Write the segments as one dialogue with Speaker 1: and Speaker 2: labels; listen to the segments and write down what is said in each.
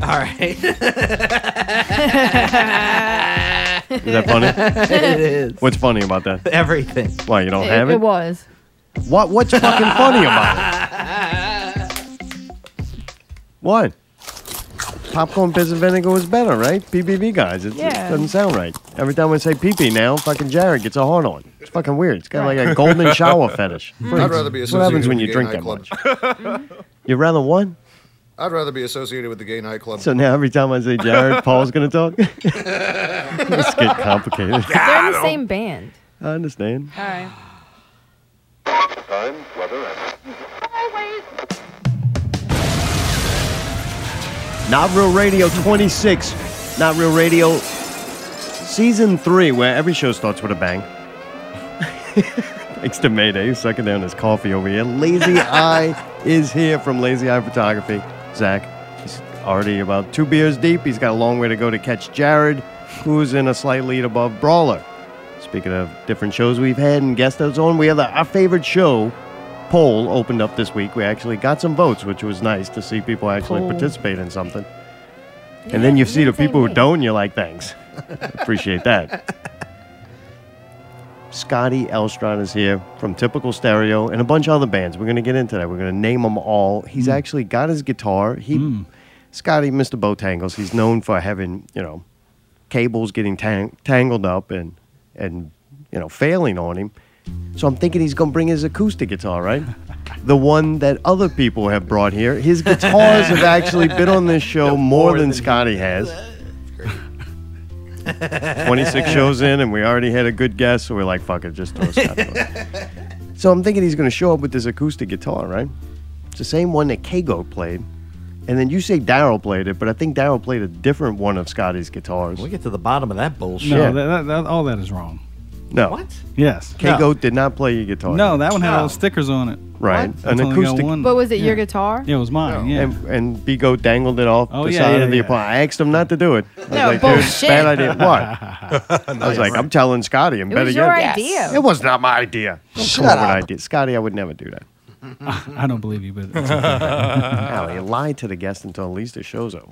Speaker 1: All right.
Speaker 2: Is that funny?
Speaker 1: it is.
Speaker 2: What's funny about that?
Speaker 1: Everything.
Speaker 2: Why you don't
Speaker 3: It,
Speaker 2: have
Speaker 3: it
Speaker 2: it?
Speaker 3: was.
Speaker 2: What? What's fucking funny about it? What? Popcorn piss and vinegar was better, right? PBB guys, it, it
Speaker 3: Yeah.
Speaker 2: doesn't sound right. Every time I say PP now, fucking Jared gets a hard on. It's fucking weird. It's got like a golden shower fetish.
Speaker 4: I'd rather be
Speaker 2: What
Speaker 4: associated
Speaker 2: happens
Speaker 4: with
Speaker 2: when
Speaker 4: the
Speaker 2: you
Speaker 4: gay
Speaker 2: drink that
Speaker 4: nightclub.
Speaker 2: much? You rather what?
Speaker 4: I'd rather be associated with the gay nightclub.
Speaker 2: So now every time I say Jared, Paul's gonna talk. It's get complicated.
Speaker 3: They're in the same band.
Speaker 2: I understand.
Speaker 3: All right.
Speaker 2: Not Real Radio 26. Not Real Radio Season 3, where every show starts with a bang. Thanks to Mayday, who's sucking down his coffee over here. Lazy Eye is here from Lazy Eye Photography. Zach, he's already about two beers deep. He's got a long way to go to catch Jared, who's in a slight lead above Brawler. Speaking of different shows we've had and guest that's on, we have the, our favorite show poll opened up this week. We actually got some votes, which was nice to see people actually
Speaker 3: Poll.
Speaker 2: participate in something. And then you see the
Speaker 3: didn't say
Speaker 2: people who
Speaker 3: me.
Speaker 2: don't, you're like, thanks. Appreciate that. Scotty Elstron is here from Typical Stereo and a bunch of other bands. We're going to get into that. We're going to name them all. He's actually got his guitar. He, Scotty, Mr. Bowtangles, he's known for having, you know, cables getting tang- tangled up and, and, you know, failing on him. So I'm thinking he's going to bring his acoustic guitar, right? the one that other people have brought here. His guitars have actually been on this show more, than, Scotty has. 26 shows in, and we already had a good guess, so we're like, fuck it, just throw Scotty on. So I'm thinking he's going to show up with this acoustic guitar, right? It's the same one that Kago played. And then you say Daryl played it, but I think Daryl played a different one of Scotty's guitars.
Speaker 1: We get to the bottom of that bullshit.
Speaker 2: Yeah.
Speaker 5: No, that, that, that, all that is wrong.
Speaker 2: No.
Speaker 1: What?
Speaker 5: Yes.
Speaker 2: Kago did not play your guitar.
Speaker 5: No, that one had
Speaker 1: No.
Speaker 5: all stickers on it.
Speaker 2: Right. An
Speaker 5: That's only got
Speaker 2: acoustic.
Speaker 5: one.
Speaker 3: But was it your
Speaker 5: Yeah.
Speaker 3: guitar?
Speaker 5: Yeah, it was mine. Yeah.
Speaker 2: And, and Bigo dangled it off
Speaker 5: Oh,
Speaker 2: the
Speaker 5: yeah,
Speaker 2: side
Speaker 5: yeah,
Speaker 2: of the
Speaker 5: yeah.
Speaker 2: apartment. I asked him not to do it. I was
Speaker 3: No,
Speaker 2: like, dude,
Speaker 3: bullshit.
Speaker 2: bad idea. What? I was like, I'm telling Scotty. And
Speaker 3: It
Speaker 2: better
Speaker 3: was your
Speaker 2: yet,
Speaker 3: idea.
Speaker 2: it was not my idea. Don't Shut up. idea. Scotty, I would never do that.
Speaker 5: I don't believe you, but it's okay.
Speaker 2: Al, you lied to the guest until at least the show's over.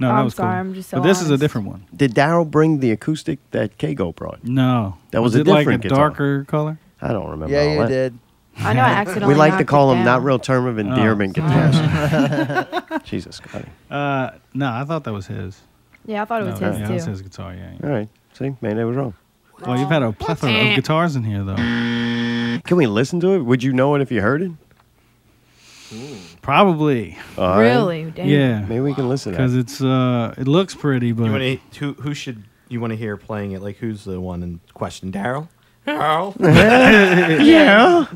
Speaker 5: no, that
Speaker 3: I'm
Speaker 5: was cool.
Speaker 3: sorry, I'm just so
Speaker 5: but this is a
Speaker 3: honest.
Speaker 5: different one.
Speaker 2: Did Daryl bring the acoustic that Kago brought?
Speaker 5: No,
Speaker 2: That was a
Speaker 5: it like
Speaker 2: different
Speaker 5: a
Speaker 2: guitar.
Speaker 5: darker color.
Speaker 2: I don't remember.
Speaker 6: Yeah,
Speaker 2: all
Speaker 6: you
Speaker 2: that.
Speaker 6: did.
Speaker 3: I know I accidentally.
Speaker 2: We like to
Speaker 3: knocked
Speaker 2: call
Speaker 3: it
Speaker 2: them
Speaker 3: down.
Speaker 2: not real term
Speaker 5: Oh.
Speaker 2: of endearment guitars. Jesus, Scotty.
Speaker 5: Uh, no, I thought that was his.
Speaker 3: Yeah, I thought it was
Speaker 5: no,
Speaker 3: his
Speaker 5: yeah,
Speaker 3: too.
Speaker 5: that's his guitar. Yeah. yeah.
Speaker 2: All right. See, man, I was wrong.
Speaker 5: Well, you've had a plethora of guitars in here, though.
Speaker 2: Can we listen to it? Would you know it if you heard it?
Speaker 5: Probably.
Speaker 2: All right.
Speaker 3: Really? Damn.
Speaker 5: Yeah.
Speaker 2: Maybe we can listen to
Speaker 5: Because
Speaker 2: it.
Speaker 5: it's uh, it looks pretty,
Speaker 1: You
Speaker 5: but
Speaker 1: want to who who should you want to hear playing it? Like who's the one in question? Daryl. Daryl.
Speaker 2: Yeah.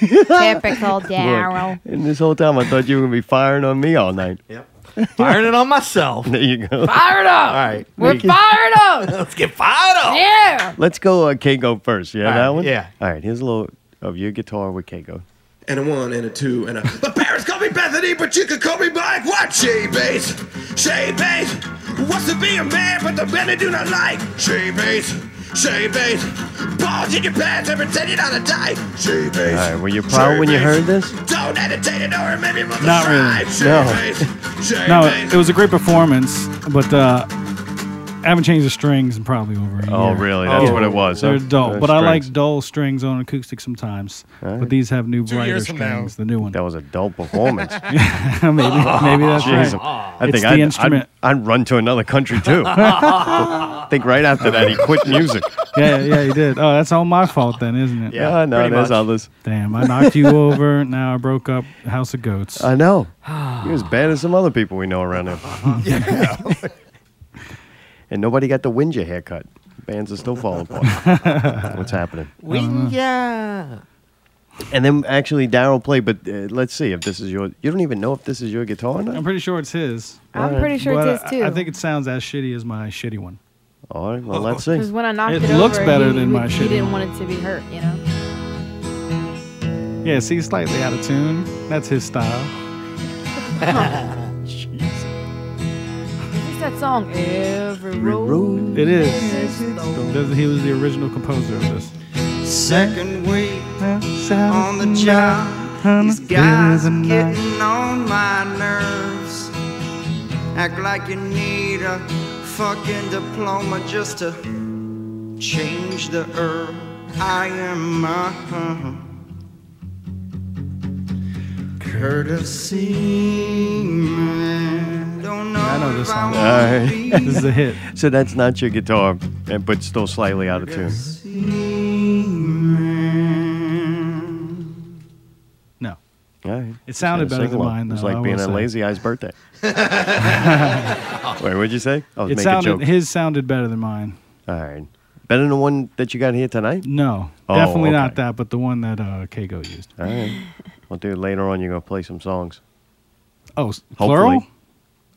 Speaker 3: Typical Daryl.
Speaker 2: And this whole time, I thought you were gonna be firing on me all night.
Speaker 1: yep. Firing it on myself.
Speaker 2: There you go.
Speaker 3: Fired up.
Speaker 1: All right.
Speaker 3: We're fired up.
Speaker 1: Let's get fired up.
Speaker 3: Yeah.
Speaker 2: Let's go. Uh, Keiko first. Yeah,
Speaker 1: All
Speaker 2: that
Speaker 1: right,
Speaker 2: one.
Speaker 1: yeah.
Speaker 2: All right. Here's a little of your guitar with Keiko.
Speaker 7: and a one and a two and a. My parents call me Bethany, but you could call me Mike. What she base? She base wants to be a man, but the men they do not like. She base. She base balls in your pants and pretend you're not a type. She base.
Speaker 2: All right. Were you proud when you heard this?
Speaker 7: Don't hesitate to know her, maybe we'll
Speaker 5: Not really. no, it, it was a great performance, but uh, I haven't changed the strings in probably over a
Speaker 2: Oh,
Speaker 5: year.
Speaker 2: really? That's what it was.
Speaker 5: They're
Speaker 2: huh?
Speaker 5: dull,
Speaker 2: Those
Speaker 5: but I like
Speaker 2: strings.
Speaker 5: dull strings on acoustic sometimes. But these have new brighter
Speaker 8: years from now.
Speaker 5: strings. The new one,
Speaker 2: That was a dull performance.
Speaker 5: maybe maybe that's
Speaker 2: Jeez,
Speaker 5: right.
Speaker 2: I think
Speaker 5: It's the
Speaker 2: I'd,
Speaker 5: instrument.
Speaker 2: I'd, I'd run to another country too. I think right after that he quit music.
Speaker 5: Yeah, yeah, he did. Oh, that's all my fault then, isn't it?
Speaker 1: Yeah,
Speaker 2: Ah, no,
Speaker 1: pretty
Speaker 2: there's
Speaker 1: much.
Speaker 2: others.
Speaker 5: Damn, I knocked you over. Now I broke up House of Goats.
Speaker 2: I know. You're as bad as some other people we know around here.
Speaker 5: Uh-huh.
Speaker 2: and nobody got the Winger haircut. Bands are still falling apart. What's happening?
Speaker 1: We yeah.
Speaker 2: And then actually, Daryl played, but uh, let's see if this is your. You don't even know if this is your guitar or
Speaker 5: I'm
Speaker 2: not.
Speaker 5: pretty sure it's his.
Speaker 3: I'm pretty sure
Speaker 5: but
Speaker 3: it's
Speaker 5: I-
Speaker 3: his too.
Speaker 5: I, think it sounds as shitty as my shitty one.
Speaker 2: All right, well, let's see.
Speaker 3: because when I knocked
Speaker 5: It
Speaker 3: it,
Speaker 5: looks
Speaker 3: over,
Speaker 5: better
Speaker 3: he,
Speaker 5: than my
Speaker 3: he
Speaker 5: shitty
Speaker 3: didn't
Speaker 5: one.
Speaker 3: want it to be hurt, you know.
Speaker 5: Yeah, see, slightly out of tune. That's his style.
Speaker 3: It's that song every road.
Speaker 2: Rude.
Speaker 5: It is. That's- He was the original composer of this.
Speaker 8: Second week on the job. These guys are getting on my nerves. Act like you need a fucking diploma just to change the er. I am uh-huh. a courtesy man. Don't know,
Speaker 5: I know
Speaker 8: if
Speaker 5: this
Speaker 8: I
Speaker 5: song.
Speaker 8: wanna
Speaker 2: Alright.
Speaker 8: be
Speaker 5: This is a hit.
Speaker 2: So that's not your guitar, eh, but still slightly out of tune.
Speaker 8: Seaman.
Speaker 5: No.
Speaker 2: All right.
Speaker 5: It sounded
Speaker 2: Gotta
Speaker 5: better
Speaker 2: sing
Speaker 5: than
Speaker 2: along.
Speaker 5: mine,
Speaker 2: It's
Speaker 5: though, I
Speaker 2: like being
Speaker 5: will
Speaker 2: at
Speaker 5: say.
Speaker 2: Lazy Eye's birthday. Wait, what'd you say? I was making
Speaker 5: It
Speaker 2: a
Speaker 5: sounded
Speaker 2: joke.
Speaker 5: his sounded better than mine.
Speaker 2: All right. Better than the one that you got here tonight?
Speaker 5: No,
Speaker 2: Oh,
Speaker 5: definitely not
Speaker 2: okay.
Speaker 5: that, but the one that uh, Keiko used.
Speaker 2: All right. Well, dude, later on you're going to play some songs.
Speaker 5: Oh, s-
Speaker 2: Hopefully.
Speaker 5: plural.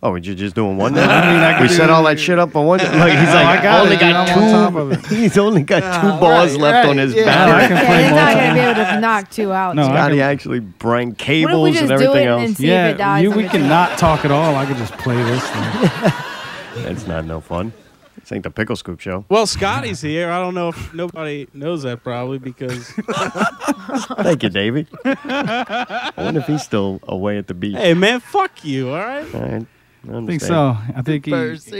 Speaker 2: Oh, you're just doing one now? we set all that shit up on one. Look, he's like,
Speaker 5: Oh, got
Speaker 2: only
Speaker 5: it,
Speaker 2: got
Speaker 5: I'm on top of it.
Speaker 2: two. He's only got two bars left on his
Speaker 5: No, I
Speaker 2: batter.
Speaker 5: can
Speaker 3: Ah, Yeah,
Speaker 5: play
Speaker 3: he's
Speaker 5: more.
Speaker 3: not gonna be able to knock two out.
Speaker 5: No,
Speaker 3: so-
Speaker 5: I-
Speaker 2: Scotty actually bring
Speaker 3: what if
Speaker 2: cables
Speaker 3: we just
Speaker 2: and
Speaker 3: do it
Speaker 2: everything
Speaker 3: and then
Speaker 2: else.
Speaker 3: see if it
Speaker 5: Yeah,
Speaker 3: dies?
Speaker 5: you,
Speaker 3: on
Speaker 5: we
Speaker 3: its
Speaker 5: can
Speaker 3: own?
Speaker 5: not talk at all. I could just play this thing.
Speaker 2: That's not no fun. This ain't the Pickle Scoop Show.
Speaker 6: Well, Scotty's here. I don't know if nobody knows that probably because
Speaker 2: Thank you, Davey. I wonder if he's still away at the beach.
Speaker 6: hey, man, fuck you. All right.
Speaker 2: All right. I
Speaker 5: I think
Speaker 2: understand.
Speaker 5: so. I think he,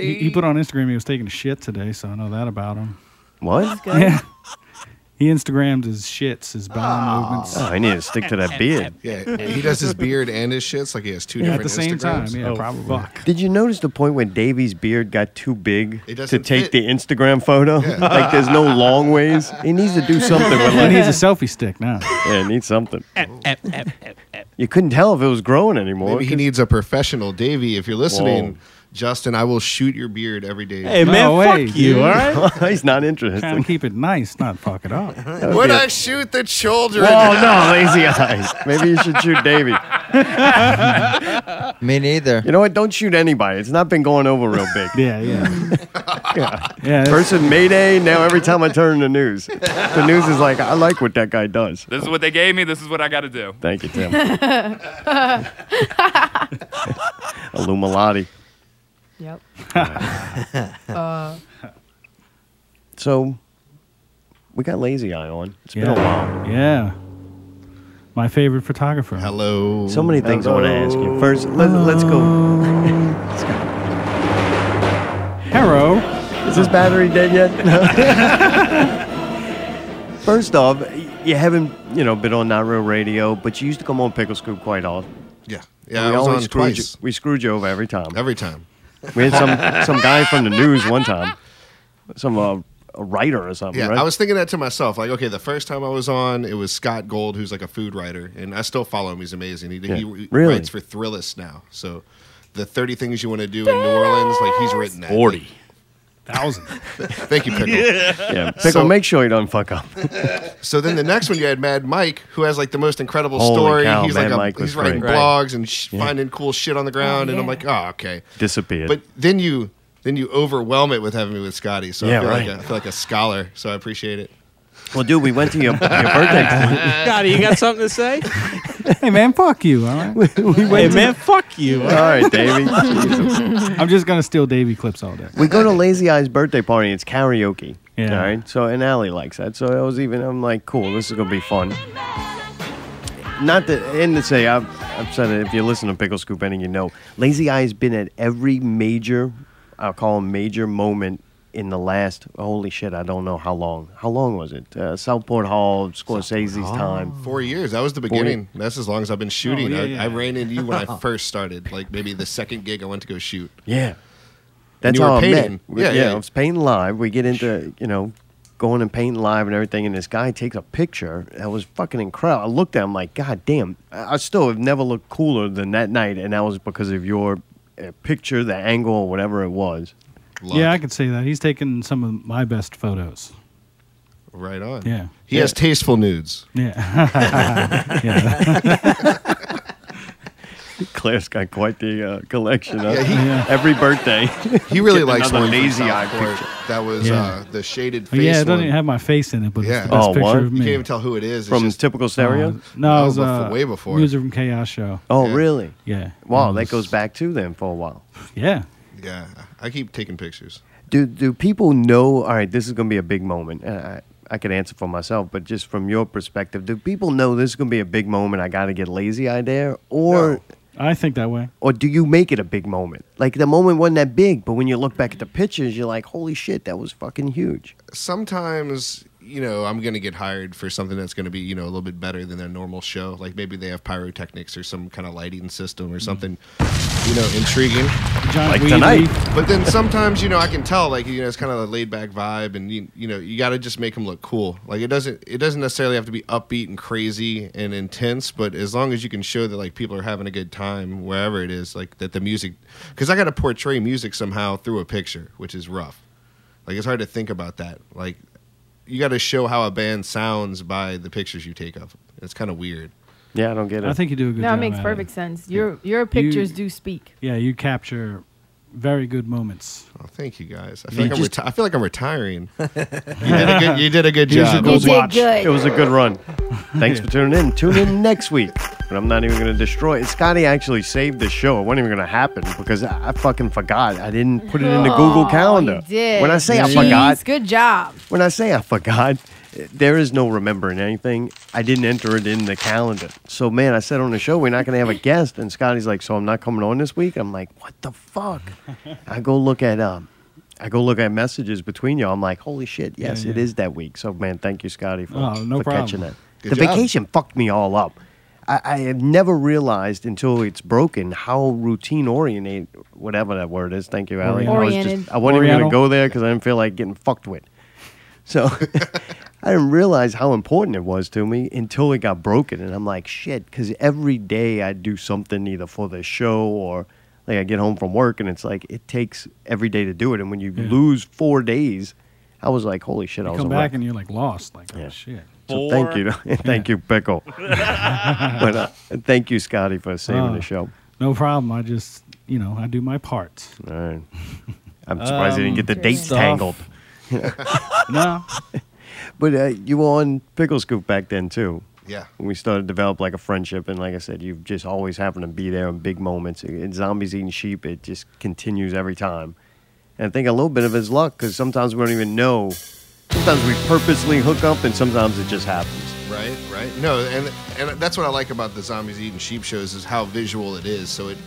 Speaker 5: he he put on Instagram he was taking a shit today, so I know that about him.
Speaker 2: What?
Speaker 5: Yeah. He Instagrammed his shits, his
Speaker 4: Ah.
Speaker 5: bowel movements
Speaker 2: Oh, I need to stick to that beard.
Speaker 4: Yeah, he does his beard and his shits like he has two
Speaker 5: yeah, at
Speaker 4: different
Speaker 5: the same
Speaker 4: Instagrams.
Speaker 5: time. Yeah,
Speaker 6: Oh,
Speaker 5: probably.
Speaker 6: fuck.
Speaker 2: Did you notice the point where Davey's beard got too big
Speaker 4: It
Speaker 2: to
Speaker 4: doesn't
Speaker 2: take
Speaker 4: fit.
Speaker 2: the Instagram photo?
Speaker 4: Yeah.
Speaker 2: like there's no long ways. He needs to do something with
Speaker 5: He
Speaker 2: like
Speaker 5: needs a selfie stick now.
Speaker 2: yeah, it needs something. you couldn't tell if it was growing anymore.
Speaker 4: Maybe he
Speaker 2: 'cause-
Speaker 4: needs a professional, Davey. If you're listening,
Speaker 2: Whoa.
Speaker 4: Justin, I will shoot your beard every day.
Speaker 6: Hey,
Speaker 5: No
Speaker 6: man,
Speaker 5: way,
Speaker 6: fuck you.
Speaker 5: dude.
Speaker 6: All right.
Speaker 2: He's not
Speaker 5: Trying
Speaker 2: interested.
Speaker 5: to keep it nice, not fuck it up.
Speaker 4: Would I shoot the children?
Speaker 2: Oh no, lazy eyes. Maybe you should shoot Davey.
Speaker 8: Me neither.
Speaker 2: You know what? Don't shoot anybody. It's not been going over real big.
Speaker 5: Yeah, yeah. yeah. that's-
Speaker 2: Person Mayday. Now every time I turn the news, the news is like, I like what that guy does.
Speaker 9: This is what they gave me. This is what I got to do.
Speaker 2: Thank you, Tim. Illuminati.
Speaker 3: Yep.
Speaker 2: Uh. So we got Lazy Eye on. It's been a
Speaker 5: Yeah.
Speaker 2: while.
Speaker 5: yeah. My favorite photographer.
Speaker 4: Hello.
Speaker 2: So many things I want to ask you. First, let, let's go.
Speaker 5: Hello.
Speaker 2: Is this battery dead yet? First off, you haven't you know been on Not Real Radio, but you used to come on Pickle Scoop quite often.
Speaker 4: Yeah, yeah.
Speaker 2: we
Speaker 4: I was
Speaker 2: always
Speaker 4: on
Speaker 2: screwed
Speaker 4: twice.
Speaker 2: You, we screwed you over every time.
Speaker 4: Every time.
Speaker 2: we had some some guy from the news one time, some uh, a writer or something.
Speaker 4: Yeah,
Speaker 2: right?
Speaker 4: I was thinking that to myself. Like, okay, the first time I was on, it was Scott Gold, who's like a food writer, and I still follow him. He's amazing. He, he
Speaker 2: Yeah, really?
Speaker 4: writes for Thrillist now. So, the 30 things you want to do in New Orleans, like he's written that.
Speaker 5: Thousand.
Speaker 4: Thank you, Pickle.
Speaker 2: yeah. Pickle,
Speaker 4: So-
Speaker 2: make sure you don't fuck up.
Speaker 4: So then the next one you had Mad Mike, who has like the most incredible
Speaker 2: Holy
Speaker 4: story.
Speaker 2: cow,
Speaker 4: he's
Speaker 2: Mad
Speaker 4: like a,
Speaker 2: Mike was
Speaker 4: he's writing
Speaker 2: great.
Speaker 4: blogs and sh- finding cool shit on the ground,
Speaker 3: Oh,
Speaker 4: and I'm
Speaker 3: yeah.
Speaker 4: like, oh, okay.
Speaker 2: Disappeared.
Speaker 4: But then you then you overwhelm it with having me with Scotty. So
Speaker 2: Yeah,
Speaker 4: I, feel
Speaker 2: right.
Speaker 4: like a, I feel like a scholar. So I appreciate it.
Speaker 2: well, dude, we went to your, your birthday party.
Speaker 6: Scotty, you got something to say?
Speaker 5: Hey man, fuck you. All right.
Speaker 6: hey, man, fuck you.
Speaker 2: All right, Davey.
Speaker 5: I'm just gonna steal Davy clips all day.
Speaker 2: we go to Lazy Eye's birthday party. It's karaoke.
Speaker 5: Yeah.
Speaker 2: All right. So and Allie likes that. So I was even. I'm like, cool. This is gonna be fun. Not to and to say I've, I've said it. If you listen to Pickle Scoop, any you know, Lazy Eye has been at every major. I'll call 'em major moment in the last. Holy shit! I don't know how long. How long was it? Uh, Southport Hall, Scorsese's
Speaker 5: Oh.
Speaker 2: time.
Speaker 4: Four years. That was the beginning. That's as long as
Speaker 6: Oh,
Speaker 4: I've been shooting.
Speaker 5: yeah,
Speaker 4: I,
Speaker 5: yeah.
Speaker 4: I ran into you when I first started. Like maybe the second gig I went to go shoot.
Speaker 2: Yeah. That's
Speaker 4: you were
Speaker 2: how I met.
Speaker 4: painting.
Speaker 2: We-
Speaker 4: Yeah, yeah.
Speaker 2: I was painting live. We get into, you know, going and painting live and everything, and this guy takes a picture that was fucking incredible. I looked at him like, God damn. I I still have never looked cooler than that night, and that was because of your uh, picture, the angle, or whatever it was.
Speaker 4: Love.
Speaker 5: Yeah, I could say that. He's taken some of my best photos.
Speaker 4: right on.
Speaker 5: Yeah.
Speaker 4: He has tasteful nudes.
Speaker 5: Yeah. yeah.
Speaker 2: Claire's got quite the uh, collection of
Speaker 4: Yeah, he-
Speaker 2: every birthday.
Speaker 4: He really
Speaker 2: Getting
Speaker 4: likes
Speaker 2: another
Speaker 4: one from
Speaker 2: lazy
Speaker 4: South
Speaker 2: eye
Speaker 4: Park.
Speaker 2: picture.
Speaker 4: That was
Speaker 5: Yeah.
Speaker 4: uh, the shaded
Speaker 5: Oh,
Speaker 4: face.
Speaker 5: yeah, it doesn't
Speaker 4: one.
Speaker 5: even have my face in it, but
Speaker 4: Yeah.
Speaker 5: it's the best
Speaker 2: Oh,
Speaker 5: picture
Speaker 2: what?
Speaker 5: of
Speaker 4: You
Speaker 5: me.
Speaker 4: can't even tell who it is. It's
Speaker 2: From
Speaker 4: just-
Speaker 2: Typical Stereo?
Speaker 5: No,
Speaker 4: That
Speaker 5: it was
Speaker 4: was
Speaker 5: uh,
Speaker 4: befo- way before.
Speaker 5: Music from Chaos Show.
Speaker 2: oh,
Speaker 4: Yeah.
Speaker 2: really?
Speaker 5: Yeah.
Speaker 2: Wow,
Speaker 5: It
Speaker 2: that
Speaker 5: was-
Speaker 2: goes back to them for a while.
Speaker 5: Yeah.
Speaker 4: yeah, I keep taking pictures.
Speaker 2: do do people know all right this is going to be a big moment and I, I could answer for myself but just from your perspective do people know this is going to be a big moment i got to get lazy eye there or
Speaker 5: I think that way.
Speaker 2: Or do you make it a big moment? Like the moment wasn't that big, but when you look back at the pictures, you're like, holy shit, that was fucking huge.
Speaker 4: sometimes you know i'm gonna get hired for something that's gonna be you know a little bit better than their normal show like maybe they have pyrotechnics or some kind of lighting system or something you know intriguing
Speaker 5: John
Speaker 2: Like
Speaker 5: Wheatley.
Speaker 2: tonight.
Speaker 4: but then sometimes you know i can tell like you know it's kind of a laid back vibe and you, you know you gotta just make them look cool like it doesn't it doesn't necessarily have to be upbeat and crazy and intense but as long as you can show that like people are having a good time wherever it is like that the music because i gotta portray music somehow through a picture which is rough like it's hard to think about that like you gotta show how a band sounds by the pictures you take of them it's kind of weird
Speaker 2: Yeah, I don't get it.
Speaker 5: I think you do a good
Speaker 3: No,
Speaker 5: job.
Speaker 3: it makes
Speaker 5: at
Speaker 3: perfect sense. Your your pictures do speak.
Speaker 5: Yeah, you capture very good moments.
Speaker 4: oh thank you guys i feel, like,
Speaker 2: just-
Speaker 4: I'm reti- I feel like i'm retiring you did a good you did a good
Speaker 5: Here's
Speaker 4: job
Speaker 5: your gold
Speaker 3: You did
Speaker 5: watch.
Speaker 3: good.
Speaker 2: It was a good run. Thanks for tuning in. Tune in next week. But I'm not even going to destroy it. Scotty actually saved the show. It wasn't even going to happen because I I fucking forgot. I didn't put it in the
Speaker 5: Oh,
Speaker 2: Google
Speaker 3: Aw,
Speaker 2: Calendar.
Speaker 3: you did.
Speaker 2: When I say I
Speaker 3: Jeez,
Speaker 2: forgot,
Speaker 3: Good job.
Speaker 2: when I say I forgot, there is no remembering anything. I didn't enter it in the calendar. So, man, I said on the show, we're not going to have a guest. And Scotty's like, so I'm not coming on this week? I'm like, what the fuck? I go look at, um, I go look at messages between y'all. I'm like, holy shit, yes, it
Speaker 5: yeah.
Speaker 2: is that week. So, man, thank you, Scotty, for,
Speaker 5: Oh, no
Speaker 2: for catching
Speaker 5: problem.
Speaker 2: that.
Speaker 4: Good
Speaker 2: the
Speaker 4: job.
Speaker 2: vacation fucked me all up. I, I have never realized until it's broken how routine oriented, whatever that word is. Thank you, Allie. I, was
Speaker 3: Oriented.
Speaker 2: just, I wasn't even going
Speaker 5: Oriental.
Speaker 2: to go there because I didn't feel like getting fucked with. So I didn't realize how important it was to me until it got broken. And I'm like, shit, because every day I do something either for the show or like I get home from work and it's like, it takes every day to do it. And when you lose four days, I was like, holy shit, I
Speaker 5: You
Speaker 2: was
Speaker 5: come
Speaker 2: a wreck.
Speaker 5: back and you're like lost. Like, oh, shit.
Speaker 2: So thank you. thank you, Pickle. but uh, thank you, Scotty, for saving
Speaker 5: Oh.
Speaker 2: the show.
Speaker 5: No problem. I just, you know, I do my part.
Speaker 2: All right. I'm surprised you didn't get the dates
Speaker 5: stuff.
Speaker 2: tangled.
Speaker 5: no.
Speaker 2: But uh, you were on Pickle Scoop back then, too.
Speaker 4: yeah
Speaker 2: we started to develop like a friendship and like i said you've just always happened to be there in big moments in zombies eating sheep it just continues every time and i think a little bit of his luck because sometimes we don't even know sometimes we purposely hook up and sometimes it just happens
Speaker 4: Right, right. No, and and that's what I like about the zombies eating sheep shows is how visual it is. So it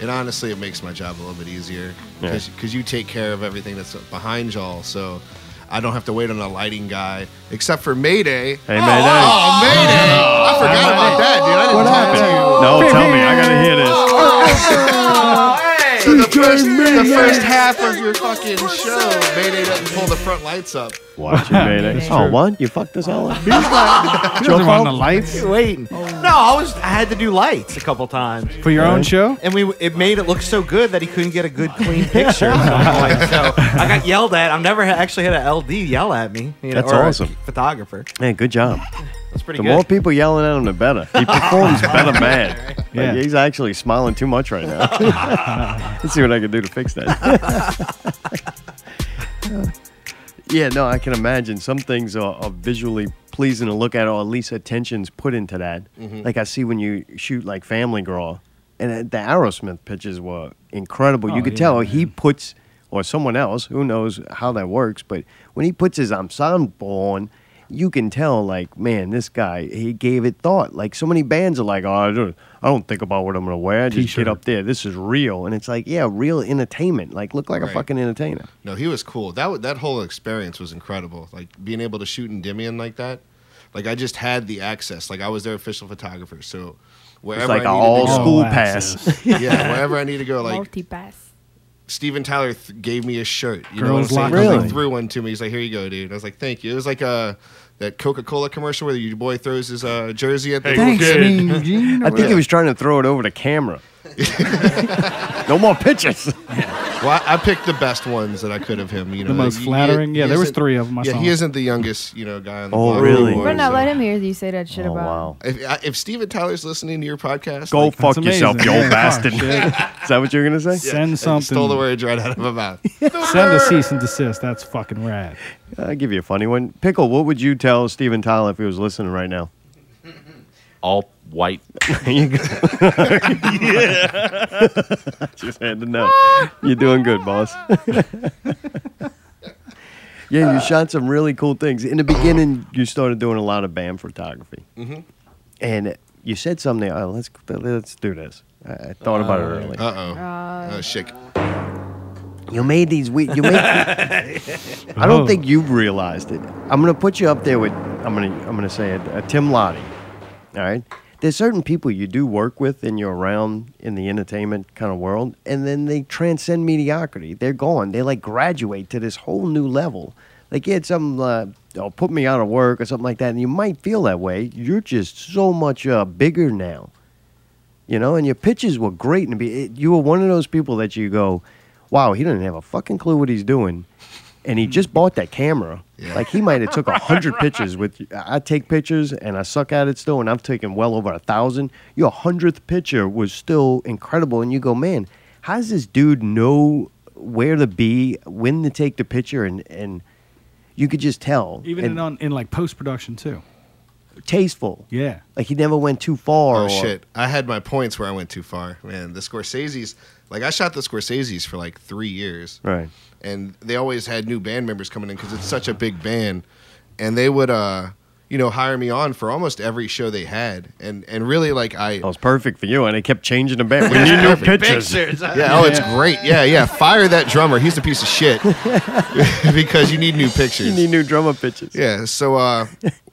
Speaker 4: it honestly it makes my job a little bit easier
Speaker 2: Yeah.
Speaker 4: because you take care of everything that's behind y'all. So I don't have to wait on a lighting guy except for Mayday.
Speaker 2: hey man
Speaker 4: Oh, Mayday! I forgot about that, dude. I didn't
Speaker 2: what
Speaker 4: talk Oh,
Speaker 2: happened no tell me i gotta hear this
Speaker 4: to you. oh, The first, the first half of your fucking show, Mayday doesn't pull the front lights up.
Speaker 2: watch it man oh what you fucked us all up Joe
Speaker 5: doesn't run the
Speaker 2: Paul?
Speaker 5: lights
Speaker 1: Waiting. No, I was. I had to do lights a couple times,
Speaker 5: for your own show.
Speaker 1: and we it made it look so good that he couldn't get a good clean picture. at some point. So I got yelled at. I've never ha- actually had an LD yell at me. you know,
Speaker 2: That's
Speaker 1: or a
Speaker 2: awesome.
Speaker 1: photographer.
Speaker 2: man good job
Speaker 1: That's pretty
Speaker 2: the
Speaker 1: good.
Speaker 2: more people yelling at him the better he performs better man Like,
Speaker 5: Yeah.
Speaker 2: he's actually smiling too much right now Let's see what I can do to fix that. yeah, no, I can imagine some things are, are visually pleasing to look at, or at least attention's put into that.
Speaker 1: Mm-hmm.
Speaker 2: Like I see when you shoot like Family Girl, and uh, the Aerosmith pitches were incredible. you
Speaker 5: Oh,
Speaker 2: could
Speaker 5: yeah,
Speaker 2: tell
Speaker 5: man.
Speaker 2: he puts, or someone else, who knows how that works, but when he puts his ensemble on. You can tell, like, man, this guy, he gave it thought. Like, so many bands are like, oh, I don't, I don't think about what I'm going to wear. I just
Speaker 5: T-shirt.
Speaker 2: get up there. This is real. And it's like, yeah, real entertainment. Like, look like a
Speaker 4: Right.
Speaker 2: fucking entertainer.
Speaker 4: No, he was cool. That wa- that whole experience was incredible. Like being able to shoot Endymion like that. Like I just had the access. Like I was their official photographer. So wherever
Speaker 2: It's like
Speaker 4: I
Speaker 2: an
Speaker 4: needed
Speaker 2: all
Speaker 4: to go,
Speaker 2: school
Speaker 5: Oh,
Speaker 2: pass.
Speaker 5: access.
Speaker 4: yeah, wherever I need to go. Like
Speaker 3: Multipass.
Speaker 4: Stephen Tyler th- gave me a shirt. You know what I'm saying?
Speaker 5: Girls locker
Speaker 4: He, like,
Speaker 5: room.
Speaker 4: threw one to me. He's like, "Here you go, dude." I was like, "Thank you." It was like uh, that Coca-Cola commercial where your boy throws his uh, jersey at the.
Speaker 2: I think he was trying to throw it over the camera. no more pictures.
Speaker 4: Well, I, I picked the best ones that I could of him. You know,
Speaker 5: The most
Speaker 4: He- he-
Speaker 5: flattering? Yeah,
Speaker 4: he
Speaker 5: there was
Speaker 4: isn't-
Speaker 5: three of 'em I
Speaker 4: yeah,
Speaker 5: saw.
Speaker 4: he isn't the youngest. You know, guy on the
Speaker 2: Oh,
Speaker 4: block
Speaker 2: really?
Speaker 4: anymore,
Speaker 3: We're not
Speaker 4: so-
Speaker 3: let him hear you say that shit
Speaker 2: Oh,
Speaker 3: about.
Speaker 2: wow.
Speaker 4: If, I- if Steven Tyler's listening to your podcast,
Speaker 2: Go
Speaker 4: like,
Speaker 2: fuck
Speaker 5: amazing.
Speaker 2: yourself, you
Speaker 5: Yeah.
Speaker 2: old bastard.
Speaker 5: Shit.
Speaker 2: Is that what you're going to say?
Speaker 5: Send
Speaker 4: I
Speaker 5: something.
Speaker 4: Stole the words right out of my mouth.
Speaker 5: Send a cease and desist. That's fucking rad.
Speaker 2: I'll give you a funny one. Pickle, what would you tell Steven Tyler if he was listening right now?
Speaker 10: All white.
Speaker 2: There you go. Just had to know. You're doing good, boss. yeah, you shot some really cool things. In the beginning, you started doing a lot of band photography, mm-hmm. and you said something. Oh, let's let's do this. I, I thought about it earlier.
Speaker 4: Uh oh. Oh shit.
Speaker 2: You made these we You made. I
Speaker 4: Oh.
Speaker 2: don't think you've realized it. I'm gonna put you up there with. I'm gonna. I'm gonna say it. Uh, Tim Lottie. All right. There's certain people you do work with and you're around in the entertainment kind of world, and then they transcend mediocrity. They're gone. They like graduate to this whole new level. Like you had some, uh, oh, put me out of work or something like that, and you might feel that way. You're just so much uh, bigger now you know, and your pitches were great. And be, it, you were one of those people that you go, wow, he doesn't have a fucking clue what he's doing. And he just bought that camera. Like he might have took a hundred pictures with. I take pictures and I suck at it still, and I've taken well over a thousand. Your hundredth picture was still incredible, and you go, man, how does this dude know where to be, when to take the picture, and and you could just tell.
Speaker 5: Even
Speaker 2: and
Speaker 5: in, on, in like post production too.
Speaker 2: tasteful,
Speaker 5: Yeah.
Speaker 2: like he never went too far.
Speaker 4: Oh
Speaker 2: or-
Speaker 4: shit! I had my points where I went too far, man. The Scorsese's, like I shot the Scorsese's for like three years,
Speaker 2: Right.
Speaker 4: and they always had new band members coming in because it's such a big band, and they would, uh, you know, hire me on for almost every show they had, and and really like I,
Speaker 2: That was perfect for you, and they kept changing Oh, the band. We need new pictures.
Speaker 4: yeah, oh, it's great, yeah, yeah. Fire that drummer, he's a piece of shit, because you need new pictures.
Speaker 2: You need new drummer pictures.
Speaker 4: Yeah, so uh,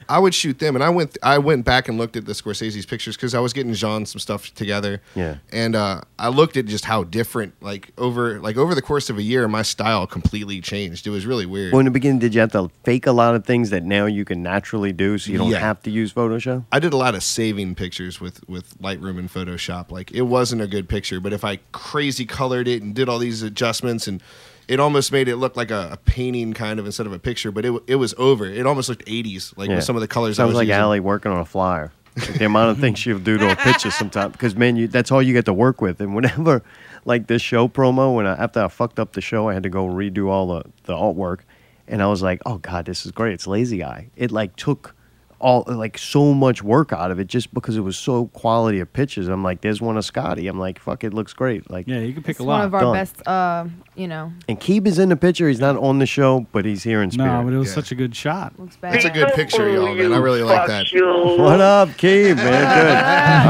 Speaker 4: I would shoot them, and I went I went back and looked at the Scorsese's pictures because I was getting Jean some stuff together.
Speaker 2: Yeah.
Speaker 4: and uh, I looked at just how different, like over like over the course of a year, my style completely changed. It was really weird.
Speaker 2: Well, in the beginning, did you have to fake a lot of things that now you can naturally do, so you don't
Speaker 4: Yeah.
Speaker 2: have to use Photoshop?
Speaker 4: I did a lot of saving pictures with with Lightroom and Photoshop. Like it wasn't a good picture, but if I crazy colored it and did all these adjustments and it almost made it look like a, a painting kind of instead of a picture, but it, w- it was over. It almost looked 80s, like
Speaker 2: Yeah.
Speaker 4: with some of the colors I
Speaker 2: Sounds
Speaker 4: was
Speaker 2: like
Speaker 4: using.
Speaker 2: Allie working on a flyer. Like the amount of things she'll do to a picture sometimes, because man, you, that's all you get to work with. And whenever, like this show promo, when I, after I fucked up the show, I had to go redo all the the artwork, and I was like, oh god, this is great. It's Lazy Eye. It like took all like so much work out of it just because it was so quality of pictures. I'm like, there's one of Scotty. I'm like, fuck, it looks great. Like,
Speaker 5: yeah, you can pick
Speaker 3: It's one of our
Speaker 2: Done.
Speaker 3: best, uh, you know,
Speaker 2: And Keeb is in the picture. He's not on the show, but he's here in spirit.
Speaker 5: No, but it was such a good shot.
Speaker 3: looks bad.
Speaker 4: That's a good picture, y'all, man. I really like that.
Speaker 2: What up, Keeb? Man, good.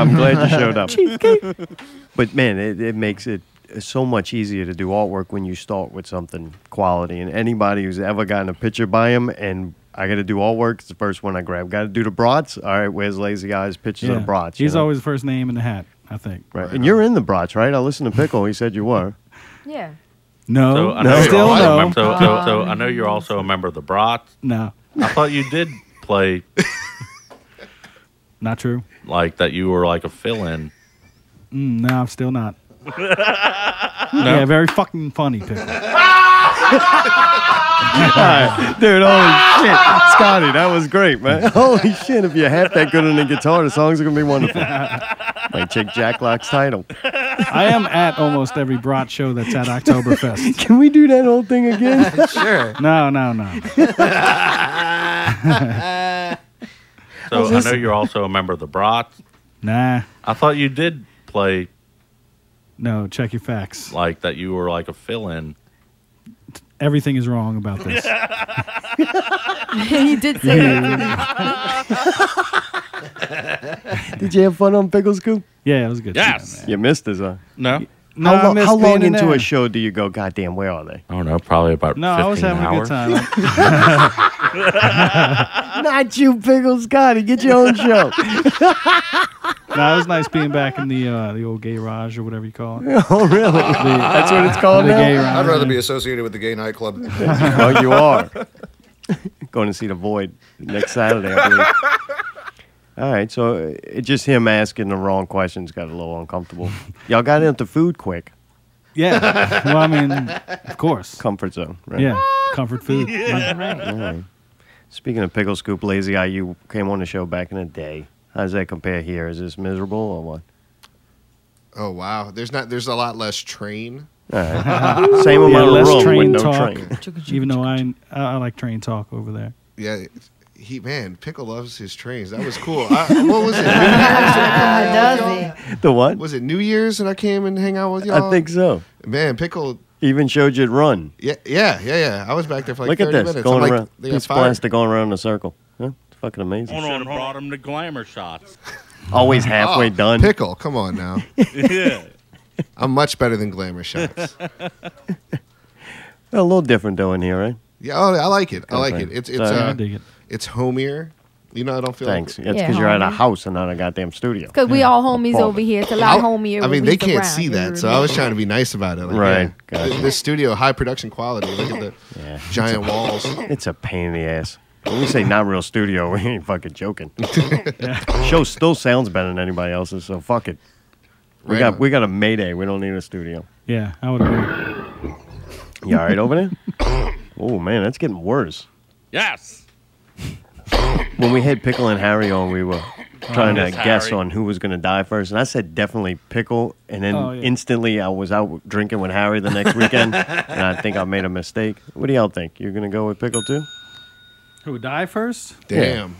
Speaker 2: I'm glad you showed up. but man, it, it makes it so much easier to do artwork when you start with something quality. And anybody who's ever gotten a picture by him and I got to do artwork, it's the first one I grab. Got to do the brats. All right, where's Lazy Guy's pictures of
Speaker 5: Yeah.
Speaker 2: the brats? you
Speaker 5: He's
Speaker 2: know?
Speaker 5: always the first name in the hat, I think.
Speaker 2: right. And you're in the brats, right? I listened to Pickle. He said you were.
Speaker 3: Yeah.
Speaker 5: No,
Speaker 10: So I
Speaker 5: no,
Speaker 10: know you're
Speaker 5: still
Speaker 10: also a
Speaker 5: no.
Speaker 10: mem- So,
Speaker 2: Uh,
Speaker 10: so, so I know you're also a member of the Brats.
Speaker 5: No,
Speaker 10: I thought you did play
Speaker 5: not true.
Speaker 10: like that. You were like a fill-in.
Speaker 5: Mm, no, I'm still not.
Speaker 10: No.
Speaker 5: Yeah, very fucking funny pickle.
Speaker 2: Dude, holy shit. Scotty, that was great, man. Holy shit, if you're half that good on the guitar, the songs are going to be wonderful. Might check Jack Locke's title.
Speaker 5: I am at almost every brat show that's at Oktoberfest.
Speaker 2: Can we do that whole thing again?
Speaker 1: sure.
Speaker 5: No, no, no. Uh,
Speaker 10: So I know you're also a member of the Brats.
Speaker 5: Nah,
Speaker 10: I thought you did play
Speaker 5: no. Check your facts.
Speaker 10: like that. You were like a fill-in.
Speaker 5: Everything is wrong about this.
Speaker 3: he did say that.
Speaker 2: Did you have fun on Pickle Scoop?
Speaker 5: Yeah, it was a good.
Speaker 10: Yes.
Speaker 5: Show, man.
Speaker 2: You missed us, huh?
Speaker 10: No.
Speaker 5: No, I
Speaker 2: how, lo-
Speaker 5: missed
Speaker 2: how long
Speaker 5: being in
Speaker 2: into
Speaker 5: there.
Speaker 2: a show do you go, goddamn, where are they?
Speaker 10: I don't know. Probably about
Speaker 5: No, I was having a good time.
Speaker 2: Not you, Pickle Scotty. Get your own show.
Speaker 5: no, it was nice being back in the uh, the old garage or whatever you call it.
Speaker 2: oh, really? That's what it's called
Speaker 5: The
Speaker 2: now?
Speaker 5: gay
Speaker 11: I'd
Speaker 5: garage.
Speaker 11: rather be associated with the gay nightclub.
Speaker 2: oh, you are. Going to see The Void next Saturday, I believe. All right, so uh, it, just him asking the wrong questions got a little uncomfortable. Y'all got into food quick.
Speaker 5: Yeah. Well, I mean, of course.
Speaker 2: Comfort zone, right?
Speaker 5: Yeah. Comfort food. Yeah.
Speaker 2: All right. Speaking of Pickle Scoop, Lazy Eye, you came on the show back in the day. How does that compare here? Is this miserable or what?
Speaker 4: Oh wow, there's not there's a lot less train.
Speaker 2: All right. Same amount
Speaker 5: less
Speaker 2: of room
Speaker 5: train
Speaker 2: with no
Speaker 5: talk.
Speaker 2: train.
Speaker 5: Even though I, I I like train talk over there.
Speaker 4: Yeah, he man, Pickle loves his trains. That was cool. I, what was it? New Year's? when I came out with
Speaker 3: Ah, Does he?
Speaker 2: The what?
Speaker 4: y'all? Was it New Year's and I came and hang out with y'all?
Speaker 2: I think so.
Speaker 4: Man, Pickle.
Speaker 2: Even showed you it run.
Speaker 4: Yeah, yeah, yeah, yeah. I was back there for like
Speaker 2: Look at
Speaker 4: 30
Speaker 2: this
Speaker 4: minutes.
Speaker 2: going
Speaker 4: I'm like,
Speaker 2: around.
Speaker 4: they got
Speaker 2: Piece of
Speaker 4: fired.
Speaker 2: plastic going around in a circle. Huh? It's fucking amazing.
Speaker 10: Should have brought him to glamour shots.
Speaker 2: Always halfway
Speaker 4: Oh,
Speaker 2: done.
Speaker 4: Pickle, come on now. yeah. I'm much better than glamour shots.
Speaker 2: A little different though in here, eh? right?
Speaker 4: Yeah, oh, I like it. I like
Speaker 2: Okay.
Speaker 4: it. It's it's
Speaker 2: Sorry.
Speaker 4: uh,
Speaker 2: I dig
Speaker 5: it.
Speaker 4: it's homier. You know, I don't feel
Speaker 2: Thanks.
Speaker 4: Like
Speaker 2: That's
Speaker 3: Yeah,
Speaker 2: because you're at a
Speaker 3: homie.
Speaker 2: house and not a goddamn studio.
Speaker 3: Because we all homies
Speaker 2: Well,
Speaker 3: over here. It's a lot homier.
Speaker 4: I mean,
Speaker 3: when
Speaker 4: they
Speaker 3: we's
Speaker 4: can't
Speaker 3: around,
Speaker 4: see
Speaker 3: you
Speaker 4: that, so I was trying to be nice about it. Like,
Speaker 2: Right,
Speaker 4: yeah,
Speaker 2: gotcha.
Speaker 4: This studio, high production quality. Look at the giant walls.
Speaker 2: It's a pain in the ass. When we say not real studio, we ain't fucking joking. Show still sounds better than anybody else's, so fuck it. We
Speaker 5: Right
Speaker 2: got
Speaker 5: on.
Speaker 2: we got a mayday. We don't need a studio.
Speaker 5: Yeah, I would agree.
Speaker 2: You all right over there? oh man, that's getting worse.
Speaker 9: Yes.
Speaker 2: When we had Pickle and Harry on, we were trying to
Speaker 10: yes,
Speaker 2: guess
Speaker 10: Harry.
Speaker 2: on who was going to die first, and I said definitely Pickle, and then
Speaker 10: Oh, yeah.
Speaker 2: instantly I was out drinking with Harry the next weekend, and I think I made a mistake. What do y'all think? You're going to go with Pickle too?
Speaker 5: Who die first?
Speaker 4: Damn.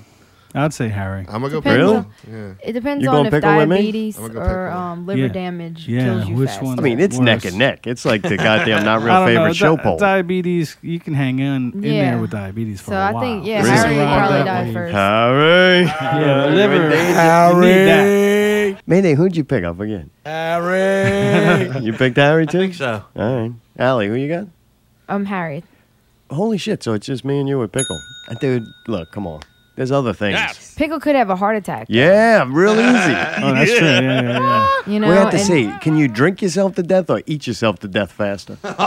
Speaker 5: I'd say Harry.
Speaker 4: I'm gonna
Speaker 3: Depends
Speaker 2: Really?
Speaker 3: on- It depends
Speaker 2: You
Speaker 3: on
Speaker 2: going
Speaker 3: if
Speaker 2: pickle with me?
Speaker 3: diabetes
Speaker 2: I'm gonna go
Speaker 3: or um, liver damage
Speaker 5: Yeah,
Speaker 3: kills you
Speaker 5: which
Speaker 3: fast.
Speaker 5: one?
Speaker 2: I mean, it's neck and neck. It's like the goddamn not real
Speaker 5: I don't
Speaker 2: favorite
Speaker 5: know.
Speaker 2: show
Speaker 5: Di-
Speaker 2: poll.
Speaker 5: Diabetes, you can hang in, in
Speaker 3: Yeah.
Speaker 5: there with diabetes for
Speaker 3: So
Speaker 5: a
Speaker 3: I
Speaker 5: while.
Speaker 3: think, yeah, Harry would probably die first.
Speaker 2: Harry.
Speaker 5: Yeah, liver.
Speaker 2: Harry. Mayday, who'd you pick up again? Harry. you picked Harry too? I think
Speaker 1: so.
Speaker 2: All right. Allie, who you got?
Speaker 3: I'm Harry.
Speaker 2: Holy shit, so it's just me and you with Pickle. Uh, Dude, look, come on. There's other things.
Speaker 3: Pickle could have a heart attack.
Speaker 2: Yeah, real easy.
Speaker 5: Oh, that's true. Yeah, yeah, yeah.
Speaker 3: You know,
Speaker 2: we have to
Speaker 3: and
Speaker 2: see. Can you drink yourself to death or eat yourself to death faster?
Speaker 3: That's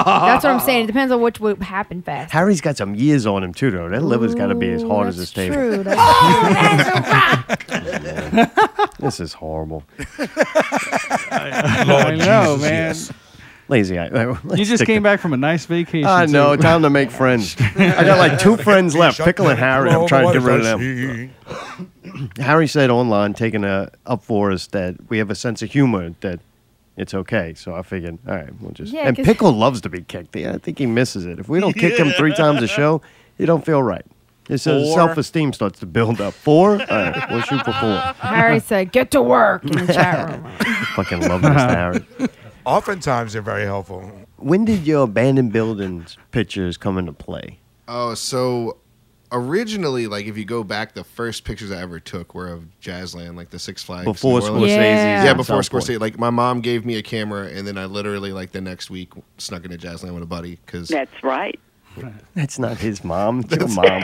Speaker 3: what I'm saying. It depends on which would happen fast.
Speaker 2: Harry's got some years on him too, though. That liver's got to be as hard as this table.
Speaker 3: True. That's
Speaker 2: This is horrible.
Speaker 5: I know, man.
Speaker 2: Lazy eye. Let's
Speaker 5: You just
Speaker 2: stick
Speaker 5: came back from a nice vacation.
Speaker 2: I know.
Speaker 5: too.
Speaker 2: Time to make friends. I got like two friends left, Pickle and Harry. I'm trying to get rid of them. Harry said online, taking a up for us that we have a sense of humor that it's okay. So I figured, all right, we'll just.
Speaker 3: Yeah,
Speaker 2: and
Speaker 3: 'cause-
Speaker 2: Pickle loves to be kicked. Yeah, I think he misses it. If we don't kick him three times a show, you don't feel right. His
Speaker 3: Four.
Speaker 2: self esteem starts to build up. Four? All right, we'll shoot for four.
Speaker 3: Harry said, "Get to work." In the chat room.
Speaker 2: Fucking love this, Harry.
Speaker 12: Oftentimes they're very helpful.
Speaker 2: When did your abandoned buildings pictures come into play?
Speaker 4: Oh, so originally, like if you go back, the first pictures I ever took were of Jazzland, like the Six Flags.
Speaker 2: Before
Speaker 4: New Orleans.
Speaker 2: Scorsese's Yeah.
Speaker 4: Yeah,
Speaker 2: and
Speaker 4: before
Speaker 2: South Point.
Speaker 4: Scorsese. Like my mom gave me a camera, and then I literally like the next week snuck into Jazzland with a buddy because
Speaker 13: That's right.
Speaker 2: That's not his mom. It's your mom.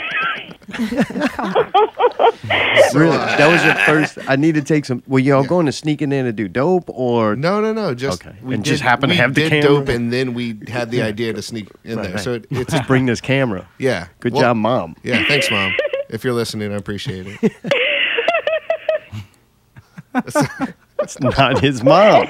Speaker 4: So,
Speaker 2: really?
Speaker 4: uh,
Speaker 2: That was your first. I need to take some. Were y'all going to sneak in there to do dope or?
Speaker 4: No, no, no. Just
Speaker 2: okay.
Speaker 4: we
Speaker 2: and
Speaker 4: did,
Speaker 2: just happen to
Speaker 4: we
Speaker 2: have the
Speaker 4: did
Speaker 2: camera.
Speaker 4: dope, and then we had the idea to sneak in
Speaker 2: Right,
Speaker 4: there.
Speaker 2: right.
Speaker 4: So it, it's
Speaker 2: just bring this camera.
Speaker 4: yeah.
Speaker 2: Good
Speaker 4: Well-
Speaker 2: job, mom.
Speaker 4: Yeah, thanks, mom. if you're listening, I appreciate it.
Speaker 2: It's not his mom.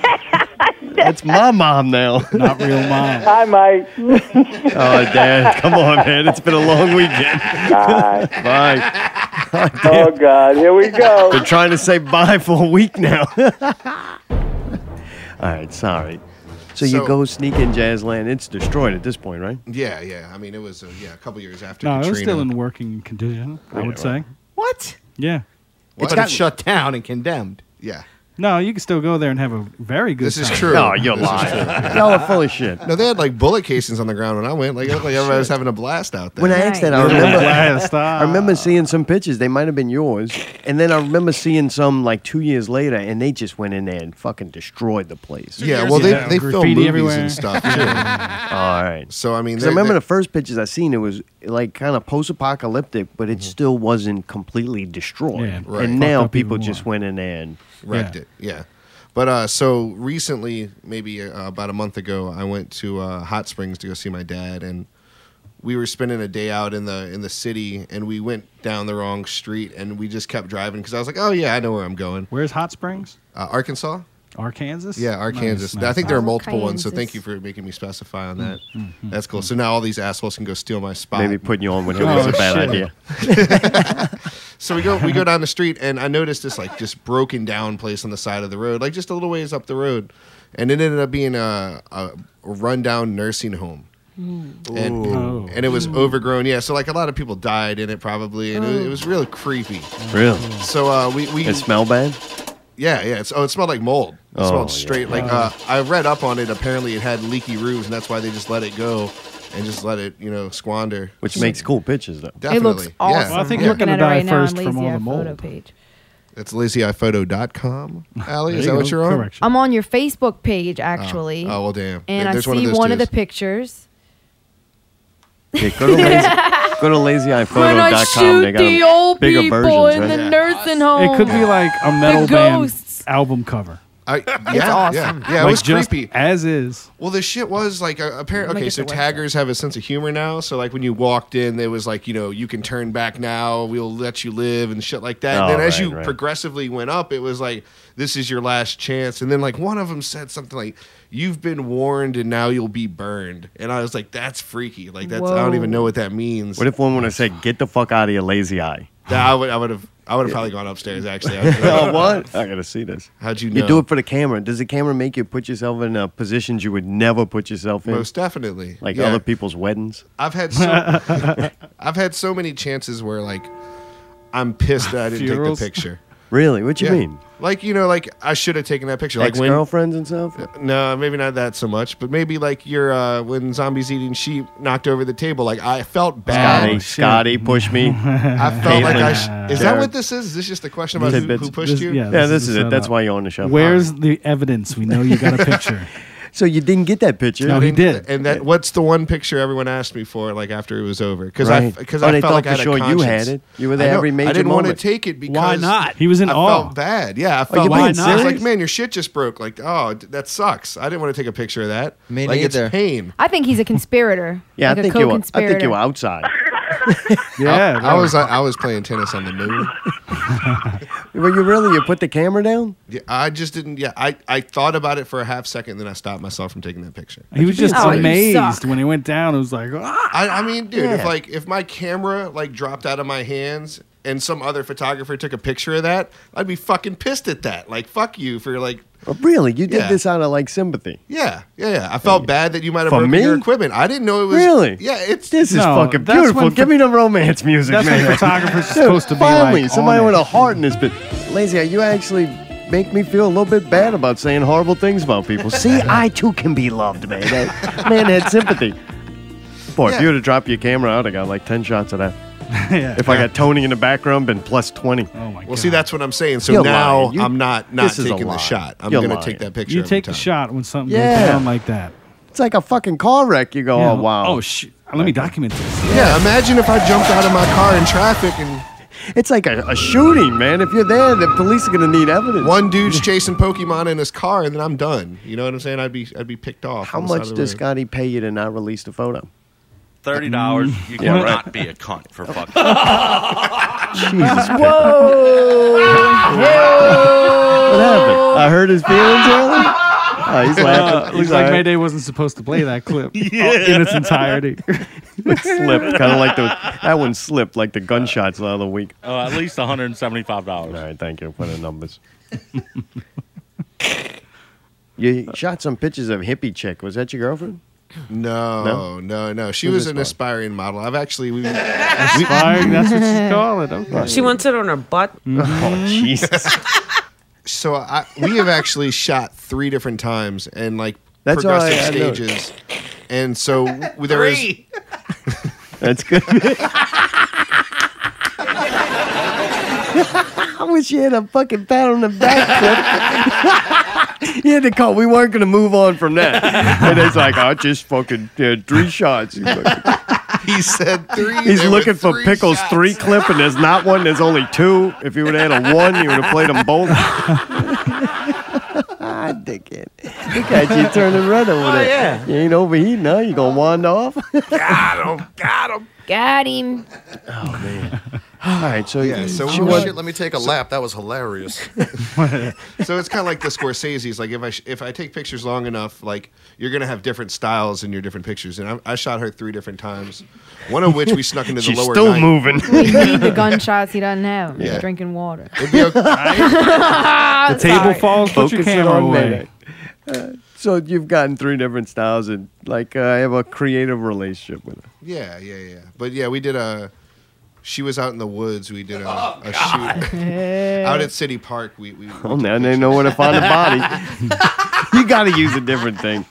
Speaker 2: That's my mom now. Not real mom.
Speaker 14: Hi, Mike.
Speaker 2: Oh, Dad, come on, man. It's been a long weekend. Bye. bye. Oh,
Speaker 14: God. Here we go.
Speaker 2: Been trying to say bye for a week now. All right, sorry. So, you
Speaker 4: So-
Speaker 2: go sneak in Jazzland. It's destroyed at this point, right?
Speaker 4: Yeah, yeah. I mean, it was uh, yeah a couple years after.
Speaker 5: No,
Speaker 4: Katrina.
Speaker 5: it was still in working condition. I would say.
Speaker 1: What?
Speaker 5: Yeah.
Speaker 1: It's got shut down and condemned.
Speaker 4: Yeah.
Speaker 5: No, you can still go there and have a very good.
Speaker 4: This is
Speaker 5: time.
Speaker 4: true. This is true.
Speaker 2: full of shit.
Speaker 4: No, they had like bullet casings on the ground when I went. Like, it looked like everybody was having a blast out there.
Speaker 2: When I asked that, I remember, I remember seeing some pictures. They might have been yours. And then I remember seeing some like two years later, and they just went in there and fucking destroyed the place.
Speaker 4: Yeah, well, they, they film movies and stuff too.
Speaker 2: All right.
Speaker 4: So I mean,
Speaker 2: 'Cause
Speaker 4: they-
Speaker 2: I remember
Speaker 4: they-
Speaker 2: the first pictures I seen, it was like kind of post-apocalyptic, but it still wasn't completely destroyed.
Speaker 4: Yeah, Mm-hmm. right.
Speaker 2: And
Speaker 4: Fucked
Speaker 2: now
Speaker 4: up
Speaker 2: people just went in there and
Speaker 4: wrecked it. Yeah. But uh, so recently, maybe uh, about a month ago, I went to uh, Hot Springs to go see my dad, and we were spending a day out in the in the city, and we went down the wrong street, and we just kept driving because I was like, oh yeah, I know where I'm going.
Speaker 5: Where's Hot Springs?
Speaker 4: Uh, Arkansas.
Speaker 5: Arkansas.
Speaker 4: Yeah, Arkansas. I think there are multiple ones, so thank you for making me specify on that. That's cool. So now all these assholes can go steal my spot.
Speaker 2: maybe putting you on when it was a bad idea.
Speaker 4: So we go we go down the street and I noticed this like just broken down place on the side of the road, like just a little ways up the road, and it ended up being a, a rundown nursing home. And,
Speaker 2: Ooh.
Speaker 4: and it was overgrown, yeah. So like a lot of people died in it probably, and it, it was real creepy.
Speaker 2: Really?
Speaker 4: So uh, we we
Speaker 2: It smell bad?
Speaker 4: yeah yeah. It's, oh, it smelled like mold. It
Speaker 2: Oh,
Speaker 4: smelled
Speaker 2: yeah.
Speaker 4: straight like uh, I read up on it. Apparently, it had leaky roofs, and that's why they just let it go and just let it you know squander.
Speaker 2: Which makes cool pictures though.
Speaker 4: Definitely.
Speaker 3: It looks awesome.
Speaker 4: Yeah.
Speaker 3: Looking at it right now on Lazy Eye photo page.
Speaker 4: That's lazyeyephoto.com. Allie,
Speaker 5: There
Speaker 4: is
Speaker 5: you
Speaker 4: that
Speaker 5: go.
Speaker 4: what you're on?
Speaker 5: Correct.
Speaker 3: I'm on your Facebook page actually.
Speaker 4: Oh, well, damn.
Speaker 3: And
Speaker 4: Yeah,
Speaker 3: I
Speaker 4: there's
Speaker 3: see
Speaker 4: one
Speaker 3: one
Speaker 4: of
Speaker 3: of,
Speaker 4: those
Speaker 3: the pictures.
Speaker 2: Yeah, go to lazy, go to lazyeyephoto.com. They got a bigger versions, right?
Speaker 3: nursing
Speaker 5: It could
Speaker 4: Oh.
Speaker 5: be like a metal band album cover.
Speaker 4: I, yeah,
Speaker 5: awesome.
Speaker 4: Yeah, yeah it
Speaker 5: Like,
Speaker 4: was
Speaker 5: just
Speaker 4: creepy.
Speaker 5: As is.
Speaker 4: Well, the shit was like apparently.
Speaker 5: Make
Speaker 4: Okay,
Speaker 5: it
Speaker 4: so
Speaker 5: the website.
Speaker 4: taggers have a sense of humor now. So like when you walked in, they was like, you know, you can turn back now. We'll let you live and shit like that.
Speaker 2: Oh,
Speaker 4: and then as
Speaker 2: right,
Speaker 4: you
Speaker 2: right.
Speaker 4: progressively went up, it was like this is your last chance. And then like one of them said something like, "You've been warned, and now you'll be burned." And I was like, "That's freaky. Like that's I don't
Speaker 2: Whoa.
Speaker 4: even know what that means."
Speaker 2: What if one would have said, "Get the fuck out of your lazy eye"?
Speaker 4: Nah, I would I would have I would have probably gone upstairs actually. I would've-
Speaker 2: oh, what? I gotta see this.
Speaker 4: How'd you
Speaker 2: You,
Speaker 4: know?
Speaker 2: do it for the camera. Does the camera make you put yourself in uh, positions you would never put yourself in?
Speaker 4: Most definitely.
Speaker 2: Like
Speaker 4: Yeah.
Speaker 2: other people's weddings.
Speaker 4: I've had so I've had so many chances where like I'm pissed that I didn't
Speaker 2: Funerals?
Speaker 4: take the picture.
Speaker 2: Really? What you
Speaker 4: Yeah.
Speaker 2: mean?
Speaker 4: Like you know, like I should have taken that picture. Like
Speaker 2: Ex
Speaker 4: when
Speaker 2: girlfriends and stuff.
Speaker 4: no, maybe not that so much, but maybe like your uh, when zombies eating sheep knocked over the table. Like I felt bad. Oh,
Speaker 2: Scotty, Scotty, push me.
Speaker 4: I felt like I sh- is that what this is? Is this just a question about who,
Speaker 2: Tidbits.
Speaker 4: who pushed
Speaker 2: This-
Speaker 4: you?
Speaker 2: yeah, this is it. That's why you're on the show.
Speaker 5: Where's the evidence? We know you got a picture.
Speaker 2: so you didn't get that picture?
Speaker 5: No, he did.
Speaker 4: And that what's the one picture everyone asked me for? Like after it was over, because I
Speaker 2: Right.
Speaker 4: because
Speaker 2: Oh,
Speaker 4: I
Speaker 2: they
Speaker 4: felt
Speaker 2: thought
Speaker 4: like I had
Speaker 2: for
Speaker 4: a
Speaker 2: sure you
Speaker 4: conscience.
Speaker 2: had it. You were there
Speaker 4: I know.
Speaker 2: every
Speaker 4: I
Speaker 2: major
Speaker 4: didn't want
Speaker 2: moment.
Speaker 4: to take it because
Speaker 5: Why not? He was in
Speaker 4: I
Speaker 5: awe.
Speaker 4: Felt bad. Yeah, I
Speaker 5: Oh,
Speaker 4: felt
Speaker 5: you mean
Speaker 4: bad. I was
Speaker 5: serious?
Speaker 4: like, man, your shit just broke. Like, oh, d- that sucks. I didn't want to take a picture of that.
Speaker 2: Me
Speaker 4: like,
Speaker 2: neither.
Speaker 4: It's pain.
Speaker 3: I think he's a conspirator.
Speaker 2: Yeah,
Speaker 3: like
Speaker 2: I think
Speaker 3: a
Speaker 2: you were. I
Speaker 3: co-conspirator.
Speaker 2: think you were outside.
Speaker 4: Yeah, I, I was uh, I, I was playing tennis on the moon.
Speaker 2: Were you really? You put the camera down?
Speaker 4: Yeah, I just didn't. Yeah, I, I thought about it for a half second, then I stopped myself from taking that picture.
Speaker 5: He was just
Speaker 4: Oh, you
Speaker 5: amazed
Speaker 4: suck.
Speaker 5: when he went down. It was like, ah.
Speaker 4: I, I mean, dude, if
Speaker 5: Yeah.
Speaker 4: like if my camera like dropped out of my hands and some other photographer took a picture of that, I'd be fucking pissed at that. Like, fuck you for like,
Speaker 2: Oh, really? You did
Speaker 4: Yeah.
Speaker 2: this out of like sympathy.
Speaker 4: yeah, yeah. yeah. I felt bad that you might have
Speaker 2: For
Speaker 4: broken your
Speaker 2: me?
Speaker 4: equipment. I didn't know it was
Speaker 2: Really?
Speaker 4: Yeah, it's
Speaker 2: This is fucking beautiful. Give me the romance music,
Speaker 5: that's when
Speaker 2: man.
Speaker 5: photographers are
Speaker 2: Dude,
Speaker 5: supposed to be, like, "Oh,
Speaker 2: Finally,
Speaker 5: on
Speaker 2: somebody
Speaker 5: it.
Speaker 2: with a heart in this bit. Lazy, Eye, you actually make me feel a little bit bad about saying horrible things about people. See, I too can be loved, man. That man had sympathy. Boy, if
Speaker 5: Yeah.
Speaker 2: you would have dropped your camera out, I got like 10 shots of that.
Speaker 5: yeah.
Speaker 2: If I got Tony in the background, been plus 20.
Speaker 5: Oh, my
Speaker 4: Well, see, that's what I'm saying. So
Speaker 2: You're
Speaker 4: now
Speaker 2: lying. You-
Speaker 4: I'm not not
Speaker 2: this is a
Speaker 4: taking
Speaker 2: lie.
Speaker 4: the shot. I'm
Speaker 2: You're
Speaker 4: gonna
Speaker 2: lying.
Speaker 4: take that picture.
Speaker 5: You
Speaker 4: every
Speaker 5: take the
Speaker 4: time.
Speaker 5: shot when something
Speaker 2: Yeah.
Speaker 5: goes down like that.
Speaker 2: It's like a fucking car wreck. You go,
Speaker 5: Yeah.
Speaker 2: oh, wow.
Speaker 5: Oh, shit. Let me document this.
Speaker 4: Yeah, imagine if I jumped out of my car in traffic and
Speaker 2: It's like a, a shooting, man. If you're there, the police are going to need evidence.
Speaker 4: one dude's chasing Pokemon in his car, and then I'm done. You know what I'm saying? I'd be I'd be picked off.
Speaker 2: How much does Scotty pay you to not release the photo?
Speaker 10: Thirty dollars. You
Speaker 2: Yeah,
Speaker 10: cannot
Speaker 2: right.
Speaker 10: be a cunt for fucking.
Speaker 2: Jesus.
Speaker 3: Whoa!
Speaker 2: What happened? I hurt his feelings earlier. Oh, he's laughing.
Speaker 5: Uh, looks
Speaker 2: He's
Speaker 5: like
Speaker 2: all right.
Speaker 5: Mayday wasn't supposed to play that clip in its entirety.
Speaker 2: It slipped, kind of like the that one slipped, like the gunshots the other week.
Speaker 10: Oh, at least one hundred and seventy-five dollars.
Speaker 2: All right, thank you for the numbers. you shot some pictures of hippie chick. Was that your girlfriend?
Speaker 4: No,
Speaker 2: No?
Speaker 4: no, Oh, no, She
Speaker 2: Who's
Speaker 4: was
Speaker 2: this
Speaker 4: an
Speaker 2: one?
Speaker 4: aspiring model. I've actually we,
Speaker 5: Aspiring, that's what she's calling. Okay.
Speaker 13: She wants it on her butt.
Speaker 2: Oh Jesus!
Speaker 4: so I, we have actually shot three different times and like
Speaker 2: That's all
Speaker 4: progressive
Speaker 2: I- I know.
Speaker 4: stages. And so w- there is
Speaker 2: That's good. I wish you had a fucking pat on the back. Cliff. you had to call. We weren't going to move on from that. And it's like, I just fucking did three shots. He's, like-
Speaker 4: he said three.
Speaker 2: he's
Speaker 4: there were
Speaker 2: looking for
Speaker 4: three
Speaker 2: pickles
Speaker 4: shots.
Speaker 2: three clip, and there's not one. There's only two. If you would have had a one, you would have played them both. Ah, I dig it. Look at you turning red over
Speaker 3: Oh,
Speaker 2: there.
Speaker 3: yeah.
Speaker 2: You ain't overheating, huh? You gonna wind off?
Speaker 3: Got him.
Speaker 2: All right, so
Speaker 11: Yeah, so
Speaker 2: she
Speaker 11: oh,
Speaker 2: was-
Speaker 11: shit, let me take a lap. That was hilarious.
Speaker 4: so it's kind of like the Scorsese's. Like if I sh- if I take pictures long enough, like you're gonna have different styles in your different pictures. And I, I shot her three different times, one of which we snuck into the
Speaker 2: She's
Speaker 4: lower.
Speaker 2: still
Speaker 4: ninth.
Speaker 2: moving.
Speaker 3: We need the gunshots he doesn't have. He's
Speaker 4: Yeah.
Speaker 3: drinking water.
Speaker 5: The table
Speaker 3: Sorry.
Speaker 5: falls. Put your
Speaker 2: Focus it
Speaker 5: camera
Speaker 2: on
Speaker 5: away.
Speaker 2: Mayday. Uh, so you've gotten three different styles, and like uh, I have a creative relationship with her.
Speaker 4: Yeah, yeah, yeah. But yeah, we did a. She was out in the woods. We did a,
Speaker 11: Oh,
Speaker 4: a shoot out at City Park. We, we
Speaker 2: Well, Oh, now they know where to find a body. you got to use a different thing.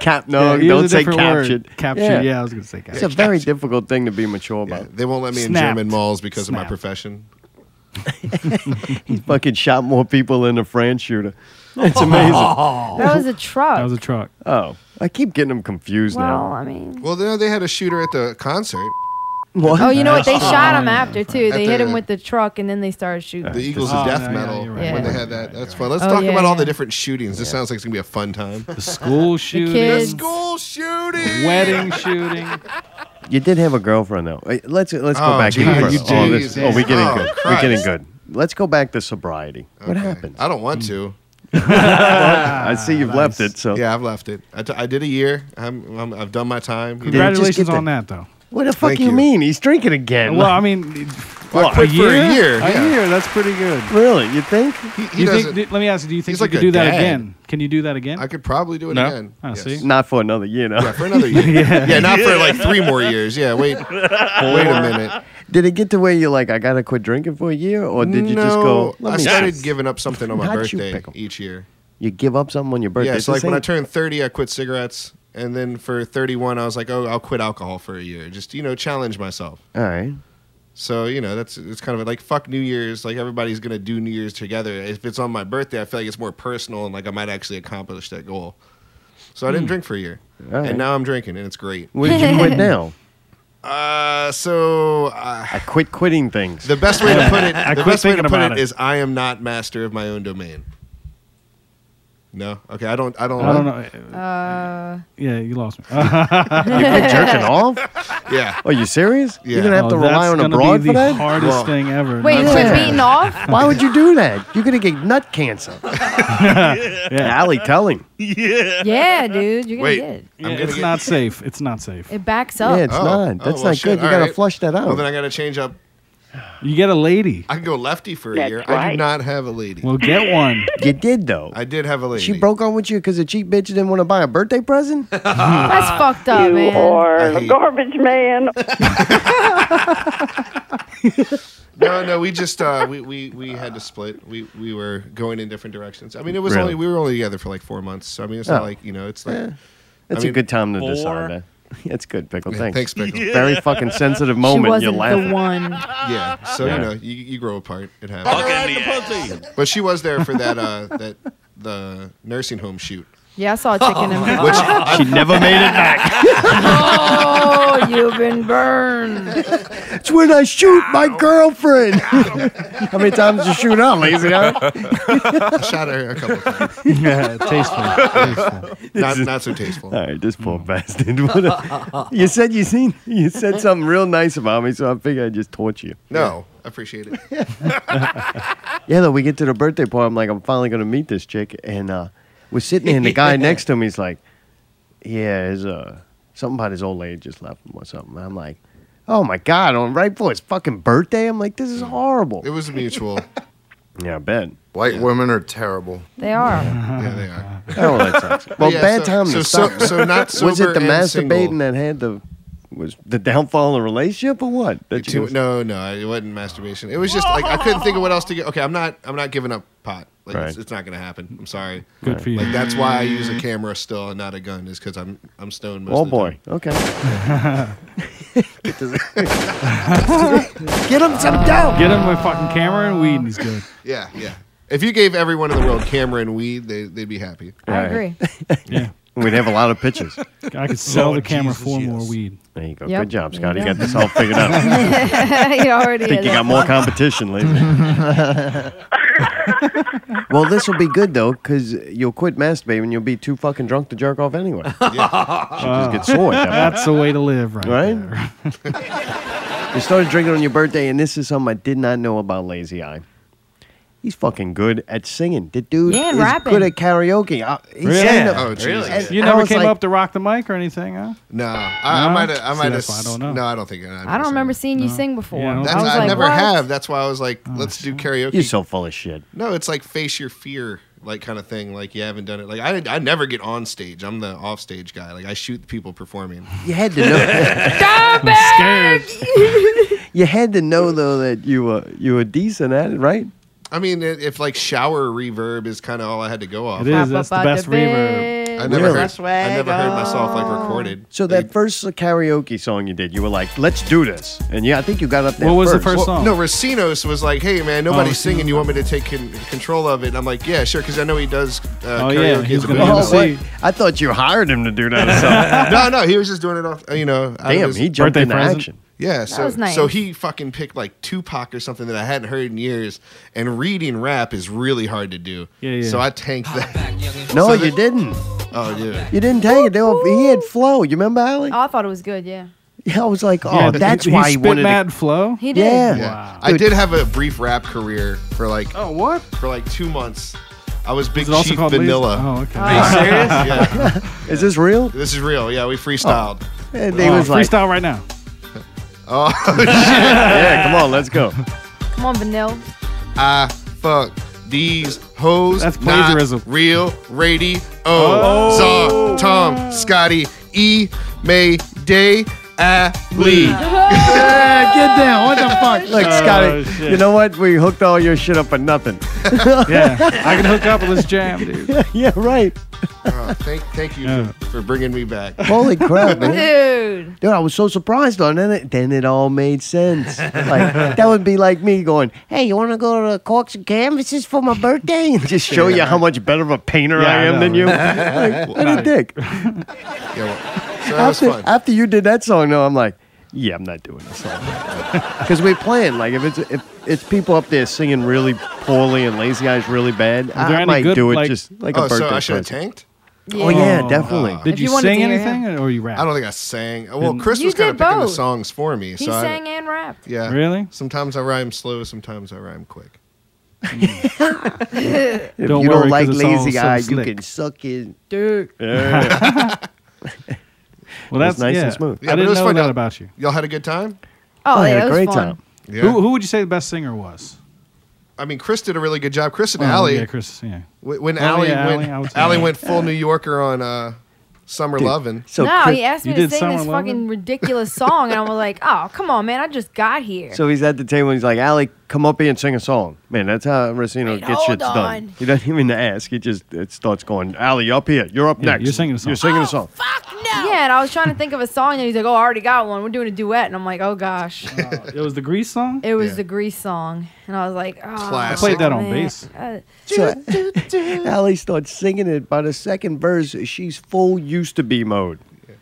Speaker 2: Cap, no,
Speaker 5: Yeah, use a
Speaker 2: don't say
Speaker 5: different word.
Speaker 2: captured.
Speaker 5: Captured, yeah, I was gonna say
Speaker 2: It's a very difficult thing to be mature about.
Speaker 4: They won't let me in
Speaker 2: Snapped.
Speaker 4: German malls because of my
Speaker 2: Snapped.
Speaker 4: profession.
Speaker 2: he fucking shot more people than a France shooter. It's amazing.
Speaker 3: That was a truck.
Speaker 2: a truck. Oh, I keep getting them confused now.
Speaker 3: mean,
Speaker 4: well, no, they had a shooter at the concert.
Speaker 2: What?
Speaker 3: Oh, you know what? They shot him
Speaker 4: Oh.
Speaker 3: after too.
Speaker 4: At
Speaker 3: They hit
Speaker 4: the-
Speaker 3: him with the truck, and then they started shooting.
Speaker 4: The Eagles of Death Metal when they had that. That's fun. Let's
Speaker 3: Oh,
Speaker 4: talk
Speaker 3: yeah,
Speaker 4: about all
Speaker 3: yeah.
Speaker 4: the different shootings. This sounds like it's gonna be a fun time. The
Speaker 5: school
Speaker 4: shooting.
Speaker 3: kids.
Speaker 4: school shooting.
Speaker 5: Wedding shooting.
Speaker 2: You did have a girlfriend though. Wait, Let's let's go
Speaker 4: Oh,
Speaker 2: back
Speaker 4: Jesus.
Speaker 2: to the
Speaker 4: You
Speaker 2: first. Oh, this,
Speaker 4: did.
Speaker 2: oh, we're getting
Speaker 4: Oh,
Speaker 2: good.
Speaker 4: Christ.
Speaker 2: We're getting good. Let's go back to sobriety. What happened?
Speaker 4: I don't want to.
Speaker 2: I see you've left it. So
Speaker 4: Ah, Yeah, I've left it. I, t- I did a year. I'm, I'm, I've done my time.
Speaker 5: Congratulations on that, though.
Speaker 2: What the
Speaker 4: fuck Thank you you.
Speaker 2: mean? He's drinking again.
Speaker 5: Well, I mean,
Speaker 4: Well, I
Speaker 5: what,
Speaker 4: quit for a year,
Speaker 5: A
Speaker 4: yeah.
Speaker 5: year. That's pretty good.
Speaker 2: Really? You think?
Speaker 4: he
Speaker 5: you
Speaker 4: doesn't-
Speaker 5: think? d- Let me ask you. Do you think
Speaker 4: he's
Speaker 5: you
Speaker 4: like
Speaker 5: could
Speaker 4: a
Speaker 5: do that
Speaker 4: dad.
Speaker 5: again? Can you do that again?
Speaker 4: I could probably do it
Speaker 5: No?
Speaker 4: again.
Speaker 5: I
Speaker 4: Yes.
Speaker 5: Ah, see.
Speaker 2: Not for another year, though.
Speaker 4: Yeah, for another year. yeah. not for like three more years. Yeah, wait, wait a minute.
Speaker 2: Did it get to where you're like, I gotta quit drinking for a year, or did you
Speaker 4: no,
Speaker 2: just go? Let
Speaker 4: I
Speaker 2: me
Speaker 4: started
Speaker 2: see.
Speaker 4: giving up something on my
Speaker 2: How'd you
Speaker 4: birthday
Speaker 2: pick 'em?
Speaker 4: each year.
Speaker 2: You give up something on your birthday.
Speaker 4: Yeah, so like
Speaker 2: This
Speaker 4: when I
Speaker 2: ain't-
Speaker 4: turned 30, I quit cigarettes. And then for 31, I was like, oh, I'll quit alcohol for a year. Just, you know, challenge myself.
Speaker 2: All right.
Speaker 4: So, you know, that's it's kind of like fuck New Year's. Like everybody's going to do New Year's together. If it's on my birthday, I feel like it's more personal and like I might actually accomplish that goal. So I didn't
Speaker 2: Hmm.
Speaker 4: drink for a year.
Speaker 2: All right.
Speaker 4: And now I'm drinking and it's great.
Speaker 2: Where did you quit now?
Speaker 4: Uh, so uh,
Speaker 2: I quit quitting things.
Speaker 4: the best way to put it,
Speaker 2: I
Speaker 4: the
Speaker 2: quit
Speaker 4: best way to
Speaker 2: thinking
Speaker 4: put
Speaker 2: about
Speaker 4: it
Speaker 2: it.
Speaker 4: is I am not master of my own domain. No. Okay, I don't I don't
Speaker 5: I don't know.
Speaker 3: Uh,
Speaker 5: Yeah, you lost me. you
Speaker 2: quit jerking off?
Speaker 4: Yeah.
Speaker 2: Are you serious?
Speaker 4: Yeah.
Speaker 2: You're gonna have
Speaker 5: Oh,
Speaker 2: to rely
Speaker 5: that's
Speaker 2: on a
Speaker 5: gonna
Speaker 2: broad
Speaker 5: be
Speaker 2: for
Speaker 5: the
Speaker 2: that?
Speaker 5: hardest Well, thing ever.
Speaker 3: Wait, quit beating off?
Speaker 2: Why would you do that? You're gonna get nut cancer. yeah. Allie, tell him.
Speaker 3: yeah. dude, you're gonna
Speaker 5: Wait.
Speaker 3: get it.
Speaker 5: Yeah, it's not safe. It's not safe.
Speaker 3: It backs up.
Speaker 2: Yeah, it's
Speaker 4: Oh,
Speaker 2: not. That's
Speaker 4: well,
Speaker 2: not
Speaker 4: shit,
Speaker 2: good. You
Speaker 4: all
Speaker 2: gotta
Speaker 4: right.
Speaker 2: flush that out.
Speaker 4: Well, then I got to change up.
Speaker 5: You get a lady.
Speaker 4: I can go lefty for a
Speaker 2: That's
Speaker 4: year. I do
Speaker 2: right.
Speaker 4: not have a lady.
Speaker 5: Well, get one.
Speaker 2: You did though.
Speaker 4: I did have a lady.
Speaker 2: She broke on with you because a cheap bitch didn't want to buy a birthday present.
Speaker 3: That's fucked up,
Speaker 13: you
Speaker 3: man.
Speaker 13: are a garbage man.
Speaker 4: no, no, we just uh, we, we we had to split. We we were going in different directions. I mean, it was
Speaker 2: Really?
Speaker 4: only we were only together for like four months. So I mean, it's
Speaker 2: Oh.
Speaker 4: not like you know, it's like
Speaker 2: Eh,
Speaker 4: I
Speaker 2: That's
Speaker 4: mean-
Speaker 2: a good time to
Speaker 4: Four.
Speaker 2: decide that. That's good, pickle.
Speaker 4: Yeah, thanks,
Speaker 2: Thanks.
Speaker 4: Pickle.
Speaker 2: Very fucking sensitive moment. You're laughing.
Speaker 3: one.
Speaker 4: Yeah, so
Speaker 2: Yeah.
Speaker 4: you know, you, you grow apart. It
Speaker 7: Fuck her
Speaker 4: happens.
Speaker 7: in the pussy.
Speaker 4: But she was there for that uh, that the nursing home shoot.
Speaker 3: Yeah, I saw a chicken in
Speaker 4: Which
Speaker 2: she never made it back.
Speaker 3: Oh, you've been burned.
Speaker 2: It's when I shoot my girlfriend. How many times did you shoot out, lazy? Huh?
Speaker 4: I shot her a couple times.
Speaker 2: yeah, tasteful.
Speaker 4: Not not so tasteful.
Speaker 2: All right, this poor bastard. What a- you said you seen you said something real nice about me, so I figured I'd just torture you.
Speaker 4: No, I appreciate it.
Speaker 2: Yeah, though we get to the birthday party, I'm like, I'm finally gonna meet this chick, and uh, we're sitting there, and the guy next to him, he's like, Yeah, his uh, something about his old lady just left him or something. And I'm like, Oh my god, on right for his fucking birthday, I'm like, This is horrible.
Speaker 4: Mm. It was mutual.
Speaker 2: Yeah, I bet.
Speaker 11: White women are terrible.
Speaker 3: They are.
Speaker 4: Yeah, they are.
Speaker 2: Oh, that sucks. Well,
Speaker 4: Yeah,
Speaker 2: bad
Speaker 4: so-
Speaker 2: time
Speaker 4: so-
Speaker 2: to
Speaker 4: so-
Speaker 2: stop.
Speaker 4: so not
Speaker 2: was
Speaker 4: sober
Speaker 2: it the
Speaker 4: and
Speaker 2: masturbating
Speaker 4: single.
Speaker 2: that had the was the downfall of the relationship or what? That
Speaker 4: Too- no, no, it wasn't masturbation. It was just like I couldn't think of what else to get. Okay, I'm not, I'm not giving up pot. Like it's,
Speaker 2: Right.
Speaker 4: it's not gonna happen. I'm sorry.
Speaker 5: Good for you.
Speaker 4: Like that's why I use a camera still and not a gun is because I'm, I'm stoned most
Speaker 2: Oh
Speaker 4: of the
Speaker 2: boy.
Speaker 4: time.
Speaker 2: Okay. Get him some dough.
Speaker 5: Get him with fucking camera and weed, and he's good.
Speaker 4: Yeah, yeah. If you gave everyone in the world camera and weed, they, they'd be happy.
Speaker 2: All right. We'd have a lot of pictures.
Speaker 5: I could
Speaker 2: Oh,
Speaker 5: sell the camera for more weed.
Speaker 2: There you go.
Speaker 3: Yep.
Speaker 2: Good job,
Speaker 3: There
Speaker 2: Scott.
Speaker 3: you
Speaker 2: You
Speaker 3: go.
Speaker 2: got this all figured out.
Speaker 3: he already
Speaker 2: Think
Speaker 3: is.
Speaker 2: you got more competition later. well, this will be good though, because you'll quit masturbating and you'll be too fucking drunk to jerk off anyway.
Speaker 4: Yeah.
Speaker 2: Should just get sore at that point.
Speaker 5: Ah. That's the way to live, right?
Speaker 2: Right? you started drinking on your birthday, and this is something I did not know about Lazy Eye. He's fucking good at singing. The dude
Speaker 5: Yeah, and
Speaker 2: is
Speaker 5: rapping.
Speaker 2: good at karaoke. I, he
Speaker 5: Really?
Speaker 2: sang
Speaker 5: Yeah.
Speaker 2: the-
Speaker 5: Oh,
Speaker 4: Jesus.
Speaker 2: and
Speaker 5: You
Speaker 2: I
Speaker 5: never
Speaker 2: was
Speaker 5: came
Speaker 2: like,
Speaker 5: up to rock the mic or anything, huh?
Speaker 4: No, I, I
Speaker 5: No?
Speaker 4: might have. I
Speaker 5: See,
Speaker 4: might
Speaker 5: that's
Speaker 4: have.
Speaker 5: why I
Speaker 4: I
Speaker 5: don't know.
Speaker 4: No, I don't think. uh, I,
Speaker 3: I don't remember seeing you sing before.
Speaker 5: Yeah, I don't Oh,
Speaker 4: That's,
Speaker 3: I
Speaker 4: I,
Speaker 3: was like,
Speaker 4: never
Speaker 3: what?
Speaker 4: have. That's why I was like, let's do karaoke.
Speaker 2: You're so full of shit.
Speaker 4: No, it's like face your fear, like kind of thing. Like you haven't done it. Like I, I never get on stage. I'm the off stage guy. Like I shoot people performing.
Speaker 2: You had to know.
Speaker 3: Stop it!
Speaker 2: you had to know though that you were you were decent at it, right?
Speaker 4: I mean, i- if like shower reverb is kind of all I had to go off.
Speaker 5: It is. That's the best reverb.
Speaker 4: I never
Speaker 2: Really?
Speaker 4: heard. I never heard myself like recorded.
Speaker 2: So that first karaoke song you did, you were like, "Let's do this," and yeah, I think you got up there.
Speaker 4: Well, No, Racinos was like, "Hey man, nobody's singing. You want me to take con- control of it?" And I'm like, "Yeah, sure," because I know he does uh,
Speaker 2: Oh, yeah,
Speaker 4: karaoke
Speaker 2: he
Speaker 4: as
Speaker 2: was
Speaker 4: a
Speaker 2: gonna
Speaker 4: band.
Speaker 2: Oh, MC. what? I thought you hired him to do that. Or something.
Speaker 4: no, no, he was just doing it off. uh, You know, out of
Speaker 2: Damn,
Speaker 4: his-
Speaker 2: he jumped Birthday into present. action.
Speaker 4: Yeah,
Speaker 2: That
Speaker 4: so
Speaker 2: was nice.
Speaker 4: so he fucking picked like Tupac or something that I hadn't heard in years. And reading rap is really hard to do. Yeah, yeah. So I tanked that.
Speaker 2: No,
Speaker 4: So
Speaker 2: you
Speaker 4: that-
Speaker 2: didn't.
Speaker 4: Oh, yeah.
Speaker 2: You didn't take it. They were- He had flow. You remember, Alec?
Speaker 3: Oh, I thought it was good. Yeah.
Speaker 2: Yeah, I was like, oh,
Speaker 4: Yeah,
Speaker 2: that's
Speaker 4: he- he
Speaker 2: why he
Speaker 4: spit
Speaker 2: wanted
Speaker 4: mad
Speaker 2: to...
Speaker 5: flow.
Speaker 3: He did.
Speaker 2: Yeah.
Speaker 4: Yeah.
Speaker 2: Wow.
Speaker 4: I
Speaker 2: Dude.
Speaker 4: did have a brief rap career for like
Speaker 5: oh what
Speaker 4: for like two months. I was Big
Speaker 2: it also
Speaker 4: Chief
Speaker 2: called Lazy-
Speaker 4: Vanilla.
Speaker 2: Oh, okay.
Speaker 4: Are you serious?
Speaker 2: Ah.
Speaker 4: yeah.
Speaker 2: Is this real?
Speaker 4: This is real. Yeah, we freestyled.
Speaker 2: And they was like,
Speaker 5: Oh, freestyle right now.
Speaker 4: Oh shit!
Speaker 2: yeah, come on, let's go.
Speaker 3: Come on, Vanilla.
Speaker 4: I fuck these hoes. That's
Speaker 5: plagiarism.
Speaker 4: Not real radio.
Speaker 7: Oh.
Speaker 4: Zaw, Tom, Scotty, E, May, Day, I, Lee.
Speaker 2: Yeah, get down. What the fuck? Look,
Speaker 4: Oh,
Speaker 2: Scotty,
Speaker 4: shit.
Speaker 2: you know what? We hooked all your shit up for nothing.
Speaker 5: yeah, I can hook up with this jam, dude.
Speaker 2: yeah, right.
Speaker 4: Oh, thank, thank you for, for bringing me back.
Speaker 2: Holy crap, man.
Speaker 3: Dude.
Speaker 2: Dude, I was so surprised on it. Then it all made sense. Like that would be like me going, "Hey, you want to go to the Corks and Canvases for my birthday?" and just show you how much better of a painter
Speaker 7: Yeah,
Speaker 2: I
Speaker 7: I
Speaker 2: am
Speaker 7: know,
Speaker 2: than you.
Speaker 7: right?
Speaker 2: Like, what a dick.
Speaker 4: Yeah, well, so that was
Speaker 2: after,
Speaker 4: fun.
Speaker 2: after you did that song, though, I'm like, yeah, I'm not doing this song because we're playing. Like if it's if it's people up there singing really poorly and Lazy Eyes really bad,
Speaker 5: there
Speaker 2: I
Speaker 5: any
Speaker 2: might
Speaker 5: good,
Speaker 2: do it
Speaker 5: like-
Speaker 2: just like
Speaker 4: oh,
Speaker 2: a birthday.
Speaker 4: so I should have
Speaker 2: present.
Speaker 4: tanked?
Speaker 2: Oh yeah, definitely.
Speaker 4: Ah.
Speaker 5: Did you, sing anything or you rap?
Speaker 4: I don't think I sang. Well, Chris
Speaker 3: You
Speaker 4: was kind of
Speaker 3: did
Speaker 4: picking the
Speaker 3: both.
Speaker 4: songs for me.
Speaker 3: He
Speaker 4: so I-
Speaker 3: sang and rapped.
Speaker 4: yeah.
Speaker 5: Really?
Speaker 4: Sometimes I rhyme slow, sometimes I rhyme quick.
Speaker 3: Dude.
Speaker 2: If
Speaker 5: Don't
Speaker 2: you
Speaker 5: worry,
Speaker 2: don't like
Speaker 5: 'cause it's all
Speaker 2: Lazy
Speaker 5: so
Speaker 2: Eye,
Speaker 5: slick.
Speaker 2: you can suck his
Speaker 5: Yeah. Well, that's
Speaker 2: nice
Speaker 5: yeah.
Speaker 2: and smooth.
Speaker 4: but
Speaker 5: I
Speaker 4: it
Speaker 5: didn't
Speaker 4: was
Speaker 5: know
Speaker 4: fun.
Speaker 5: that
Speaker 4: Y'all-
Speaker 5: about you.
Speaker 4: Y'all had a good time?
Speaker 3: Oh,
Speaker 5: I had
Speaker 3: yeah,
Speaker 5: a
Speaker 3: it was
Speaker 5: great
Speaker 3: fun.
Speaker 5: time.
Speaker 4: Yeah.
Speaker 5: Who, who would you say the best singer was?
Speaker 4: I mean, Chris did a really good job. Chris and
Speaker 5: Oh,
Speaker 4: Allie.
Speaker 5: yeah, Chris, yeah.
Speaker 4: Wh- When
Speaker 5: Oh,
Speaker 4: Allie,
Speaker 5: yeah,
Speaker 4: went,
Speaker 5: Allie, I would say
Speaker 4: Allie
Speaker 5: that.
Speaker 4: went full New Yorker on uh, Summer Lovin'.
Speaker 3: no, he asked me to sing this fucking ridiculous song, and I was like, "Oh, come on, man! I just got here."
Speaker 2: So he's at the table. and He's like, "Alec, come up here and sing a song." Man, that's how Racino gets
Speaker 3: hold
Speaker 2: shit
Speaker 3: on.
Speaker 2: done. He doesn't even ask. He just it starts going, "Alec, up here. You're up next. You're singing a song. You're
Speaker 3: Oh,
Speaker 2: singing a song."
Speaker 3: Yeah, and I was trying to think of a song, and he's like, "Oh, I already got one. We're doing a duet," and I'm like, "Oh gosh."
Speaker 5: Uh, It was the Grease song.
Speaker 3: It was the Grease song, and I was like, oh,
Speaker 5: Classic. I played that on
Speaker 3: man.
Speaker 5: bass.
Speaker 3: Uh,
Speaker 2: So Allie starts singing it. By the second verse, she's full used to be mode.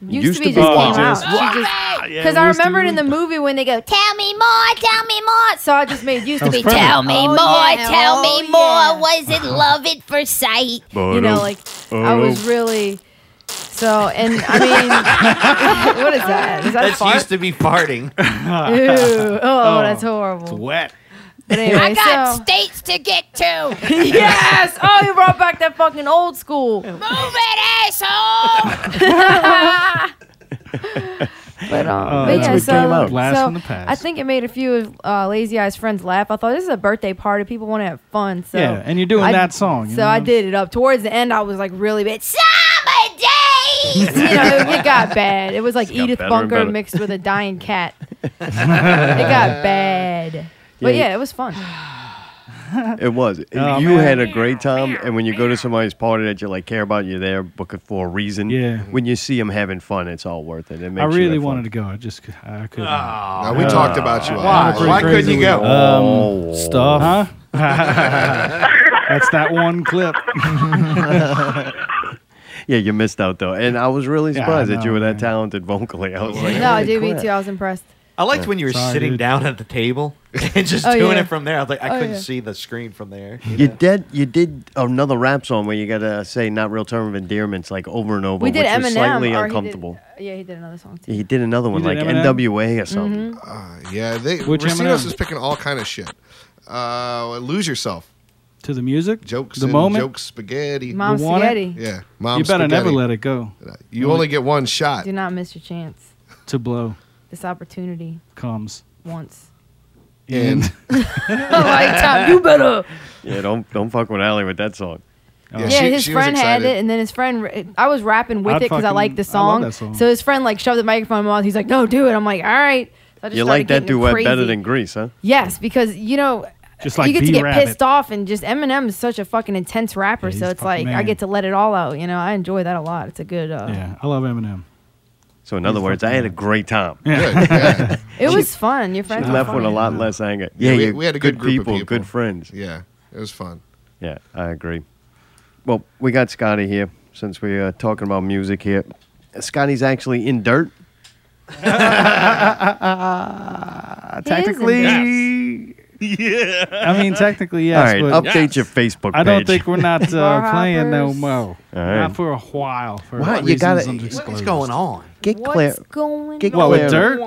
Speaker 3: used, to be, just came out. She just-
Speaker 2: Yeah,
Speaker 3: Because I
Speaker 2: used to
Speaker 3: remembered
Speaker 2: be.
Speaker 3: in the movie when they go, "Tell me more, tell me more." So I just made used to
Speaker 14: That
Speaker 3: be,
Speaker 14: was perfect.
Speaker 3: "Tell me
Speaker 14: Oh,
Speaker 3: more,
Speaker 14: yeah.
Speaker 3: tell
Speaker 14: Oh,
Speaker 3: me
Speaker 14: yeah.
Speaker 3: more." Was it love at first sight? you know, like I
Speaker 4: oh,
Speaker 1: Oh,
Speaker 3: was really. So and I mean, what is that? Is that a
Speaker 1: That's
Speaker 3: fart?
Speaker 1: used to be farting.
Speaker 3: Ew. Oh, that's horrible.
Speaker 1: wet.
Speaker 3: But anyway,
Speaker 14: I got
Speaker 3: so-
Speaker 14: states to get to.
Speaker 3: yes! Oh, you brought back that fucking old school. Move
Speaker 14: it, asshole!
Speaker 3: But, um,
Speaker 2: Uh,
Speaker 5: Oh,
Speaker 3: but
Speaker 5: that's
Speaker 3: yeah,
Speaker 5: what
Speaker 3: so,
Speaker 5: came out. Blast
Speaker 3: so
Speaker 5: from the past.
Speaker 3: I think it made a few of uh, Lazy Eyes friends laugh. I thought this is a birthday party. People want to have fun. So
Speaker 5: Yeah, and you're doing
Speaker 3: I-
Speaker 5: that song, you
Speaker 3: So
Speaker 5: know what
Speaker 3: I
Speaker 5: I'm
Speaker 3: did it up. Towards the end, I was like really bad. Summer days. you know, it got bad. It was like
Speaker 14: got
Speaker 3: Edith
Speaker 14: better and
Speaker 3: Bunker
Speaker 14: better.
Speaker 3: mixed with a dying cat. it got bad. But
Speaker 2: Yeah,
Speaker 3: yeah,
Speaker 2: you-
Speaker 3: it was fun.
Speaker 2: It was.
Speaker 5: Oh,
Speaker 2: you
Speaker 5: man.
Speaker 2: had a great time, and when you go to somebody's party that you like care about, you're there because for a reason. Yeah. When you see them having fun, it's all worth it. It makes
Speaker 5: I
Speaker 2: you
Speaker 5: really
Speaker 2: have fun.
Speaker 5: wanted to go. I just c- I couldn't.
Speaker 2: No, we talked about you. Why? Why couldn't you go?
Speaker 5: Um,
Speaker 2: Oh.
Speaker 5: Stuff. That's that one clip.
Speaker 2: Yeah, you missed out though, and I was really
Speaker 1: Yeah, I
Speaker 2: surprised that you
Speaker 1: know,
Speaker 2: were that talented vocally. I was like,
Speaker 3: No, I
Speaker 2: "Holy
Speaker 3: did me
Speaker 2: crap."
Speaker 3: too. I was impressed.
Speaker 1: I liked when you were
Speaker 2: Sorry,
Speaker 1: sitting
Speaker 2: dude.
Speaker 1: down at the table and just
Speaker 3: Oh,
Speaker 1: doing
Speaker 3: yeah.
Speaker 1: it from there. I was like, I
Speaker 3: Oh,
Speaker 1: couldn't
Speaker 3: yeah.
Speaker 1: see the screen from there.
Speaker 2: You did. You did another rap song where you gotta say "not real term of endearments" like over and over,
Speaker 3: we
Speaker 2: which
Speaker 3: did
Speaker 2: is
Speaker 3: Eminem.
Speaker 2: slightly
Speaker 3: or he did-
Speaker 2: uncomfortable.
Speaker 3: yeah, he did another song too.
Speaker 2: He did, another one
Speaker 4: did
Speaker 2: like
Speaker 4: Eminem?
Speaker 2: NWA or something.
Speaker 3: Mhm.
Speaker 4: Yeah, they
Speaker 5: Which
Speaker 4: Racinos
Speaker 5: Eminem?
Speaker 4: was picking all kind of shit. Uh, lose yourself.
Speaker 5: To the music,
Speaker 4: jokes,
Speaker 5: the
Speaker 4: and
Speaker 5: moment,
Speaker 4: jokes, spaghetti,
Speaker 3: Mom The want it? spaghetti.
Speaker 4: Yeah, mom.
Speaker 5: you better never
Speaker 4: spaghetti.
Speaker 5: let it go.
Speaker 4: You only get one shot.
Speaker 3: Do not miss your chance.
Speaker 5: to blow
Speaker 3: This opportunity
Speaker 5: comes.
Speaker 3: once.
Speaker 5: And
Speaker 3: like Tom, Oh, you better.
Speaker 2: Yeah, don't don't fuck with Allie with that song.
Speaker 5: Oh. Uh-huh.
Speaker 3: Yeah, his friend had it, and then his friend. I was rapping with
Speaker 2: I
Speaker 3: it because I
Speaker 2: fucking-
Speaker 3: liked the
Speaker 2: I love
Speaker 3: song.
Speaker 2: that song.
Speaker 3: So his friend like shoved the microphone in my mouth. He's like, "No, do it." I'm like, "All right." So I just
Speaker 2: You
Speaker 3: started
Speaker 2: like that
Speaker 3: getting
Speaker 2: duet better
Speaker 3: crazy.
Speaker 2: than Grease, huh?
Speaker 3: Yes, because you know
Speaker 5: Just like
Speaker 3: you get
Speaker 5: B
Speaker 3: to get
Speaker 5: Rabbit.
Speaker 3: pissed off, and just Eminem is such a fucking intense rapper,
Speaker 5: he's
Speaker 3: so
Speaker 5: a
Speaker 3: it's like
Speaker 5: fucking
Speaker 3: I
Speaker 5: man.
Speaker 3: get to let it all out. You know, I enjoy that a lot. It's a good. Uh,
Speaker 5: Yeah, I love Eminem.
Speaker 2: So in other words, I had a great time.
Speaker 3: It was fun. Your friends
Speaker 2: She
Speaker 3: were
Speaker 2: left
Speaker 3: fun.
Speaker 2: with a lot less anger.
Speaker 4: Yeah,
Speaker 2: Yeah,
Speaker 4: we-
Speaker 2: you're
Speaker 4: we had a good group of people.
Speaker 2: good friends.
Speaker 4: Yeah, it was fun.
Speaker 2: Yeah, I agree. Well, we got Scotty here since we are talking about music here. Scotty's actually in dirt.
Speaker 5: Technically,
Speaker 10: yeah.
Speaker 5: I mean, technically, yes.
Speaker 2: All right,
Speaker 5: but
Speaker 2: update your Facebook page.
Speaker 5: I don't think we're not uh,
Speaker 2: Bar
Speaker 5: playing no
Speaker 2: hoppers.
Speaker 5: more.
Speaker 2: All right.
Speaker 5: Not for a while. For
Speaker 2: What? You
Speaker 5: reasons
Speaker 2: gotta-
Speaker 5: undisclosed.
Speaker 1: What's going on?
Speaker 2: Get clear.
Speaker 3: going
Speaker 2: Get
Speaker 5: Well, with
Speaker 2: clear.
Speaker 5: dirt,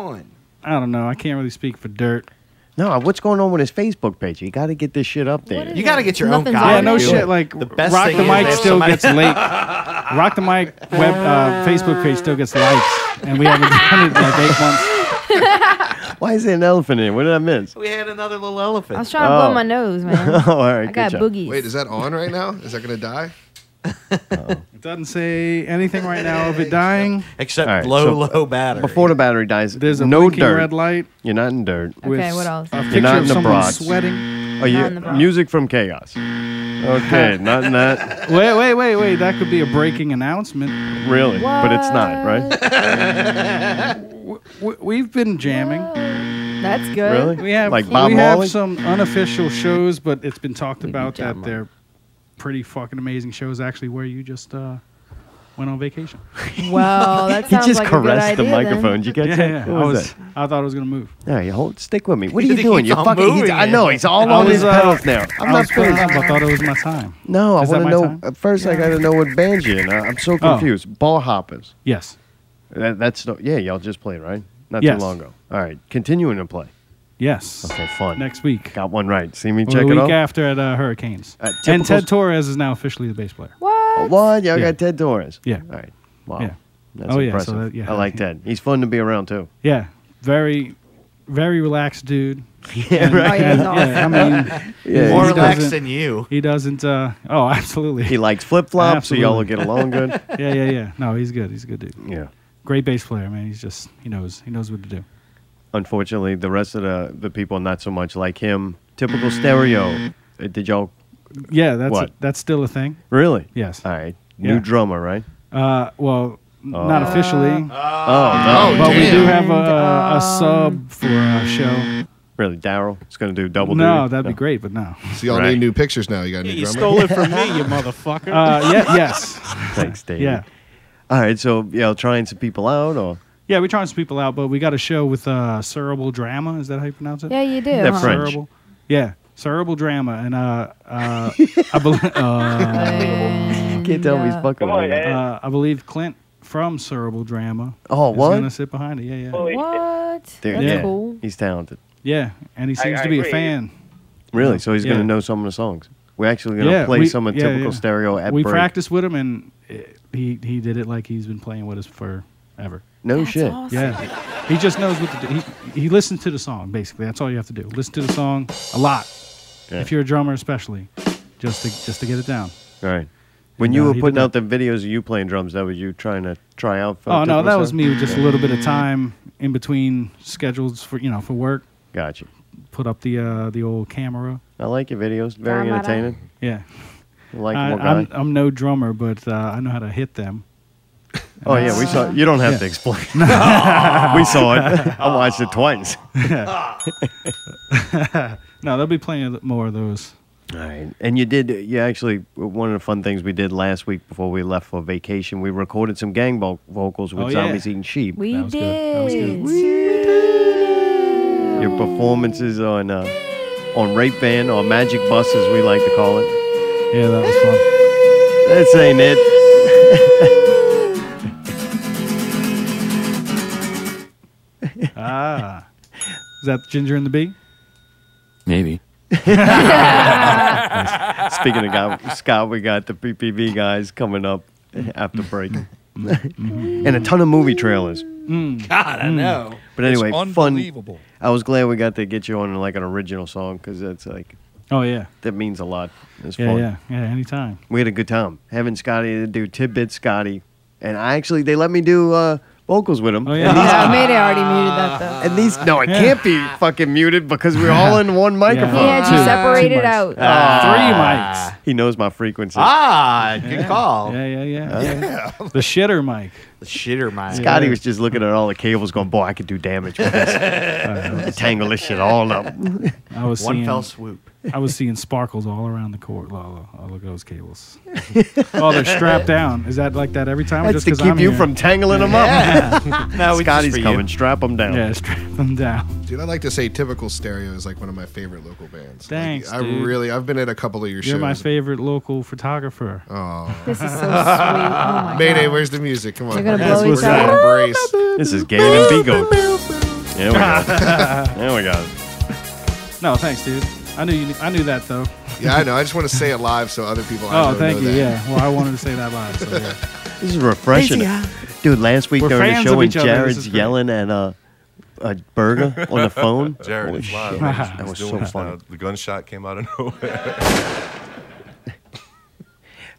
Speaker 5: I don't know. I can't really speak for dirt.
Speaker 2: No, uh, what's going on with his Facebook page? You got to get this shit up there.
Speaker 1: You got to get your own
Speaker 5: Nothing's
Speaker 1: guy.
Speaker 5: Yeah, no
Speaker 1: to do
Speaker 5: shit,
Speaker 1: it.
Speaker 5: like,
Speaker 1: best
Speaker 5: Rock
Speaker 1: thing
Speaker 5: the
Speaker 1: is
Speaker 5: Mic
Speaker 1: if
Speaker 5: still
Speaker 1: somebody-
Speaker 5: gets late. Rock the Mic web uh, Facebook page still gets likes, and we haven't done it in like eight months.
Speaker 2: Why is there an elephant in it? What did I miss?
Speaker 1: We had another little elephant.
Speaker 3: I was trying to blow
Speaker 2: Oh.
Speaker 3: my nose, man.
Speaker 2: oh, all right.
Speaker 3: I got
Speaker 2: good job.
Speaker 3: boogies.
Speaker 4: Wait, is that on right now? Is that gonna die?
Speaker 5: It doesn't say anything right now of it dying.
Speaker 1: Except
Speaker 2: All right,
Speaker 1: low,
Speaker 2: so
Speaker 1: low battery.
Speaker 2: Before the battery dies,
Speaker 5: There's a
Speaker 2: no
Speaker 5: blinking
Speaker 2: dirt.
Speaker 5: red light.
Speaker 2: You're not in dirt.
Speaker 5: with Okay, what else? a
Speaker 2: You're
Speaker 5: picture
Speaker 2: not
Speaker 5: of
Speaker 2: in the
Speaker 5: someone
Speaker 2: Bronx.
Speaker 5: sweating.
Speaker 2: Oh, you,
Speaker 5: Not in the Bronx.
Speaker 2: music from chaos. Okay, not in that.
Speaker 5: Wait, wait, wait, wait. That could be a breaking announcement.
Speaker 2: Really, but it's not right.
Speaker 5: We, we've been jamming.
Speaker 3: That's good.
Speaker 2: Really?
Speaker 5: We have
Speaker 2: Like Bob
Speaker 5: we have
Speaker 2: Marley?
Speaker 5: some unofficial shows, but it's been talked about that
Speaker 2: jamming.
Speaker 5: they're pretty fucking amazing shows. Actually, where you just uh, went on vacation.
Speaker 3: Wow, that
Speaker 2: he
Speaker 3: sounds
Speaker 2: just
Speaker 3: like a good
Speaker 2: caressed the
Speaker 3: idea then.
Speaker 2: microphone. Did you get
Speaker 5: yeah,
Speaker 2: that?
Speaker 5: yeah.
Speaker 2: What
Speaker 5: I
Speaker 2: was,
Speaker 5: was. I thought I was gonna move.
Speaker 2: that? Yeah, you hold, stick with me. What are
Speaker 5: He
Speaker 2: you doing?
Speaker 5: keeps
Speaker 2: You're
Speaker 5: on
Speaker 2: fucking. He's,
Speaker 5: moving
Speaker 2: I know he's all
Speaker 5: I
Speaker 2: on
Speaker 5: was,
Speaker 2: his
Speaker 5: uh,
Speaker 2: pedals now.
Speaker 5: I
Speaker 2: I'm not
Speaker 5: was fed
Speaker 2: finished.
Speaker 5: up. I thought it was my time.
Speaker 2: No, I
Speaker 5: Is that
Speaker 2: want to
Speaker 5: my
Speaker 2: know.
Speaker 5: time?
Speaker 2: uh, First, I got to know what band you're in. I- I'm so
Speaker 5: Oh.
Speaker 2: confused. Ball hoppers.
Speaker 5: Yes.
Speaker 2: That, that's the- yeah. Y'all just played right not
Speaker 5: Yes.
Speaker 2: too long ago. All right, continuing to play.
Speaker 5: Yes.
Speaker 2: Okay, fun.
Speaker 5: Next week.
Speaker 2: Got one right. See me
Speaker 5: Or
Speaker 2: check
Speaker 5: the
Speaker 2: it
Speaker 5: week
Speaker 2: off.
Speaker 5: after at uh, Hurricanes.
Speaker 2: At
Speaker 5: and Ted
Speaker 2: Typical's-
Speaker 5: Torres is now officially the bass player.
Speaker 2: What? Oh, What? Y'all
Speaker 5: Yeah.
Speaker 2: got Ted Torres.
Speaker 5: Yeah.
Speaker 2: All right. Wow.
Speaker 5: Yeah.
Speaker 2: That's
Speaker 5: Oh, yeah, so
Speaker 2: impressive.
Speaker 5: that- yeah,
Speaker 2: I like Ted. He's fun to be around too.
Speaker 5: Yeah, very, very relaxed dude. And-
Speaker 2: right.
Speaker 5: and-
Speaker 2: Oh,
Speaker 5: yeah, I
Speaker 2: he's
Speaker 5: mean,
Speaker 2: Yeah,
Speaker 5: he
Speaker 2: more
Speaker 5: doesn't-
Speaker 2: relaxed
Speaker 1: than you.
Speaker 5: He doesn't. Uh, oh, absolutely.
Speaker 2: He likes flip flops, so y'all will get
Speaker 5: Absolutely.
Speaker 2: along good.
Speaker 5: yeah, yeah, yeah. No, he's good. He's a good dude.
Speaker 2: Yeah.
Speaker 5: Great bass player, man. He's just he knows he knows what to do.
Speaker 2: Unfortunately, the rest of the the people not so much like him. Typical stereo. Uh, Did y'all
Speaker 5: Yeah, that's
Speaker 2: What?
Speaker 5: that's still a thing.
Speaker 2: really?
Speaker 5: Yes.
Speaker 2: All right.
Speaker 5: Yeah.
Speaker 2: New drummer, right?
Speaker 5: Uh, well, n- not
Speaker 2: Oh. Oh,
Speaker 5: officially.
Speaker 2: no.
Speaker 5: but we do
Speaker 2: damn.
Speaker 5: have a, a
Speaker 2: um,
Speaker 5: sub for a show.
Speaker 2: Really, Daryl? It's gonna do double
Speaker 5: no,
Speaker 2: duty.
Speaker 5: that'd be great, but no.
Speaker 4: So y'all all
Speaker 2: Right.
Speaker 4: need new pictures now. You got a new
Speaker 6: You
Speaker 4: drummer.
Speaker 6: stole it from me, you motherfucker.
Speaker 5: Uh, yeah, yes.
Speaker 2: Thanks, Dave.
Speaker 5: Yeah.
Speaker 2: All right. So y'all trying some people out, or
Speaker 5: Yeah, we're trying some people out, but we got a show with uh, Cerebral Drama. Is that how you pronounce it? Uh,
Speaker 3: Yeah, you do,
Speaker 2: They're huh? French.
Speaker 5: Cerebral. Yeah, Cerebral Drama, and uh, uh, I believe. Uh,
Speaker 2: can't tell me he's fucking. Come on,
Speaker 5: uh, I believe Clint from Cerebral Drama.
Speaker 2: Oh,
Speaker 5: is
Speaker 2: what?
Speaker 5: gonna sit behind it? Yeah, yeah,
Speaker 3: What?
Speaker 2: Dude,
Speaker 3: That's
Speaker 2: yeah.
Speaker 3: cool.
Speaker 2: He's talented.
Speaker 5: yeah. And he
Speaker 3: I-
Speaker 5: seems
Speaker 3: I
Speaker 5: to be
Speaker 3: agree.
Speaker 5: a fan.
Speaker 2: Really? So he's
Speaker 5: Yeah.
Speaker 2: gonna know some of the songs. We're actually gonna play
Speaker 5: we-
Speaker 2: some of
Speaker 5: yeah,
Speaker 2: typical
Speaker 5: yeah.
Speaker 2: stereo at
Speaker 5: we
Speaker 2: break.
Speaker 5: practiced with him, and it, he he did it like he's been playing with us forever.
Speaker 2: no shit.
Speaker 5: Yeah, he just knows what to do. He, he listens to the song basically. That's all you have to do. Listen to the song a lot.
Speaker 2: Yeah.
Speaker 5: If you're a drummer, especially, just to just to get it down.
Speaker 2: All right. When
Speaker 5: And,
Speaker 2: you
Speaker 5: uh,
Speaker 2: were
Speaker 5: he
Speaker 2: putting
Speaker 5: did
Speaker 2: out the videos of you playing drums, that was you trying to try out for.
Speaker 5: Oh no,
Speaker 2: typical
Speaker 5: that was
Speaker 2: stereo?
Speaker 5: me with just a
Speaker 2: Yeah.
Speaker 5: little bit of time in between schedules for you know for work.
Speaker 2: Gotcha.
Speaker 5: Put up the uh, the old camera.
Speaker 2: I like your videos. Very
Speaker 5: Drama.
Speaker 2: entertaining.
Speaker 5: Yeah, I,
Speaker 2: Likeable guy.
Speaker 5: I'm I'm no drummer, but uh, I know how to hit them.
Speaker 2: oh yeah, we saw. You don't have to explain. we saw it. I watched it twice.
Speaker 5: no, there'll be plenty of th- more of those.
Speaker 2: All right. And you did, you actually, one of the fun things we did last week before we left for vacation, we recorded some gang vo- vocals with
Speaker 5: Oh, yeah.
Speaker 2: Zombies Eating Sheep.
Speaker 3: We
Speaker 5: That was good. That was
Speaker 3: did.
Speaker 2: Your performances on uh, on Rape Van or Magic Bus, as we like to call it.
Speaker 5: Yeah, that was fun.
Speaker 2: That's ain't it.
Speaker 5: ah, is that Ginger and the Bee?
Speaker 15: Maybe.
Speaker 2: Speaking of guy, Scott, we got the PPV guys coming up after break.
Speaker 5: Mm-hmm.
Speaker 2: and a ton of movie trailers.
Speaker 1: God,
Speaker 5: Mm.
Speaker 1: I know.
Speaker 2: Hmm. But anyway,
Speaker 1: It's
Speaker 2: fun. I was glad we got to get you on like an original song because that's like,
Speaker 5: Oh yeah,
Speaker 2: that means a lot. It's
Speaker 5: yeah,
Speaker 2: fun.
Speaker 5: yeah, yeah. Anytime.
Speaker 2: We had a good time having Scotty to do tidbit Scotty, and I actually they let me do uh, vocals with him. Oh,
Speaker 3: Yeah, Mayday
Speaker 5: Ah,
Speaker 3: already muted that though.
Speaker 2: And these no, it can't be fucking muted because we're all in one microphone.
Speaker 3: He had you separated out.
Speaker 2: Ah. three mics. He knows my frequency. Uh,
Speaker 1: Ah, good call.
Speaker 5: Yeah, yeah, yeah. The shitter mic.
Speaker 1: The shitter mic.
Speaker 2: Scotty was just looking at all the cables, going, "Boy, I could do damage with this. Tangle this shit all up."
Speaker 5: I was
Speaker 2: One
Speaker 5: seeing,
Speaker 2: fell swoop.
Speaker 5: I was seeing sparkles all around the court. Oh, oh, oh, look at those cables. oh, they're strapped down. Is that like that every time? or
Speaker 2: That's
Speaker 5: just
Speaker 2: to
Speaker 5: 'cause
Speaker 2: keep
Speaker 5: I'm
Speaker 2: you
Speaker 5: here?
Speaker 2: from tangling them
Speaker 5: Yeah.
Speaker 2: up.
Speaker 5: No, we just
Speaker 2: Scotty's
Speaker 5: for you.
Speaker 2: coming. Strap them down.
Speaker 5: Yeah, strap them down.
Speaker 4: Dude, I like to say Typical Stereo is like one of my favorite local bands. Like,
Speaker 5: Thanks,
Speaker 4: I
Speaker 5: dude.
Speaker 4: really, I've been at a couple of your
Speaker 5: You're
Speaker 4: shows.
Speaker 5: my favorite local photographer.
Speaker 4: Oh,
Speaker 5: This
Speaker 3: is so sweet. Oh, my
Speaker 4: Mayday, where's the music? Come on.
Speaker 3: They're gonna
Speaker 4: That's
Speaker 3: blow
Speaker 4: what
Speaker 3: each
Speaker 4: we're
Speaker 3: other.
Speaker 4: Embrace.
Speaker 2: This is Gain and Beagle. There we go. there we go.
Speaker 5: No, thanks, dude. I knew you. I knew that though.
Speaker 4: Yeah, I know. I just want to say it live so other people. I
Speaker 5: oh,
Speaker 4: know
Speaker 5: thank
Speaker 4: know
Speaker 5: you.
Speaker 4: That.
Speaker 5: Yeah. Well, I wanted to say that live. So yeah.
Speaker 2: This is refreshing.
Speaker 5: Easy, huh?
Speaker 2: Dude, last week
Speaker 5: We're
Speaker 2: during the
Speaker 5: fans
Speaker 2: show
Speaker 5: of
Speaker 2: when
Speaker 5: each other. This
Speaker 2: Jared's
Speaker 5: is great.
Speaker 2: yelling at a, a burger on the phone.
Speaker 11: Jared,
Speaker 2: Holy
Speaker 11: it's
Speaker 2: shit,
Speaker 11: live.
Speaker 2: That
Speaker 11: He's
Speaker 2: was
Speaker 11: doing
Speaker 2: so
Speaker 11: it now.
Speaker 2: funny.
Speaker 11: The gunshot came out of nowhere.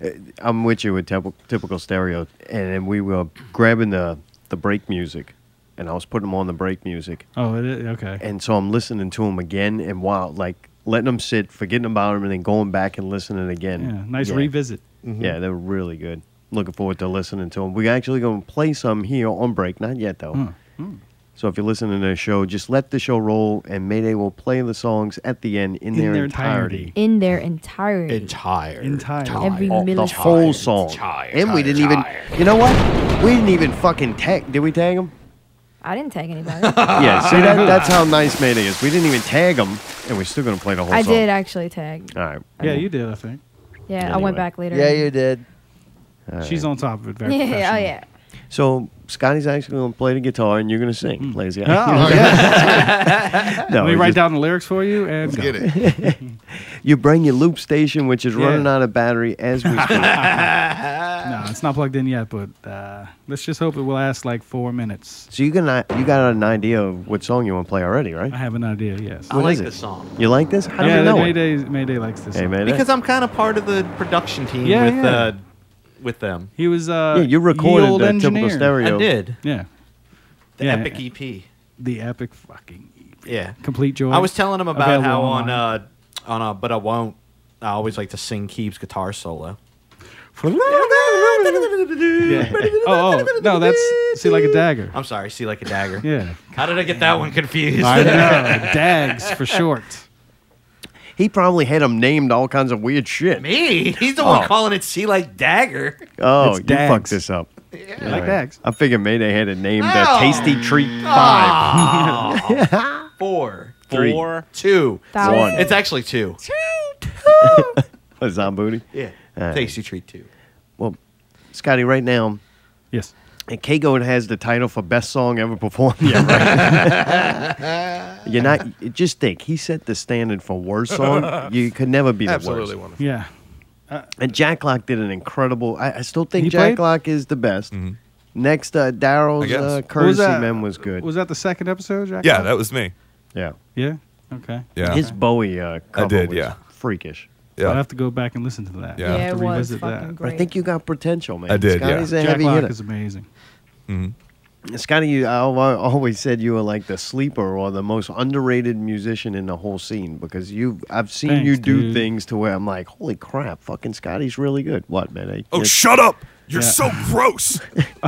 Speaker 2: Uh, I'm with you with typ- typical stereo, and then we were grabbing the the break music, and I was putting them on the break music,
Speaker 5: Oh, it is, okay.
Speaker 2: and so I'm listening to them again, and wow, like letting them sit, forgetting about them, and then going back and listening again.
Speaker 5: Yeah, nice revisit. Mm-hmm.
Speaker 2: Yeah, they were really good. Looking forward to listening to them. We're actually going to play some here on break. Not yet
Speaker 5: Hmm.
Speaker 2: though. So if you're listening to the show, just let the show roll, and Mayday will play the songs at the end in,
Speaker 3: In
Speaker 2: their,
Speaker 3: their
Speaker 2: entirety.
Speaker 3: In their entirety.
Speaker 1: Entire.
Speaker 5: Entire.
Speaker 3: Every
Speaker 2: All-
Speaker 3: minute.
Speaker 2: the whole song. and we didn't even. You know what? We didn't even fucking tag. Did we tag him?
Speaker 3: I didn't tag anybody.
Speaker 2: yeah. See, that, that's how nice Mayday is. We didn't even tag him, and we're still gonna play the whole
Speaker 3: I
Speaker 2: song.
Speaker 3: did actually tag.
Speaker 2: All right.
Speaker 5: Yeah, you did. I think.
Speaker 3: Yeah, I
Speaker 2: Anyway.
Speaker 3: went back later.
Speaker 2: Yeah,
Speaker 16: you did.
Speaker 5: She's on top of it. Very
Speaker 3: yeah,
Speaker 5: professional.
Speaker 3: oh yeah.
Speaker 2: So Scotty's actually gonna play the guitar, and you're gonna sing. Plays the.
Speaker 5: Oh, yeah.
Speaker 2: No,
Speaker 5: Let me
Speaker 2: we
Speaker 5: write
Speaker 2: just-
Speaker 5: down the lyrics for you and go.
Speaker 2: you bring your loop station, which is
Speaker 5: Yeah.
Speaker 2: running out of battery as we speak.
Speaker 5: no, it's not plugged in yet, but uh, let's just hope it will last like four minutes.
Speaker 2: so you can you got an idea of what song you want to play already, right?
Speaker 5: I have an idea. Yes.
Speaker 2: What is it? You like this? How do
Speaker 5: yeah,
Speaker 2: you
Speaker 5: that
Speaker 2: know it?
Speaker 5: Mayday, Mayday likes this.
Speaker 2: Hey,
Speaker 5: song.
Speaker 2: Mayday.
Speaker 1: Because I'm kind of part of the production team
Speaker 5: Yeah,
Speaker 1: with
Speaker 5: yeah.
Speaker 1: Uh, with them.
Speaker 5: He was. Uh,
Speaker 2: Yeah, you
Speaker 5: ye
Speaker 2: recorded
Speaker 5: olde
Speaker 2: that Typical
Speaker 5: engineer.
Speaker 2: Stereo.
Speaker 1: I did.
Speaker 5: Yeah.
Speaker 1: The
Speaker 5: Yeah,
Speaker 1: epic
Speaker 5: yeah.
Speaker 1: EP.
Speaker 5: The epic fucking
Speaker 1: Yeah.
Speaker 5: complete joy.
Speaker 1: I was telling him about
Speaker 5: Available
Speaker 1: how
Speaker 5: online.
Speaker 1: on uh on uh but I won't. I always like to sing Keeb's guitar solo.
Speaker 5: Yeah. oh, oh, no, that's see like a dagger.
Speaker 1: I'm sorry, see like a dagger.
Speaker 5: Yeah.
Speaker 1: How did I get that one confused?
Speaker 5: I know. Dags for short.
Speaker 2: He probably had them named all kinds of weird shit.
Speaker 1: Me? He's the one
Speaker 2: Oh.
Speaker 1: calling it see like dagger.
Speaker 2: Oh,
Speaker 5: It's
Speaker 2: you
Speaker 5: Dags.
Speaker 2: fucked this up.
Speaker 5: I like Dags.
Speaker 2: I figured Mayday had it named uh,
Speaker 1: No.
Speaker 2: Tasty
Speaker 1: Oh.
Speaker 2: Treat
Speaker 1: Aw.
Speaker 2: Five.
Speaker 1: Four.
Speaker 2: Three.
Speaker 1: Four. Two.
Speaker 2: Thousand. One.
Speaker 1: It's actually two.
Speaker 2: A Zambooty?
Speaker 1: Yeah.
Speaker 2: All right.
Speaker 1: Tasty treat two.
Speaker 2: Well, Scotty, right now.
Speaker 5: Yes.
Speaker 2: And K-Goat has the title for best song ever performed. Yeah, right. You're not. Just think, he set the standard for worst song. You could never be the
Speaker 5: Absolutely
Speaker 2: worst.
Speaker 5: wonderful. Yeah.
Speaker 2: And Jack Lock did an incredible. I, I still think
Speaker 5: He
Speaker 2: Jack
Speaker 5: played?
Speaker 2: Lock is the best.
Speaker 11: Mm-hmm.
Speaker 2: Next, uh, Daryl's
Speaker 5: guess.
Speaker 2: uh,
Speaker 5: What was
Speaker 2: courtesy
Speaker 5: that?
Speaker 2: mem was good.
Speaker 5: Was that the second episode, Jack?
Speaker 11: yeah, that was me.
Speaker 2: yeah,
Speaker 5: Yeah. Okay.
Speaker 11: Yeah.
Speaker 2: His Bowie uh, cover
Speaker 11: I did,
Speaker 2: was
Speaker 11: yeah.
Speaker 2: freakish.
Speaker 5: I'll
Speaker 11: Yeah.
Speaker 5: have to go back and listen to that.
Speaker 11: Yeah.
Speaker 5: I'll
Speaker 11: Yeah,
Speaker 5: have
Speaker 11: it
Speaker 5: to
Speaker 11: was
Speaker 5: revisit that.
Speaker 2: But I think you got potential, man.
Speaker 11: I did, yeah.
Speaker 2: Scotty's a
Speaker 5: Jack
Speaker 2: heavy
Speaker 5: Black
Speaker 2: hitter.
Speaker 5: is amazing.
Speaker 2: Scotty, you, I al- I always said you were like the sleeper or the most underrated musician in the whole scene because you. I've seen you
Speaker 5: Thanks,
Speaker 2: do
Speaker 5: dude.
Speaker 2: things to where I'm like, holy crap, fucking Scotty's really good. What, man? I-
Speaker 7: Oh,
Speaker 2: I-
Speaker 7: shut up! You're
Speaker 2: Yeah.
Speaker 7: so gross.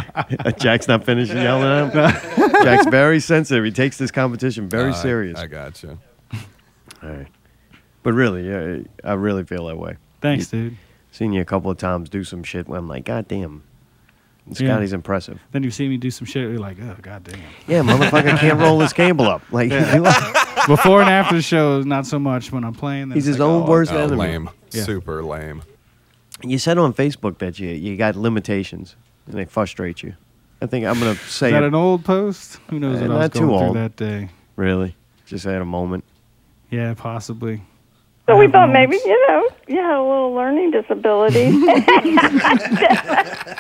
Speaker 2: Jack's not finishing yelling at him. Jack's very sensitive. He takes this competition very
Speaker 11: Uh,
Speaker 2: serious.
Speaker 11: I gotcha.
Speaker 2: All right. But really, yeah, I really feel that way.
Speaker 5: Thanks,
Speaker 2: You-
Speaker 5: dude.
Speaker 2: Seen you a couple of times do some shit where I'm like, God damn.
Speaker 5: Yeah.
Speaker 2: Scotty's impressive.
Speaker 5: Then you see me do some shit. You're like, oh goddamn.
Speaker 2: Yeah, motherfucker can't roll his cable up. Like,
Speaker 5: Before and after the show, not so much. When I'm playing, then
Speaker 2: He's
Speaker 5: it's
Speaker 2: his
Speaker 5: like,
Speaker 2: own
Speaker 5: oh,
Speaker 2: worst
Speaker 5: God.
Speaker 2: enemy.
Speaker 11: Lame.
Speaker 5: Yeah.
Speaker 11: Super lame.
Speaker 2: You said on Facebook that you, you got limitations and they frustrate you. I think I'm going to say
Speaker 5: Is that
Speaker 2: it.
Speaker 5: an old post? Who knows
Speaker 2: Uh,
Speaker 5: what I was
Speaker 2: not too
Speaker 5: going
Speaker 2: old.
Speaker 5: through that day.
Speaker 2: Really? Just had a moment.
Speaker 5: Yeah, possibly.
Speaker 13: So we
Speaker 2: Mm-hmm.
Speaker 13: thought maybe, you know, you had a little learning disability.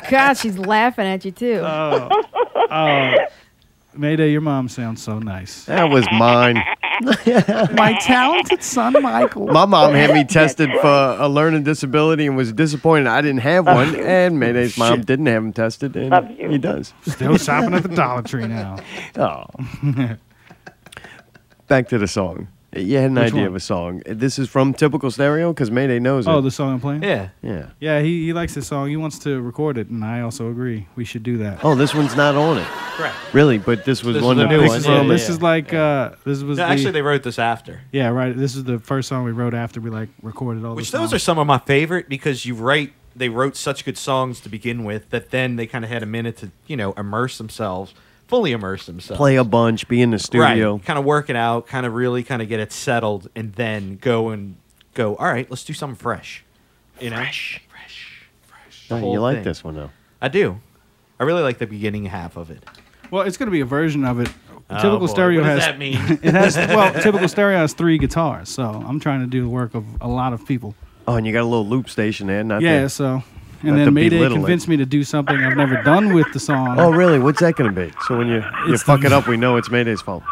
Speaker 3: God, she's laughing at you too.
Speaker 5: Oh, Mayday, your Oh, mom sounds so nice.
Speaker 2: That was mine.
Speaker 5: My talented son Michael.
Speaker 2: My mom had me tested for a learning disability and was disappointed I didn't have one. And Mayday's mom didn't have him tested, and he does.
Speaker 5: Still shopping at the Dollar Tree now.
Speaker 2: Oh. Back to the song. You had an
Speaker 5: Which
Speaker 2: idea
Speaker 5: one?
Speaker 2: of a song. This is from Typical Stereo because Mayday knows it.
Speaker 5: Oh, the song I'm playing? Yeah.
Speaker 2: Yeah.
Speaker 5: Yeah, he, he likes this song. He wants to record it, and I also agree. We should do that.
Speaker 2: Oh, this one's not on it.
Speaker 1: Correct.
Speaker 2: Really, but this was
Speaker 1: This
Speaker 2: one
Speaker 1: was
Speaker 2: of
Speaker 1: a
Speaker 2: the
Speaker 1: new
Speaker 2: ones.
Speaker 1: one, yeah,
Speaker 5: this is like uh, this was the-
Speaker 1: No, actually, they wrote this after.
Speaker 5: yeah right. This is the first song we wrote after we like recorded all.
Speaker 1: Which
Speaker 5: the
Speaker 1: those are some of my favorite because you write they wrote such good songs to begin with that then they kind of had a minute to you know immerse themselves, fully immerse themselves,
Speaker 2: Play a bunch, be in the studio.
Speaker 1: right, kind of work it out, kind of really kind of get it settled, and then go and go. All right, let's do something fresh, you know. Fresh, fresh, fresh.
Speaker 2: Oh, you like this one, though.
Speaker 1: I do. I really like the beginning half of it.
Speaker 5: Well, it's going to be a version of it.
Speaker 1: Oh,
Speaker 5: typical
Speaker 1: boy.
Speaker 5: stereo
Speaker 1: What does
Speaker 5: has
Speaker 1: that mean?
Speaker 5: it has well, typical stereo has three guitars, so I'm trying to do the work of a lot of people.
Speaker 2: Oh, and you got a little loop station there. Not
Speaker 5: yeah,
Speaker 2: to-
Speaker 5: so
Speaker 2: not to
Speaker 5: and then Mayday
Speaker 2: belittle it.
Speaker 5: convinced me to do something I've never done with the song.
Speaker 2: Oh, really? What's that going to be? So when you, you
Speaker 5: It's
Speaker 2: fuck
Speaker 5: the-
Speaker 2: it up, we know it's Mayday's fault.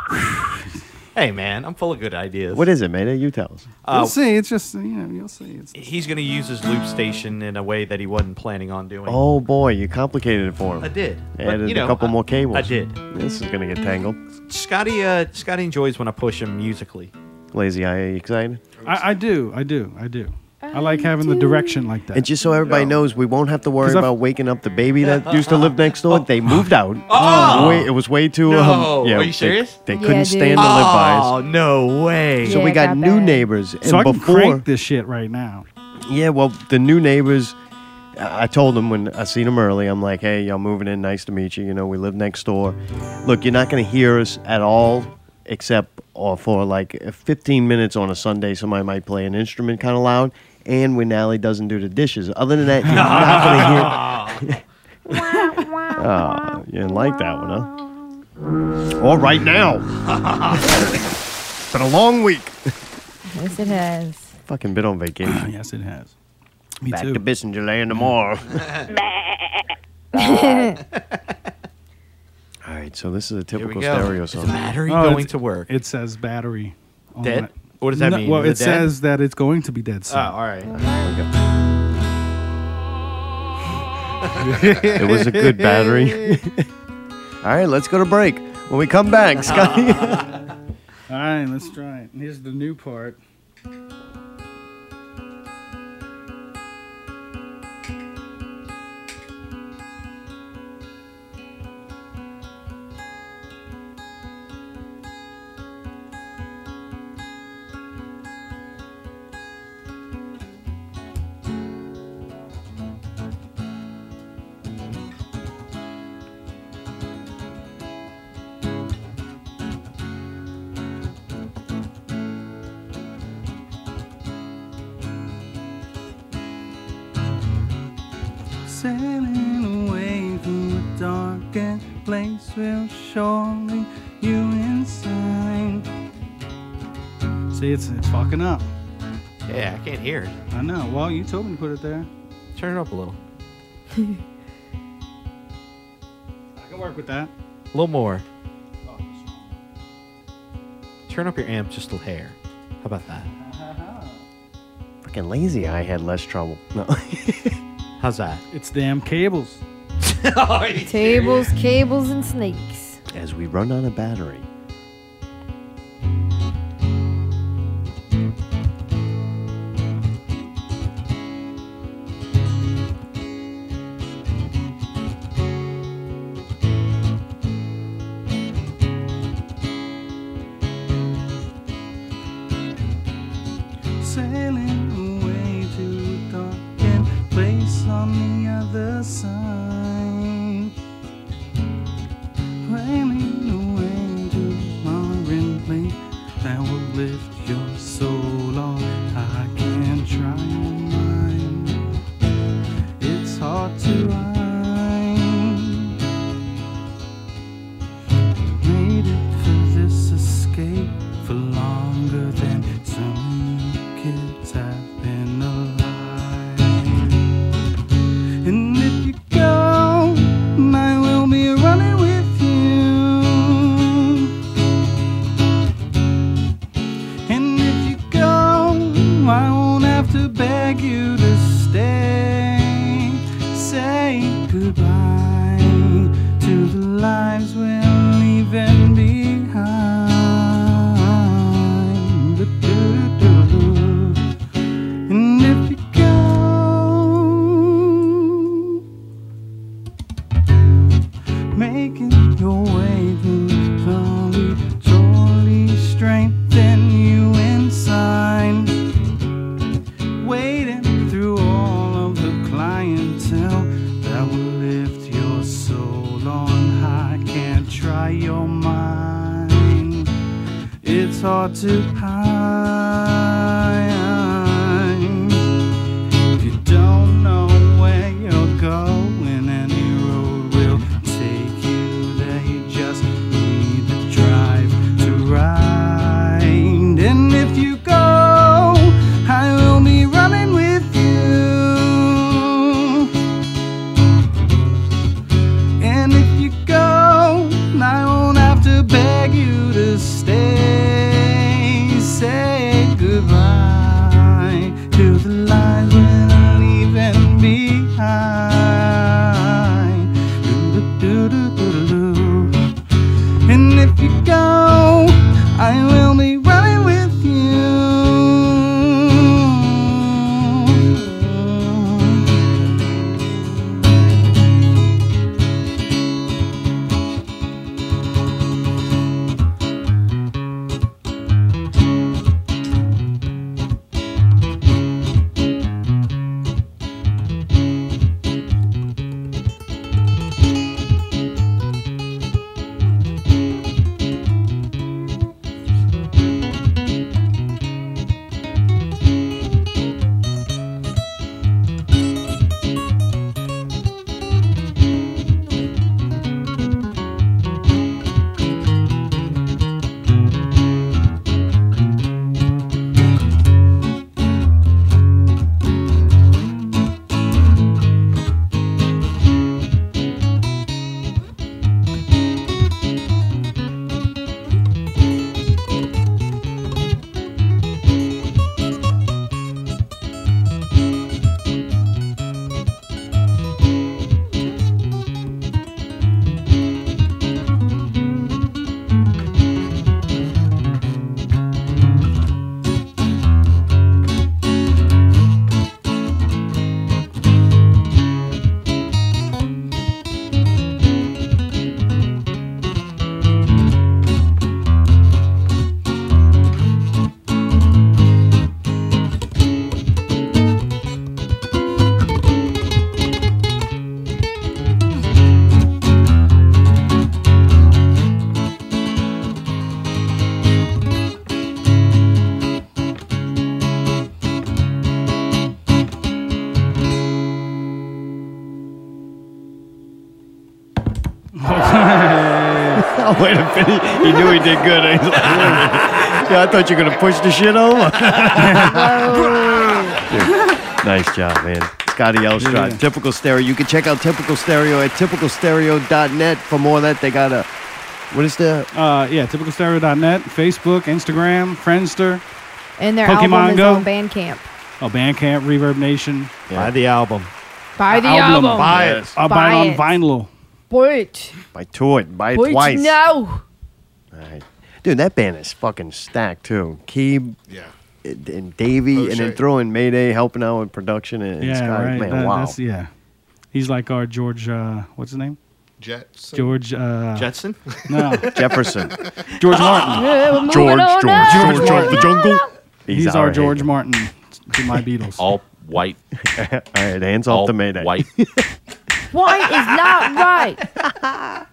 Speaker 1: Hey man, I'm full of good ideas.
Speaker 2: What is it, Mayday? You tell us.
Speaker 1: Uh,
Speaker 5: you'll see. It's just you know you'll see. It's
Speaker 1: He's going to use his loop station in a way that he wasn't planning on doing.
Speaker 2: Oh boy, you complicated it for him.
Speaker 1: I did. But,
Speaker 2: Added
Speaker 1: you know,
Speaker 2: Oh. a couple
Speaker 1: I-
Speaker 2: more cables.
Speaker 1: I did.
Speaker 2: This is gonna get tangled.
Speaker 1: Scotty, uh, Scotty enjoys when I push him musically.
Speaker 2: Lazy eye, are you excited?
Speaker 5: I, I do, I do, I do. I like having the direction like that.
Speaker 2: And just so everybody knows, we won't have to worry
Speaker 5: 'Cause I've-
Speaker 2: about waking up the baby that used to live next door. They moved out.
Speaker 1: Oh.
Speaker 2: Way- it was way too.
Speaker 1: No.
Speaker 2: Um, yeah,
Speaker 1: Are you
Speaker 2: they-
Speaker 1: serious?
Speaker 2: They,
Speaker 1: Yeah,
Speaker 2: couldn't
Speaker 1: dude.
Speaker 2: stand to live by us.
Speaker 1: Oh, no way.
Speaker 2: So we
Speaker 1: Yeah,
Speaker 2: got,
Speaker 1: got
Speaker 2: new neighbors, and
Speaker 5: so I can
Speaker 2: before
Speaker 5: crank this shit right now.
Speaker 2: Yeah, well, the new neighbors. I I told them when I seen them early, I'm like, "Hey, y'all moving in? Nice to meet you. You know, we live next door. Look, you're not gonna hear us at all, except or for like 15 minutes on a Sunday. Somebody might play an instrument kind of loud, and when Allie doesn't do the dishes. Other than that, you're not gonna hear. oh, you didn't like that one, huh? All right, now. it's been a long week.
Speaker 3: Yes, it has.
Speaker 2: Fucking been on vacation.
Speaker 5: yes, it has.
Speaker 2: Me Back to Bissinger Land
Speaker 1: Oh.
Speaker 2: tomorrow.
Speaker 1: Ah,
Speaker 2: All right, so this is a typical
Speaker 1: go.
Speaker 2: stereo
Speaker 1: Is
Speaker 2: song.
Speaker 1: the battery
Speaker 5: Oh,
Speaker 1: going
Speaker 5: it's-
Speaker 1: to work?
Speaker 5: It says battery. on
Speaker 1: Dead?
Speaker 5: it.
Speaker 1: What does that mean?
Speaker 5: Well, it,
Speaker 1: Is it dead?
Speaker 5: says that it's going to be dead
Speaker 1: Oh,
Speaker 5: soon.
Speaker 1: all right.
Speaker 2: it was a good battery. All right, let's go to break. When we come back, Scotty.
Speaker 5: All right, let's try it. Here's the new part.
Speaker 16: Sailing away from a dark and place will surely you inside.
Speaker 5: See, it's, it's fucking up.
Speaker 1: Yeah, I can't hear it.
Speaker 5: I know. Well, you told me to put it there.
Speaker 1: Turn it up a little.
Speaker 5: I can work with that.
Speaker 1: A little more. Turn up your amp just a hair. How about that?
Speaker 2: Uh-huh. Fucking lazy eye had less trouble. No.
Speaker 1: How's that?
Speaker 5: It's damn cables.
Speaker 2: Oh,
Speaker 3: Tables, cables, and snakes.
Speaker 2: As we run out of battery.
Speaker 16: Sailing away to a dark and place on the other side. Sailing away to a foreign place that will lift your soul on. I can try mine. It's hard to rhyme. Made it for this escape for longer than so many kids have been alive. And if you go, I will be running with you. making your way through slowly, surely strengthen you inside. Wading through all of the clientele that will lift your soul on high. Can't try your mind, it's hard to hide. If you don't know where you're going, any road will take you there. You just need the drive to ride. And if you go, I will be running with you. And if you go, I won't have to beg you to stay. Say goodbye to the lies when I'm leaving behind. Doo-doo-doo-doo-doo-doo. And if you go, I will be running with you.
Speaker 2: Oh, wait a minute. He knew he did good. He's like, yeah, I thought you were going to push the shit over.
Speaker 3: Oh.
Speaker 2: Dude, nice job, man. Scotty Elstrod,
Speaker 12: Yeah.
Speaker 2: Typical Stereo. You can check out Typical Stereo at typicalstereo.net. For more of that, they got a, what is the,
Speaker 5: Uh, yeah, typicalstereo.net, Facebook, Instagram, Friendster,
Speaker 3: And their
Speaker 5: Pokemon
Speaker 3: album is
Speaker 5: Go?
Speaker 3: on Bandcamp.
Speaker 5: oh, Bandcamp, Reverb Nation.
Speaker 1: Buy the album.
Speaker 3: Buy the album.
Speaker 5: I'll Uh, buy, it on vinyl.
Speaker 3: Wait.
Speaker 2: by Toit, by
Speaker 3: Wait
Speaker 2: twice.
Speaker 3: now.
Speaker 2: Right. Dude, that band is fucking stacked, too. Keeb.
Speaker 4: Yeah.
Speaker 2: And and Davey, and then
Speaker 5: O'Shea.
Speaker 2: throwing Mayday, helping out with production, and, and
Speaker 5: yeah,
Speaker 2: Scotty.
Speaker 5: right.
Speaker 2: Man,
Speaker 5: That-
Speaker 2: wow.
Speaker 5: that's- yeah. He's like our George, uh, what's his name?
Speaker 4: Jetson.
Speaker 5: George. Uh,
Speaker 1: Jetson?
Speaker 5: No.
Speaker 2: Jefferson.
Speaker 5: George Martin.
Speaker 3: Yeah, we're moving George, on George, now. George, George of the
Speaker 5: jungle. He's,
Speaker 2: He's
Speaker 5: our
Speaker 2: our
Speaker 5: George Martin to my Beatles.
Speaker 10: All white.
Speaker 2: All right, hands off the Mayday.
Speaker 10: White.
Speaker 3: White is not right.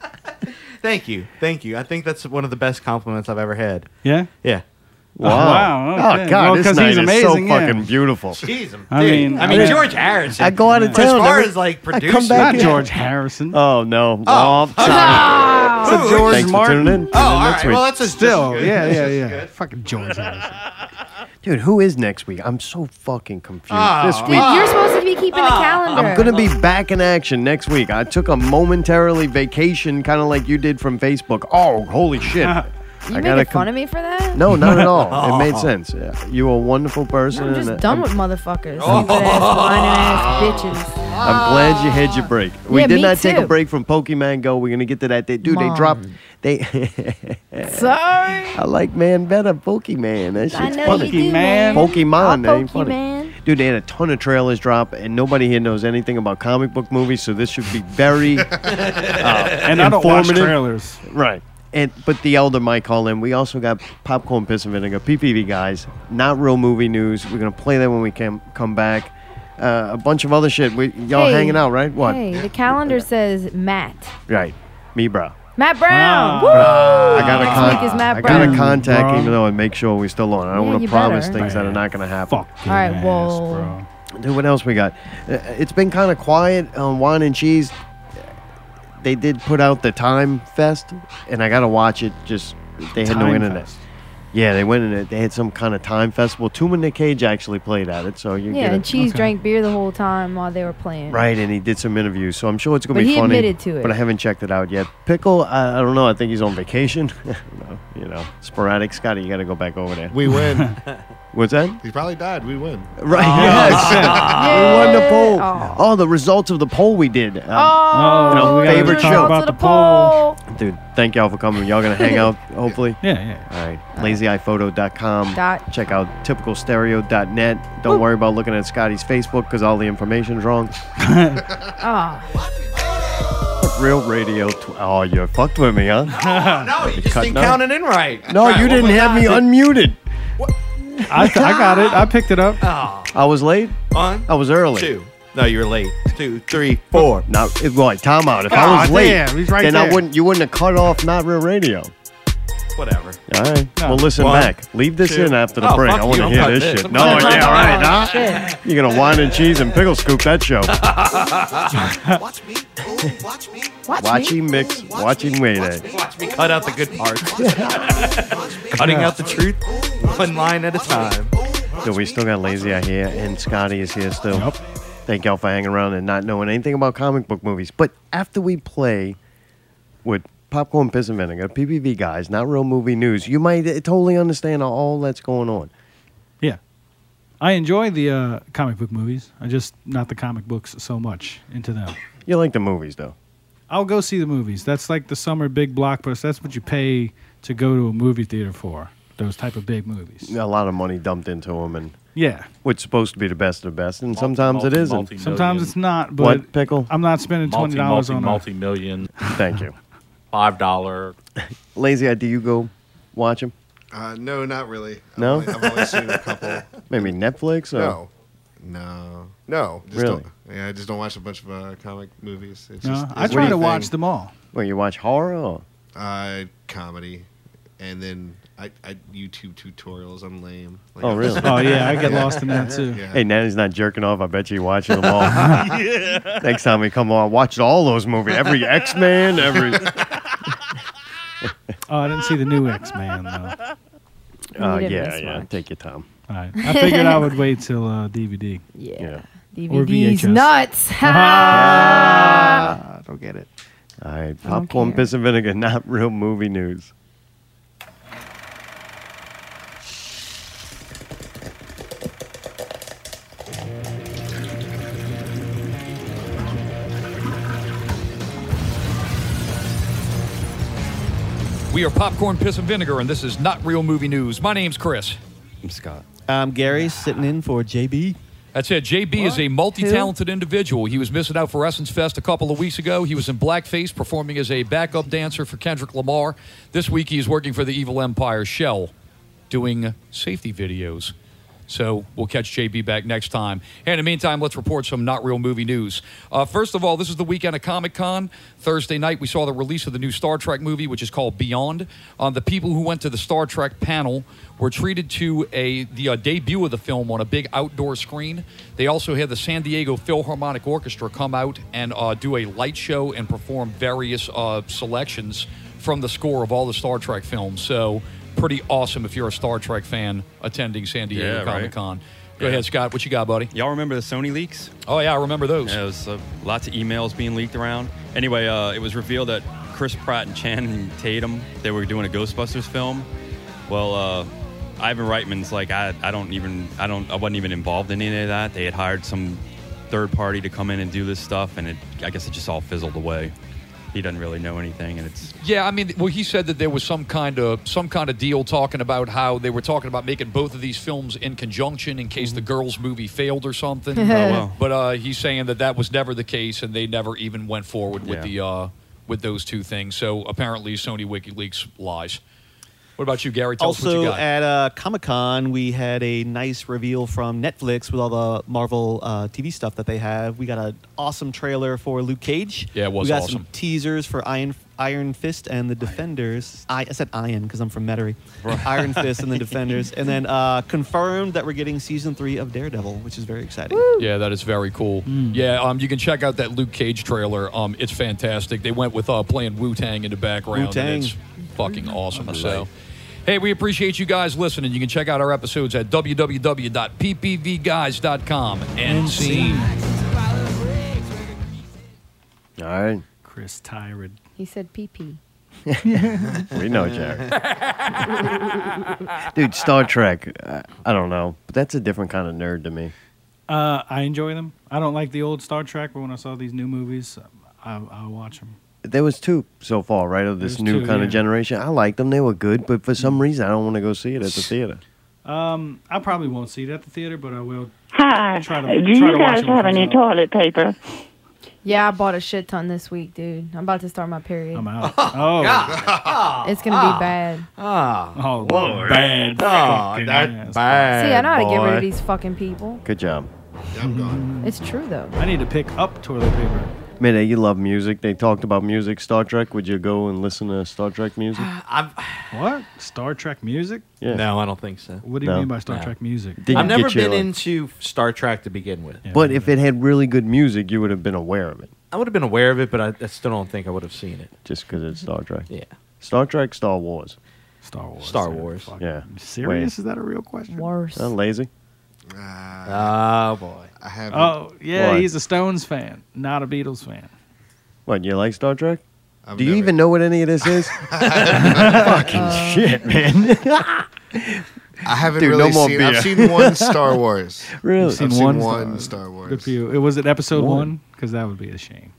Speaker 1: Thank you. Thank you. I think that's one of the best compliments I've ever had.
Speaker 5: Yeah?
Speaker 1: Yeah.
Speaker 2: Wow. Wow, okay. Oh, God, Well, this 'cause night he's is so amazing, yeah. fucking beautiful.
Speaker 1: Jeez, dude.
Speaker 2: I
Speaker 1: I
Speaker 2: mean-
Speaker 1: mean, I mean,
Speaker 2: I-
Speaker 1: George Harrison.
Speaker 2: I go out of town
Speaker 1: As far
Speaker 2: every-
Speaker 1: as like
Speaker 2: I come
Speaker 1: producing,
Speaker 2: back Not
Speaker 5: George Harrison.
Speaker 2: Oh, no. Oh, sorry.
Speaker 5: It's a George
Speaker 2: Thanks
Speaker 5: Martin.
Speaker 2: For tuning in.
Speaker 5: Oh, all
Speaker 2: Next
Speaker 5: right.
Speaker 2: week.
Speaker 5: Well, that's just- Still, that's yeah, just yeah, yeah. good. Fucking George Harrison.
Speaker 2: Dude, who is next week? I'm so fucking confused.
Speaker 1: Ah.
Speaker 2: this
Speaker 3: Dude,
Speaker 2: week.
Speaker 3: you're supposed to be keeping the calendar.
Speaker 2: Ah. I'm going to be back in action next week. I took a momentarily vacation, kind of like you did from Facebook. Oh, holy shit.
Speaker 3: You
Speaker 2: I
Speaker 3: making
Speaker 2: gotta
Speaker 3: fun
Speaker 2: come-
Speaker 3: of me for that?
Speaker 2: No, not at all. It made sense. Yeah. You're a wonderful person.
Speaker 3: I'm
Speaker 2: and,
Speaker 3: just
Speaker 2: uh,
Speaker 3: done
Speaker 2: I'm-
Speaker 3: with motherfuckers.
Speaker 2: Oh.
Speaker 3: Stupid ass, whining ass bitches.
Speaker 2: Ah. I'm glad you had your break. We
Speaker 3: Yeah,
Speaker 2: did
Speaker 3: me
Speaker 2: not take a
Speaker 3: too.
Speaker 2: break from Pokemon Go. We're gonna get to that. They dude, they
Speaker 3: Mom.
Speaker 2: dropped. They.
Speaker 3: Sorry.
Speaker 2: I like man better Pokemon. That shit's
Speaker 3: I know
Speaker 2: funny.
Speaker 3: you do, man.
Speaker 2: Pokemon.
Speaker 3: I'll
Speaker 2: that ain't funny.
Speaker 3: Pokemon.
Speaker 2: Dude, they had a ton of trailers drop, and nobody here knows anything about comic book movies, so this should be very uh,
Speaker 5: and I don't watch
Speaker 2: informative.
Speaker 5: trailers.
Speaker 2: Right. And but the elder might call in. We also got popcorn, piss, and vinegar. PPV guys, not real movie news. We're gonna play that when we can come back. Uh, a bunch of other shit. We, y'all
Speaker 3: Hey.
Speaker 2: hanging out, right? What?
Speaker 3: Hey, the calendar says Matt.
Speaker 2: Right. Me, bro.
Speaker 3: Matt
Speaker 5: Ah.
Speaker 3: Brown. Woo!
Speaker 2: I got
Speaker 3: Next
Speaker 2: a
Speaker 3: week is
Speaker 2: con-
Speaker 3: Matt
Speaker 2: I got
Speaker 3: Brown.
Speaker 2: a contact
Speaker 3: Bro.
Speaker 2: even though and make sure we're still on. I don't
Speaker 3: Yeah,
Speaker 2: want
Speaker 3: you
Speaker 2: to promise
Speaker 3: better.
Speaker 2: things that are not going to happen.
Speaker 3: All right, well,
Speaker 2: Dude, what else we got? Uh, It's been kind of quiet on Wine and Cheese. They did put out the Time Fest, and I got to watch it. Just they had no
Speaker 5: Time
Speaker 2: internet.
Speaker 5: Fest.
Speaker 2: Yeah, they went in it. They had some kind of time festival. Two in the Cage actually played at it, so you
Speaker 3: yeah,
Speaker 2: get
Speaker 3: and
Speaker 2: it.
Speaker 3: Cheese drank beer the whole time while they were playing.
Speaker 2: Right, and he did some interviews, so I'm sure it's gonna
Speaker 3: But
Speaker 2: be
Speaker 3: he
Speaker 2: funny.
Speaker 3: admitted to it.
Speaker 2: But I haven't checked it out yet. Pickle, I, I don't know. I think he's on vacation. I don't know, you know, sporadic. Scotty, you got to go back over there.
Speaker 4: We win.
Speaker 2: What's that?
Speaker 4: He probably died. We win.
Speaker 2: Right.
Speaker 5: Oh.
Speaker 4: Yeah.
Speaker 2: yes. we won the poll. Oh. the results of the poll we did. Um,
Speaker 3: Oh,
Speaker 2: you know,
Speaker 5: we gotta
Speaker 2: favorite
Speaker 5: talk
Speaker 2: show.
Speaker 5: about the poll.
Speaker 2: Dude, thank y'all for coming. Y'all gonna hang out, hopefully.
Speaker 5: Yeah, yeah.
Speaker 2: All right. LazyEyePhoto.com.
Speaker 3: Dot.
Speaker 2: Check out typicalstereo.net. Don't worry about looking at Scotty's Facebook because all the information's wrong.
Speaker 3: Oh.
Speaker 2: Real radio. Tw- oh, you're fucked with me, huh?
Speaker 1: no,
Speaker 2: You
Speaker 1: you just
Speaker 2: cut
Speaker 1: ain't
Speaker 2: now?
Speaker 1: counting in right.
Speaker 2: No,
Speaker 1: Right,
Speaker 2: you
Speaker 1: what
Speaker 2: didn't
Speaker 1: was
Speaker 2: have
Speaker 1: that?
Speaker 2: me unmuted.
Speaker 5: I, I got it. I picked it up.
Speaker 1: Oh.
Speaker 2: I was late.
Speaker 1: One,
Speaker 2: I was early.
Speaker 1: two. No, you were late. Two, three,
Speaker 2: four. No, it, well, time out. If I
Speaker 1: Aw,
Speaker 2: was late,
Speaker 1: Oh, damn, he's right
Speaker 2: then I
Speaker 1: there.
Speaker 2: wouldn't. You wouldn't have cut off not real radio.
Speaker 1: whatever.
Speaker 2: All right.
Speaker 1: No.
Speaker 2: Well, listen
Speaker 1: One,
Speaker 2: back. Leave this
Speaker 1: two-
Speaker 2: in after the
Speaker 1: Oh,
Speaker 2: break.
Speaker 1: fuck
Speaker 2: I want
Speaker 1: you,
Speaker 2: to hear
Speaker 1: don't cut
Speaker 2: this
Speaker 1: this.
Speaker 2: shit. No, yeah, all right. Huh? You're gonna wine and cheese and pickle scoop that show.
Speaker 1: watch me, watch me,
Speaker 2: Watch him mix. Watch him wait. eh?
Speaker 1: Watch me cut out the good parts. Cutting out the truth, one line at a time.
Speaker 2: So we still got Lazy out here, and Scotty is here still. Thank y'all for hanging around and not knowing anything about comic book movies. But after we play with popcorn, piss, and vinegar, PPV guys, not real movie news, you might totally understand all that's going on.
Speaker 5: Yeah. I enjoy the uh, comic book movies. I just not the comic books so much into them.
Speaker 2: You like the movies though.
Speaker 5: I'll go see the movies. That's like the summer big blockbuster. That's what you pay to go to a movie theater for. Those type of big movies.
Speaker 2: A lot of money dumped into them, and
Speaker 5: Yeah.
Speaker 2: what's supposed to be the best of the best, and sometimes it isn't.
Speaker 5: Sometimes it's not, but
Speaker 2: What, pickle?
Speaker 5: I'm not spending twenty
Speaker 10: Multi,
Speaker 5: dollars
Speaker 10: multi,
Speaker 5: on
Speaker 10: multi million.
Speaker 2: Thank you.
Speaker 10: Five dollar.
Speaker 2: Lazy Eye, do you go watch them?
Speaker 4: Uh, no, not really.
Speaker 2: No,
Speaker 4: I've only, I've only seen a couple.
Speaker 2: Maybe Netflix or
Speaker 4: No, no, no. Just
Speaker 2: Really?
Speaker 4: Don't, yeah, I just don't watch a bunch of uh, comic movies. It's
Speaker 5: No,
Speaker 4: just,
Speaker 5: I
Speaker 4: it's
Speaker 5: try
Speaker 4: my
Speaker 5: to
Speaker 4: thing.
Speaker 5: watch them all.
Speaker 2: Well, you watch horror. Oh, Or?
Speaker 4: Uh, comedy, and then I, I YouTube tutorials. I'm lame. Like,
Speaker 2: Oh,
Speaker 4: I'm
Speaker 2: really?
Speaker 4: just- Yeah.
Speaker 2: Hey, Nanny's not jerking off. I bet you watching them all.
Speaker 4: Yeah.
Speaker 2: Next time we come on, watch all those movies. Every X Men, every.
Speaker 5: Oh, I didn't see the new X Man though.
Speaker 2: Uh,
Speaker 5: didn't
Speaker 2: yeah,
Speaker 5: miss
Speaker 2: yeah. Take your time.
Speaker 5: All right. I figured I would wait till uh, DVD.
Speaker 3: Yeah.
Speaker 5: Or
Speaker 3: DVD's
Speaker 5: VHS.
Speaker 3: nuts.
Speaker 2: Ah,
Speaker 5: I don't get it.
Speaker 2: All right,
Speaker 5: I don't
Speaker 2: popcorn,
Speaker 5: care.
Speaker 2: piss, and vinegar. Not real movie news.
Speaker 17: We are Popcorn, Piss, and Vinegar, and this is not real movie news. My name's Chris.
Speaker 18: I'm Scott. I'm Gary, sitting in for JB.
Speaker 17: That's it. JB is a multi-talented individual. He was missing out for Essence Fest a couple of weeks ago. He was in blackface performing as a backup dancer for Kendrick Lamar. This week he is working for the Evil Empire Shell doing safety videos. So we'll catch JB back next time. And in the meantime, let's report some not real movie news. Uh, first of all, this is the weekend of Comic Con. Thursday night, we saw the release of the new Star Trek movie, which is called Beyond. Uh, the people who went to the Star Trek panel were treated to a the uh, debut of the film on a big outdoor screen. They also had the San Diego Philharmonic Orchestra come out and uh, do a light show and perform various uh, selections from the score of all the Star Trek films. So pretty awesome if you're a Star Trek fan attending San Diego
Speaker 10: Yeah, right.
Speaker 17: Comic Con. Go
Speaker 10: Yeah.
Speaker 17: ahead, Scott. What you got, buddy?
Speaker 18: Y'all remember the Sony leaks?
Speaker 17: Oh yeah, I remember those.
Speaker 18: Yeah, it was uh, lots of emails being leaked around. Anyway, uh, it was revealed that Chris Pratt and Channing Tatum they were doing a Ghostbusters film. Well, uh, Ivan Reitman's like I, I don't even I don't I wasn't even involved in any of that. They had hired some third party to come in and do this stuff, and it I guess it just all fizzled away. he doesn't really know anything, and it's
Speaker 17: Yeah, I mean, well, he said that there was some kind of some kind of deal talking about how they were talking about making both of these films in conjunction in
Speaker 18: Mm-hmm.
Speaker 17: case the girls' movie failed or something.
Speaker 18: Oh, wow.
Speaker 17: But uh, he's saying that that was never the case, and they never even went forward with
Speaker 18: Yeah.
Speaker 17: the uh, with those two things. So apparently, Sony WikiLeaks lies. What about you, Gary? Tell us what
Speaker 19: also,
Speaker 17: you got.
Speaker 19: at uh, Comic Con, we had a nice reveal from Netflix with all the Marvel uh, TV stuff that they have. We got an awesome trailer for Luke Cage.
Speaker 17: Yeah, it was
Speaker 19: We got
Speaker 17: awesome.
Speaker 19: some teasers for Iron Iron Fist and the Defenders. I, I said Iron because I'm from Metairie. Iron Fist and the Defenders, and then uh, confirmed that we're getting season three of Daredevil, which is very exciting.
Speaker 17: Yeah, that is very cool. Yeah, um, you can check out that Luke Cage trailer. Um, it's fantastic. They went with uh, playing Wu Tang in the background.
Speaker 19: Wu-Tang.
Speaker 17: And it's fucking awesome. So, hey, we appreciate you guys listening. You can check out our episodes at www.ppvguys.com. And scene.
Speaker 2: All right.
Speaker 5: Chris Tyrod.
Speaker 3: He said pee pee.
Speaker 2: We know, Jared. Dude, Star Trek, I, I don't know. But that's a different kind of nerd to me.
Speaker 5: Uh, I enjoy them. I don't like the old Star Trek, but when I saw these new movies, I, I watch them.
Speaker 2: There was two so far, right, of this
Speaker 5: There's
Speaker 2: new
Speaker 5: two,
Speaker 2: kind
Speaker 5: yeah.
Speaker 2: of generation. I liked them. They were good. But for some reason, I don't want to go see it at the theater.
Speaker 5: Um, I probably won't see it at the theater, but I will.
Speaker 13: Hi.
Speaker 5: Try to-
Speaker 13: Do
Speaker 5: try
Speaker 13: you
Speaker 5: to watch
Speaker 13: guys
Speaker 5: it when
Speaker 13: have
Speaker 5: it comes
Speaker 13: any
Speaker 5: out.
Speaker 13: toilet paper?
Speaker 3: Yeah, I bought a shit ton this week, dude. I'm about to start my period. I'm
Speaker 5: out. Oh,
Speaker 3: It's gonna
Speaker 5: Ah.
Speaker 3: be bad.
Speaker 1: Ah.
Speaker 5: Oh,
Speaker 1: Lord.
Speaker 5: bad.
Speaker 1: Oh,
Speaker 5: fucking
Speaker 1: that
Speaker 5: ass.
Speaker 1: bad.
Speaker 3: See, I know how to get rid
Speaker 5: boy.
Speaker 3: of these fucking people.
Speaker 2: Good job.
Speaker 3: It's true though.
Speaker 5: I need to pick up toilet paper.
Speaker 2: Mayday, you love music. They talked about music, Star Trek. Would you go and listen to Star Trek music?
Speaker 3: Uh,
Speaker 1: I'm,
Speaker 5: what? Star Trek music?
Speaker 2: Yeah.
Speaker 1: No, I don't think so.
Speaker 5: What do you
Speaker 2: No.
Speaker 5: mean by Star
Speaker 1: No.
Speaker 5: Trek music?
Speaker 2: Didn't
Speaker 1: I've never
Speaker 2: get you,
Speaker 1: been
Speaker 2: like-
Speaker 1: into Star Trek to begin with.
Speaker 2: But if it had really good music, you would have been aware of it
Speaker 1: I would have been aware of it, but I, I still don't think I would have seen it.
Speaker 2: just because it's Star Trek.
Speaker 1: Yeah.
Speaker 2: Star Trek, Star Wars.
Speaker 5: Star Wars.
Speaker 1: Star Wars.
Speaker 2: Yeah.
Speaker 5: Serious? Is that a real question?
Speaker 3: Worse.
Speaker 2: Wait. Uh, lazy.
Speaker 1: Oh boy.
Speaker 4: I have.
Speaker 5: Oh, yeah,
Speaker 2: What?
Speaker 5: he's a Stones fan, not a Beatles fan.
Speaker 2: What, you like Star Trek? Do you even know what any of this is? Fucking shit, man.
Speaker 4: I haven't
Speaker 2: Dude, no
Speaker 4: really
Speaker 2: more
Speaker 4: seen.
Speaker 2: beer.
Speaker 4: I've seen one Star Wars.
Speaker 2: Really?
Speaker 4: I've
Speaker 2: You've
Speaker 4: seen,
Speaker 2: seen
Speaker 4: one,
Speaker 2: one
Speaker 4: Star, Wars.
Speaker 5: Good for you. It was it episode
Speaker 2: One.
Speaker 5: one because that would be a shame.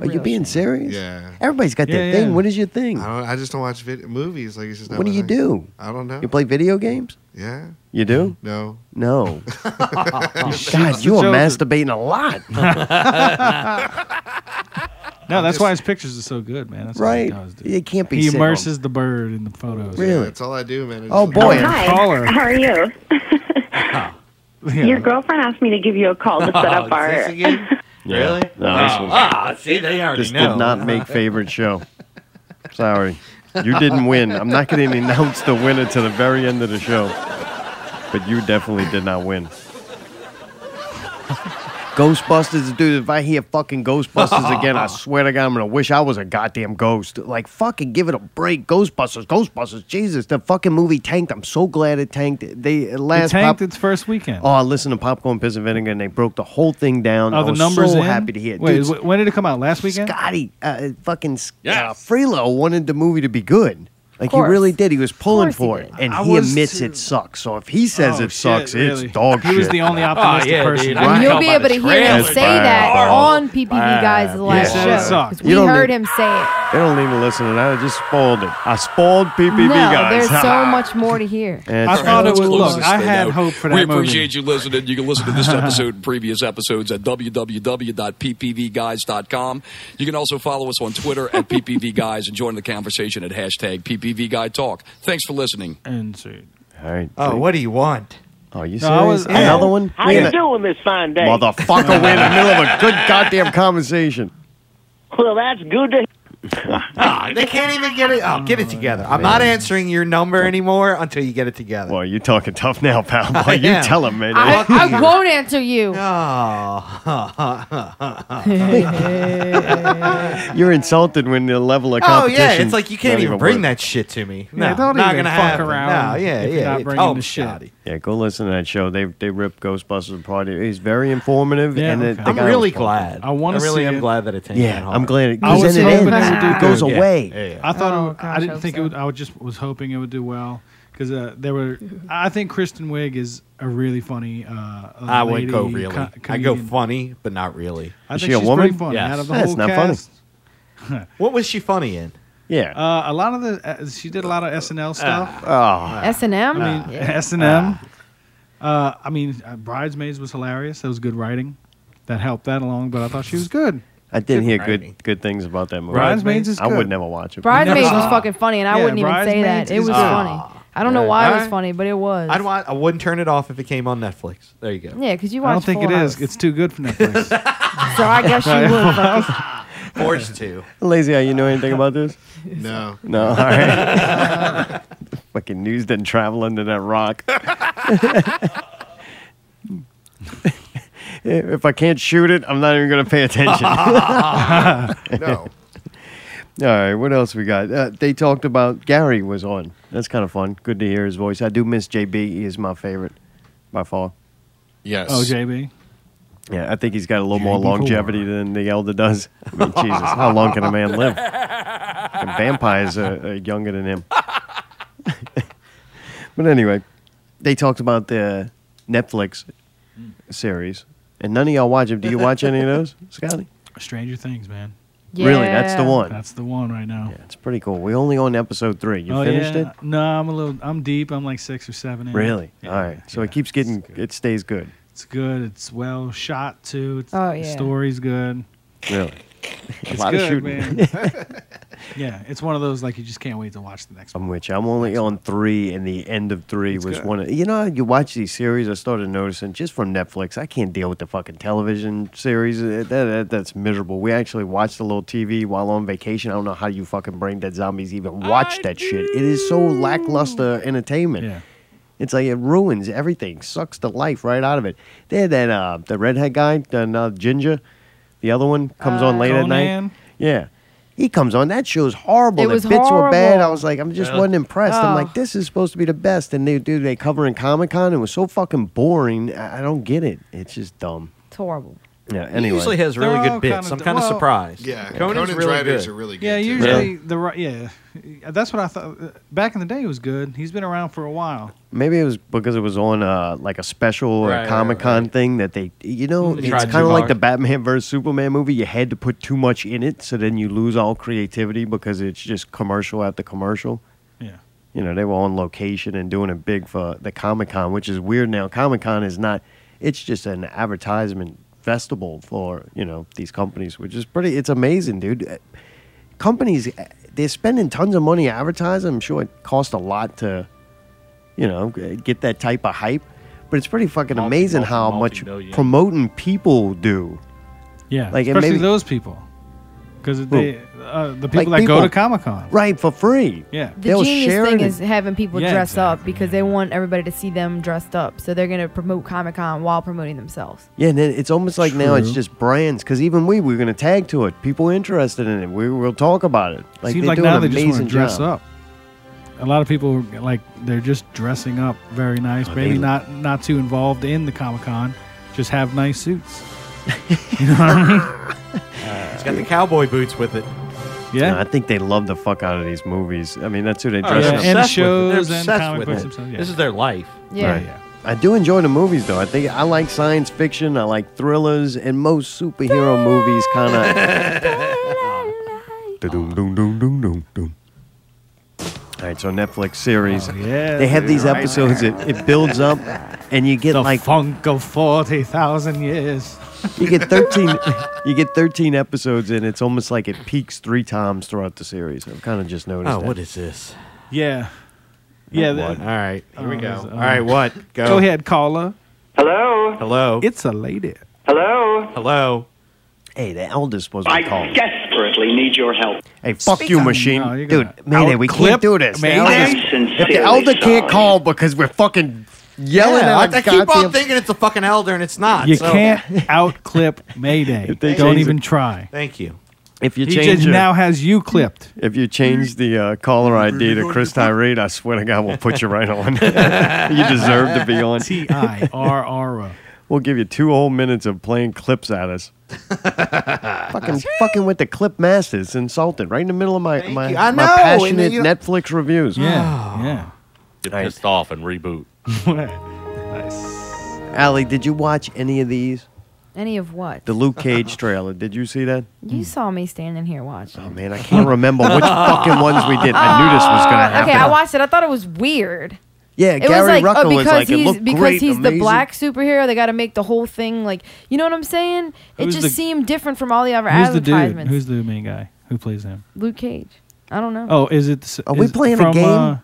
Speaker 2: Are you being serious?
Speaker 4: Yeah.
Speaker 2: Everybody's got their
Speaker 5: Yeah,
Speaker 2: thing.
Speaker 5: yeah.
Speaker 2: What is your thing?
Speaker 4: I don't. I just don't watch vid- movies. Like it's just. Not
Speaker 2: What do
Speaker 4: my
Speaker 2: you
Speaker 4: thing.
Speaker 2: do?
Speaker 4: I don't know.
Speaker 2: You play video games?
Speaker 4: Yeah.
Speaker 2: You do?
Speaker 4: No.
Speaker 2: No. Oh, God,
Speaker 5: shoots
Speaker 2: you
Speaker 5: the
Speaker 2: are
Speaker 5: children.
Speaker 2: masturbating a lot.
Speaker 5: No, that's why his pictures are so good, man. That's
Speaker 2: Right.
Speaker 5: What he does, dude.
Speaker 2: It can't be
Speaker 5: He
Speaker 2: sick.
Speaker 5: immerses the bird in the photos.
Speaker 2: Really?
Speaker 4: That's all I do, man. I
Speaker 2: Oh,
Speaker 4: just-
Speaker 2: boy.
Speaker 13: Hi.
Speaker 5: Caller.
Speaker 13: How are you? Your girlfriend asked me to give you a call to set up
Speaker 1: Oh,
Speaker 13: our.
Speaker 1: is this again?
Speaker 2: Yeah.
Speaker 1: Really?
Speaker 2: No, this was-
Speaker 1: Ah, see, they already
Speaker 2: this
Speaker 1: know.
Speaker 2: did not make favorite show. Sorry. You didn't win. I'm not going to announce the winner to the very end of the show. But you definitely did not win. Ghostbusters, dude, if I hear fucking Ghostbusters again, I swear to God, I'm going to wish I was a goddamn ghost. Like, fucking give it a break. Ghostbusters, Ghostbusters. Jesus, the fucking movie tanked. I'm so glad it tanked. They
Speaker 5: It
Speaker 2: last
Speaker 5: tanked
Speaker 2: pop-
Speaker 5: its first weekend.
Speaker 2: Oh, I listened to Popcorn Piss and Vinegar, and they broke the whole thing down. I
Speaker 5: oh, the
Speaker 2: was
Speaker 5: numbers
Speaker 2: so
Speaker 5: in?
Speaker 2: happy to hear. it.
Speaker 5: Wait,
Speaker 2: Dude,
Speaker 5: wh- when did it come out? Last weekend?
Speaker 2: Scotty, uh, fucking uh, Freelo wanted the movie to be good. Like he really did. He was pulling for it, and
Speaker 5: I
Speaker 2: he
Speaker 5: was
Speaker 2: admits it sucks. So if he says
Speaker 5: Oh,
Speaker 2: it sucks,
Speaker 5: shit, really?
Speaker 2: it's dog shit.
Speaker 5: He was the only optimistic person.
Speaker 2: dude.
Speaker 5: I
Speaker 3: And
Speaker 5: Right.
Speaker 3: you'll be
Speaker 5: By
Speaker 3: able
Speaker 5: the
Speaker 3: to hear him
Speaker 2: trailer.
Speaker 3: say that
Speaker 2: Bad.
Speaker 3: on PPV Guys the
Speaker 2: Yeah.
Speaker 3: last
Speaker 2: Yeah.
Speaker 3: show.
Speaker 2: Sucked.
Speaker 3: 'cause
Speaker 2: You
Speaker 3: We
Speaker 2: don't
Speaker 3: heard
Speaker 2: need-
Speaker 3: him say it.
Speaker 2: They don't even listen to that. I just spoiled it. I spoiled PPB
Speaker 3: no,
Speaker 2: guys.
Speaker 3: there's so much more to hear.
Speaker 2: And
Speaker 5: I
Speaker 2: it's-
Speaker 5: thought it was.
Speaker 17: Close
Speaker 5: Look,
Speaker 17: this
Speaker 5: I
Speaker 17: thing
Speaker 5: had
Speaker 17: out.
Speaker 5: hope for that
Speaker 17: We
Speaker 5: movie.
Speaker 17: appreciate you listening. You can listen to this episode and previous episodes at www.ppvguys.com. You can also follow us on Twitter at ppvguys and join the conversation at hashtag ppvguytalk. Thanks for listening.
Speaker 5: And see.
Speaker 2: All right.
Speaker 1: Oh, what do you want?
Speaker 2: Oh, you
Speaker 1: No,
Speaker 2: serious?
Speaker 1: I was-
Speaker 2: Another one?
Speaker 1: How
Speaker 2: We're
Speaker 1: you
Speaker 2: gonna-
Speaker 20: doing this fine day?
Speaker 2: Motherfucker, we're in the middle of a good goddamn conversation.
Speaker 20: Well, that's good to.
Speaker 1: Ah, they can't even get it. Oh, get it together. I'm not answering your number anymore until you get it together.
Speaker 2: Well, you're talking tough now, pal. Boy,
Speaker 1: I
Speaker 2: you
Speaker 1: am.
Speaker 2: tell him, man.
Speaker 1: I-
Speaker 3: I won't answer you.
Speaker 2: You're insulted when the level of
Speaker 1: Oh
Speaker 2: competition.
Speaker 1: yeah, it's like you can't
Speaker 2: not
Speaker 1: even bring
Speaker 2: worth it.
Speaker 1: that shit to me. No,
Speaker 5: Yeah, don't
Speaker 1: not
Speaker 5: even
Speaker 1: gonna
Speaker 5: fuck
Speaker 1: happen.
Speaker 5: around
Speaker 1: No, yeah,
Speaker 5: if
Speaker 1: yeah.
Speaker 5: you're not
Speaker 1: yeah.
Speaker 5: bringing
Speaker 1: oh,
Speaker 5: the shit.
Speaker 1: God.
Speaker 2: Yeah, go listen to that show. They they rip Ghostbusters apart. It's very informative.
Speaker 5: Yeah,
Speaker 2: and the-
Speaker 5: okay.
Speaker 2: the
Speaker 5: I'm
Speaker 2: guy
Speaker 5: really
Speaker 2: was fun.
Speaker 1: glad.
Speaker 5: I want to
Speaker 1: I really
Speaker 5: see
Speaker 1: am
Speaker 5: it.
Speaker 1: glad that it tanked
Speaker 2: Yeah,
Speaker 1: that
Speaker 2: I'm
Speaker 1: hard.
Speaker 2: glad it.
Speaker 5: I
Speaker 2: Cause
Speaker 5: was
Speaker 2: then it
Speaker 5: hoping
Speaker 2: ends.
Speaker 5: it would do
Speaker 2: It goes
Speaker 5: good.
Speaker 2: away.
Speaker 5: I thought
Speaker 2: Oh,
Speaker 5: it would, I didn't think it would. I would just was hoping it would do well because uh, there were. I think Kristen Wiig is a really funny. Uh, uh,
Speaker 1: I would go
Speaker 5: lady
Speaker 1: really.
Speaker 5: co-
Speaker 1: I go
Speaker 5: comedian.
Speaker 1: funny, but not really.
Speaker 5: I think she's pretty funny.
Speaker 1: Yes.
Speaker 5: Out of the
Speaker 1: That's
Speaker 5: whole
Speaker 1: not
Speaker 5: cast,
Speaker 1: what was she funny in?
Speaker 2: Yeah.
Speaker 5: Uh, a lot of the uh, she did a lot of
Speaker 1: Ah.
Speaker 5: SNL stuff.
Speaker 2: Oh.
Speaker 3: S&M?
Speaker 5: I mean,
Speaker 3: Yeah.
Speaker 5: S&M. Uh, I mean, uh, Bridesmaids was hilarious. That was good writing. That helped that along, but I thought she was good.
Speaker 2: I did hear
Speaker 5: writing.
Speaker 2: good good things about that movie.
Speaker 5: Bridesmaids is
Speaker 2: I would
Speaker 5: good.
Speaker 2: never watch it.
Speaker 3: Bridesmaids
Speaker 5: Never-
Speaker 3: was fucking funny, and I
Speaker 5: Yeah,
Speaker 3: wouldn't even say that.
Speaker 5: Bridesmaids
Speaker 3: It
Speaker 5: is
Speaker 3: was
Speaker 5: good.
Speaker 2: Oh.
Speaker 3: funny. I don't know
Speaker 1: Right.
Speaker 3: why it
Speaker 1: Alright.
Speaker 3: was funny, but it was.
Speaker 1: I'd want, I wouldn't turn it off if it came on Netflix. There you go.
Speaker 3: yeah, because you
Speaker 5: I
Speaker 3: watched.
Speaker 5: don't think
Speaker 3: Full
Speaker 5: it
Speaker 3: House.
Speaker 5: is. It's too good for Netflix.
Speaker 3: So I guess you would. fucking-
Speaker 1: Forced to.
Speaker 2: Lazy, Eye, you know anything about this?
Speaker 4: No.
Speaker 2: No. All right. Fucking news didn't travel under that rock. if I can't shoot it, I'm not even going to pay attention.
Speaker 4: No.
Speaker 2: All right, what else we got? Uh, they talked about Gary was on. That's kind of fun. Good to hear his voice. I do miss JB. He is my favorite by far.
Speaker 4: Yes.
Speaker 5: Oh, JB.
Speaker 2: Yeah, I think he's got a little more
Speaker 5: JB for
Speaker 2: longevity than the elder does. I mean, Jesus, how long can a man live? The vampires are, are younger than him. but anyway, they talked about the Netflix series, and none of y'all watch them. Do you watch any of those, Scotty?
Speaker 5: Stranger Things, man.
Speaker 2: Really, that's the one.
Speaker 5: That's the one right now.
Speaker 2: It's pretty cool. We're only on episode three. You
Speaker 5: Oh,
Speaker 2: finished
Speaker 5: yeah.
Speaker 2: it?
Speaker 5: No, I'm a little. I'm deep. I'm like six or seven. In.
Speaker 2: Really? All right. So it keeps getting, it stays good.
Speaker 5: It's good. It's well shot too. It's,
Speaker 3: Oh,
Speaker 5: The
Speaker 3: yeah.
Speaker 5: story's good.
Speaker 2: Really?
Speaker 5: It's
Speaker 2: a lot
Speaker 5: good,
Speaker 2: of shooting.
Speaker 5: man. yeah, it's one of those like you just can't wait to watch the next.
Speaker 2: I'm which I'm only on three, and the end of three was
Speaker 5: good.
Speaker 2: one. Of, you know, you watch these series. I started noticing just from Netflix. I can't deal with the fucking television series. Uh, That, that that's miserable. We actually watched a little TV while on vacation. I don't know how you fucking brain dead zombies even watch that shit. It is so lackluster entertainment. It's like it ruins everything. Sucks the life right out of it. They had that uh, the redhead guy, the uh, ginger, the other one comes on late at
Speaker 5: Uh, Conan?
Speaker 2: night. Yeah. He comes on. That show's horrible.
Speaker 5: It
Speaker 2: the
Speaker 5: was
Speaker 2: bits were bad. I
Speaker 5: horrible.
Speaker 2: was like, I'm just
Speaker 5: Yeah.
Speaker 2: wasn't impressed. I'm like,
Speaker 5: Oh.
Speaker 2: this is supposed to be the best. And they do they cover in Comic Con. It was so fucking boring. I I don't get it. It's just dumb.
Speaker 3: It's horrible.
Speaker 2: Yeah. Anyway,
Speaker 1: usually has really They're good all bits. kinda I'm kinda dumb. surprised.
Speaker 4: Yeah,
Speaker 1: Conan's
Speaker 4: Conan's
Speaker 1: really
Speaker 4: writers
Speaker 1: good.
Speaker 4: are really good.
Speaker 5: Yeah,
Speaker 4: too.
Speaker 5: usually the right. Yeah, that's what I thought. uh, Back in the day, it was good. He's been around for a while.
Speaker 2: Maybe it was because it was on uh, like a special or
Speaker 5: Right,
Speaker 2: a
Speaker 5: right,
Speaker 2: Comic Con thing that they, you know,
Speaker 5: They
Speaker 2: it's
Speaker 5: tried
Speaker 2: kind
Speaker 5: too
Speaker 2: of like
Speaker 5: hard.
Speaker 2: the Batman versus Superman movie. You had to put too much in it, so then you lose all creativity because it's just commercial after commercial.
Speaker 5: Yeah.
Speaker 2: You know, they were on location and doing it big for the Comic Con, which is weird now. Comic Con is not, it's just an advertisement festival for, you know, these companies, which is pretty, it's amazing, dude. Uh, Companies, uh, they're spending tons of money advertising. I'm sure it costs a lot to, you know, g- get that type of hype. But it's pretty fucking amazing how much
Speaker 5: multi-million.
Speaker 2: promoting people do.
Speaker 5: Yeah,
Speaker 2: Like, and
Speaker 5: especially
Speaker 2: maybe-
Speaker 5: those people, because they uh, the people that
Speaker 2: Like
Speaker 5: go
Speaker 2: people-
Speaker 5: to Comic Con.
Speaker 2: Right, for free.
Speaker 5: Yeah,
Speaker 3: The genius thing is having people
Speaker 5: Yeah,
Speaker 3: dress up because they want everybody to see them dressed up. So they're gonna promote Comic Con while promoting themselves.
Speaker 2: Yeah, and then it's almost like now it's
Speaker 5: True.
Speaker 2: just brands because even we we are going to tag to it. People interested in it, we will talk about it. Like
Speaker 5: Seems
Speaker 2: they
Speaker 5: like
Speaker 2: do
Speaker 5: now
Speaker 2: an
Speaker 5: they just want
Speaker 2: amazing
Speaker 5: to dress
Speaker 2: job.
Speaker 5: up. A lot of people like they're just dressing up very nice.
Speaker 2: Oh,
Speaker 5: Maybe
Speaker 2: they-
Speaker 5: not not too involved in the Comic Con. Just have nice suits. you know what I mean?
Speaker 1: It's got the cowboy boots with it.
Speaker 5: Yeah.
Speaker 2: I think they love the fuck out of these movies. I mean, that's who they
Speaker 1: Oh,
Speaker 2: dress
Speaker 1: yeah,
Speaker 2: up.
Speaker 1: and
Speaker 2: for.
Speaker 1: shows They're and obsessed comic with books it. themselves, yeah. This is their life. Yeah.
Speaker 2: Right.
Speaker 1: Yeah.
Speaker 2: I do enjoy the movies though. I think I like science fiction. I like thrillers, and most superhero movies kind of. All right, so Netflix series.
Speaker 5: Oh, yeah,
Speaker 2: they have these
Speaker 5: right
Speaker 2: episodes.
Speaker 5: there.
Speaker 2: It, it builds up, and you get
Speaker 5: the
Speaker 2: like
Speaker 5: funk of forty thousand years.
Speaker 2: you get 13 you get 13 episodes and it's almost like it peaks three times throughout the series i've kind of just noticed
Speaker 1: Oh,
Speaker 2: that.
Speaker 1: what is this
Speaker 5: Yeah. Yeah.
Speaker 1: What? All right, here we
Speaker 5: Oh,
Speaker 1: go.
Speaker 5: is-
Speaker 1: All right, what? Go.
Speaker 5: Go ahead, caller.
Speaker 20: Hello.
Speaker 1: Hello.
Speaker 5: It's a lady.
Speaker 20: Hello.
Speaker 1: Hello.
Speaker 2: Hey, the elder's supposed to
Speaker 20: I
Speaker 2: be calling.
Speaker 20: desperately need your help.
Speaker 2: Hey, fuck you, machine. Dude, Mayday, we
Speaker 20: Outclip
Speaker 2: can't do this. The
Speaker 20: Mayday?
Speaker 2: elders-
Speaker 20: I'm
Speaker 2: if the
Speaker 20: sincerely
Speaker 2: elder can't
Speaker 20: sorry.
Speaker 2: call because we're fucking yelling
Speaker 1: Yeah, I,
Speaker 2: at a
Speaker 1: I keep
Speaker 2: goddamn-
Speaker 1: on thinking it's a fucking elder and it's not.
Speaker 5: You
Speaker 1: so-
Speaker 5: can't outclip Mayday.
Speaker 2: they
Speaker 5: Don't
Speaker 2: change
Speaker 5: even
Speaker 2: it-
Speaker 5: try.
Speaker 1: Thank you.
Speaker 2: If you
Speaker 5: He
Speaker 2: change
Speaker 5: just
Speaker 2: your-
Speaker 5: now has you clipped.
Speaker 2: If you change the uh, caller ID to Chris Tyree, I swear to God, we'll put you right on. you deserve to be on.
Speaker 5: T I R R O.
Speaker 2: We'll give you two whole minutes of playing clips at us. fucking, fucking with the clip masters, It's insulted right in the middle of my my,
Speaker 1: you. I
Speaker 2: my
Speaker 1: know, and
Speaker 2: passionate
Speaker 1: then you- Oh.
Speaker 2: Netflix reviews. Oh.
Speaker 5: yeah.
Speaker 10: Get pissed off and reboot.
Speaker 5: nice.
Speaker 2: Allie, did you watch any of these?
Speaker 3: Any of what?
Speaker 2: The Luke Cage trailer. Did you see that?
Speaker 3: You saw me standing here watching.
Speaker 2: Oh man, I can't remember which fucking ones we did. I knew this was gonna happen.
Speaker 3: Ah, Okay, I watched it. I thought it was weird.
Speaker 2: Yeah,
Speaker 3: it was
Speaker 2: Gary
Speaker 3: like,
Speaker 2: Rucka
Speaker 3: oh,
Speaker 2: was
Speaker 3: because
Speaker 2: like, it
Speaker 3: he's
Speaker 2: looked
Speaker 3: because
Speaker 2: great,
Speaker 3: he's the
Speaker 2: amazing.
Speaker 3: black superhero. They got to make the whole thing like you know what I'm saying. It
Speaker 5: Who's
Speaker 3: just
Speaker 5: the-
Speaker 3: seemed different from all the other
Speaker 5: Who's the dude?
Speaker 3: advertisements.
Speaker 5: Who's the main guy who plays him?
Speaker 3: Luke Cage. I don't know.
Speaker 5: Oh, is it?
Speaker 2: Are we
Speaker 5: is it
Speaker 2: playing a
Speaker 5: from,
Speaker 2: game?
Speaker 5: Uh,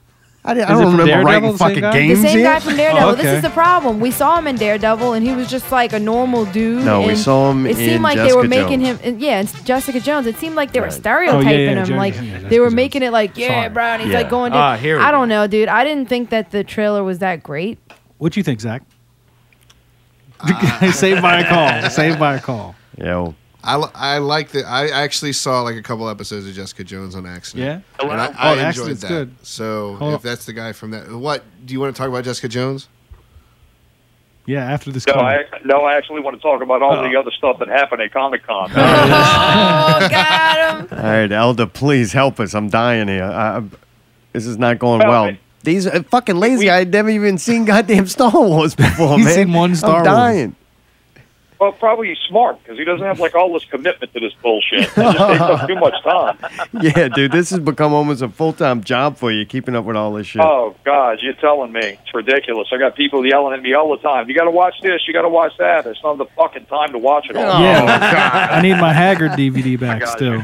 Speaker 2: I di- I
Speaker 5: is
Speaker 2: don't
Speaker 5: it from
Speaker 2: remember
Speaker 5: Daredevil,
Speaker 2: writing
Speaker 5: the same
Speaker 2: fucking
Speaker 5: guy?
Speaker 2: games
Speaker 3: the same guy from Daredevil.
Speaker 5: Oh,
Speaker 3: This
Speaker 5: okay.
Speaker 3: is the problem. We saw him in Daredevil, and he was just like a normal dude.
Speaker 2: No, we
Speaker 3: and
Speaker 2: saw him
Speaker 3: It seemed
Speaker 2: in
Speaker 3: like they
Speaker 2: Jessica
Speaker 3: were making
Speaker 2: Jones.
Speaker 3: him. Yeah, it's Jessica Jones. It seemed like they were
Speaker 2: Oh,
Speaker 3: stereotyping
Speaker 2: yeah, yeah,
Speaker 3: him.
Speaker 2: Jessica-
Speaker 3: like
Speaker 2: yeah, Jessica
Speaker 3: they were making it like, yeah, bro, and he's
Speaker 5: Yeah.
Speaker 3: like going.
Speaker 5: Ah,
Speaker 3: to
Speaker 5: here we
Speaker 3: I
Speaker 5: go.
Speaker 3: don't know, dude. I didn't think that the trailer was that great.
Speaker 5: What you think, Zach? saved by a call. Saved by a call.
Speaker 2: Yeah.
Speaker 4: I, li- I like the. I actually saw like a couple episodes of Jessica Jones on accident.
Speaker 5: Yeah?
Speaker 4: and I,
Speaker 5: Oh,
Speaker 4: I enjoyed
Speaker 5: Accident's
Speaker 4: that.
Speaker 5: good.
Speaker 4: So
Speaker 5: Hold
Speaker 4: if that's the guy from that, what do you want to talk about Jessica Jones?
Speaker 5: Yeah, after this
Speaker 21: No,
Speaker 5: call.
Speaker 21: I, no, I actually want to talk about all
Speaker 2: Oh.
Speaker 21: the other stuff that happened at Comic Con.
Speaker 2: All right, Elder, please help us. I'm dying here. I, I, this is not going
Speaker 21: Well,
Speaker 2: well. These are fucking lazy. I had never even seen goddamn Star Wars before,
Speaker 5: He's
Speaker 2: man.
Speaker 5: seen one Star
Speaker 2: I'm
Speaker 5: Wars.
Speaker 2: dying.
Speaker 21: Well, probably he's smart because he doesn't have like all this commitment to this bullshit. It just takes up too much time.
Speaker 2: Yeah, dude, this has become almost a full time job for you, keeping up with all this shit.
Speaker 21: Oh God, you're telling me it's ridiculous. I got people yelling at me all the time. You got to watch this. You got to watch that. It's not the fucking time to watch it
Speaker 2: Oh,
Speaker 21: all.
Speaker 5: yeah, I need my Haggard DVD back
Speaker 21: got
Speaker 5: still.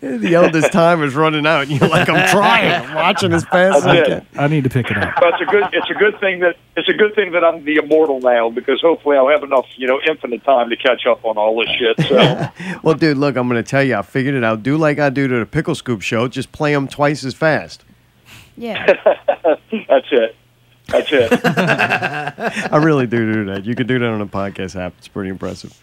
Speaker 2: the Elder's time is running out. You're like, I'm trying. I'm watching as fast as I
Speaker 21: That's it.
Speaker 2: can.
Speaker 5: I need to pick it up.
Speaker 21: But it's a good it's a good thing that it's a good thing that I'm the immortal now because hopefully I'll have enough you know infinite time to catch up on all this shit. So
Speaker 2: Well, dude, look, I'm going to tell you, I figured it out. Do like I do to the Pickle Scoop show, just play them twice as fast.
Speaker 3: Yeah.
Speaker 21: that's it. That's it.
Speaker 2: I really do do that. You can do that on a podcast app. It's pretty impressive.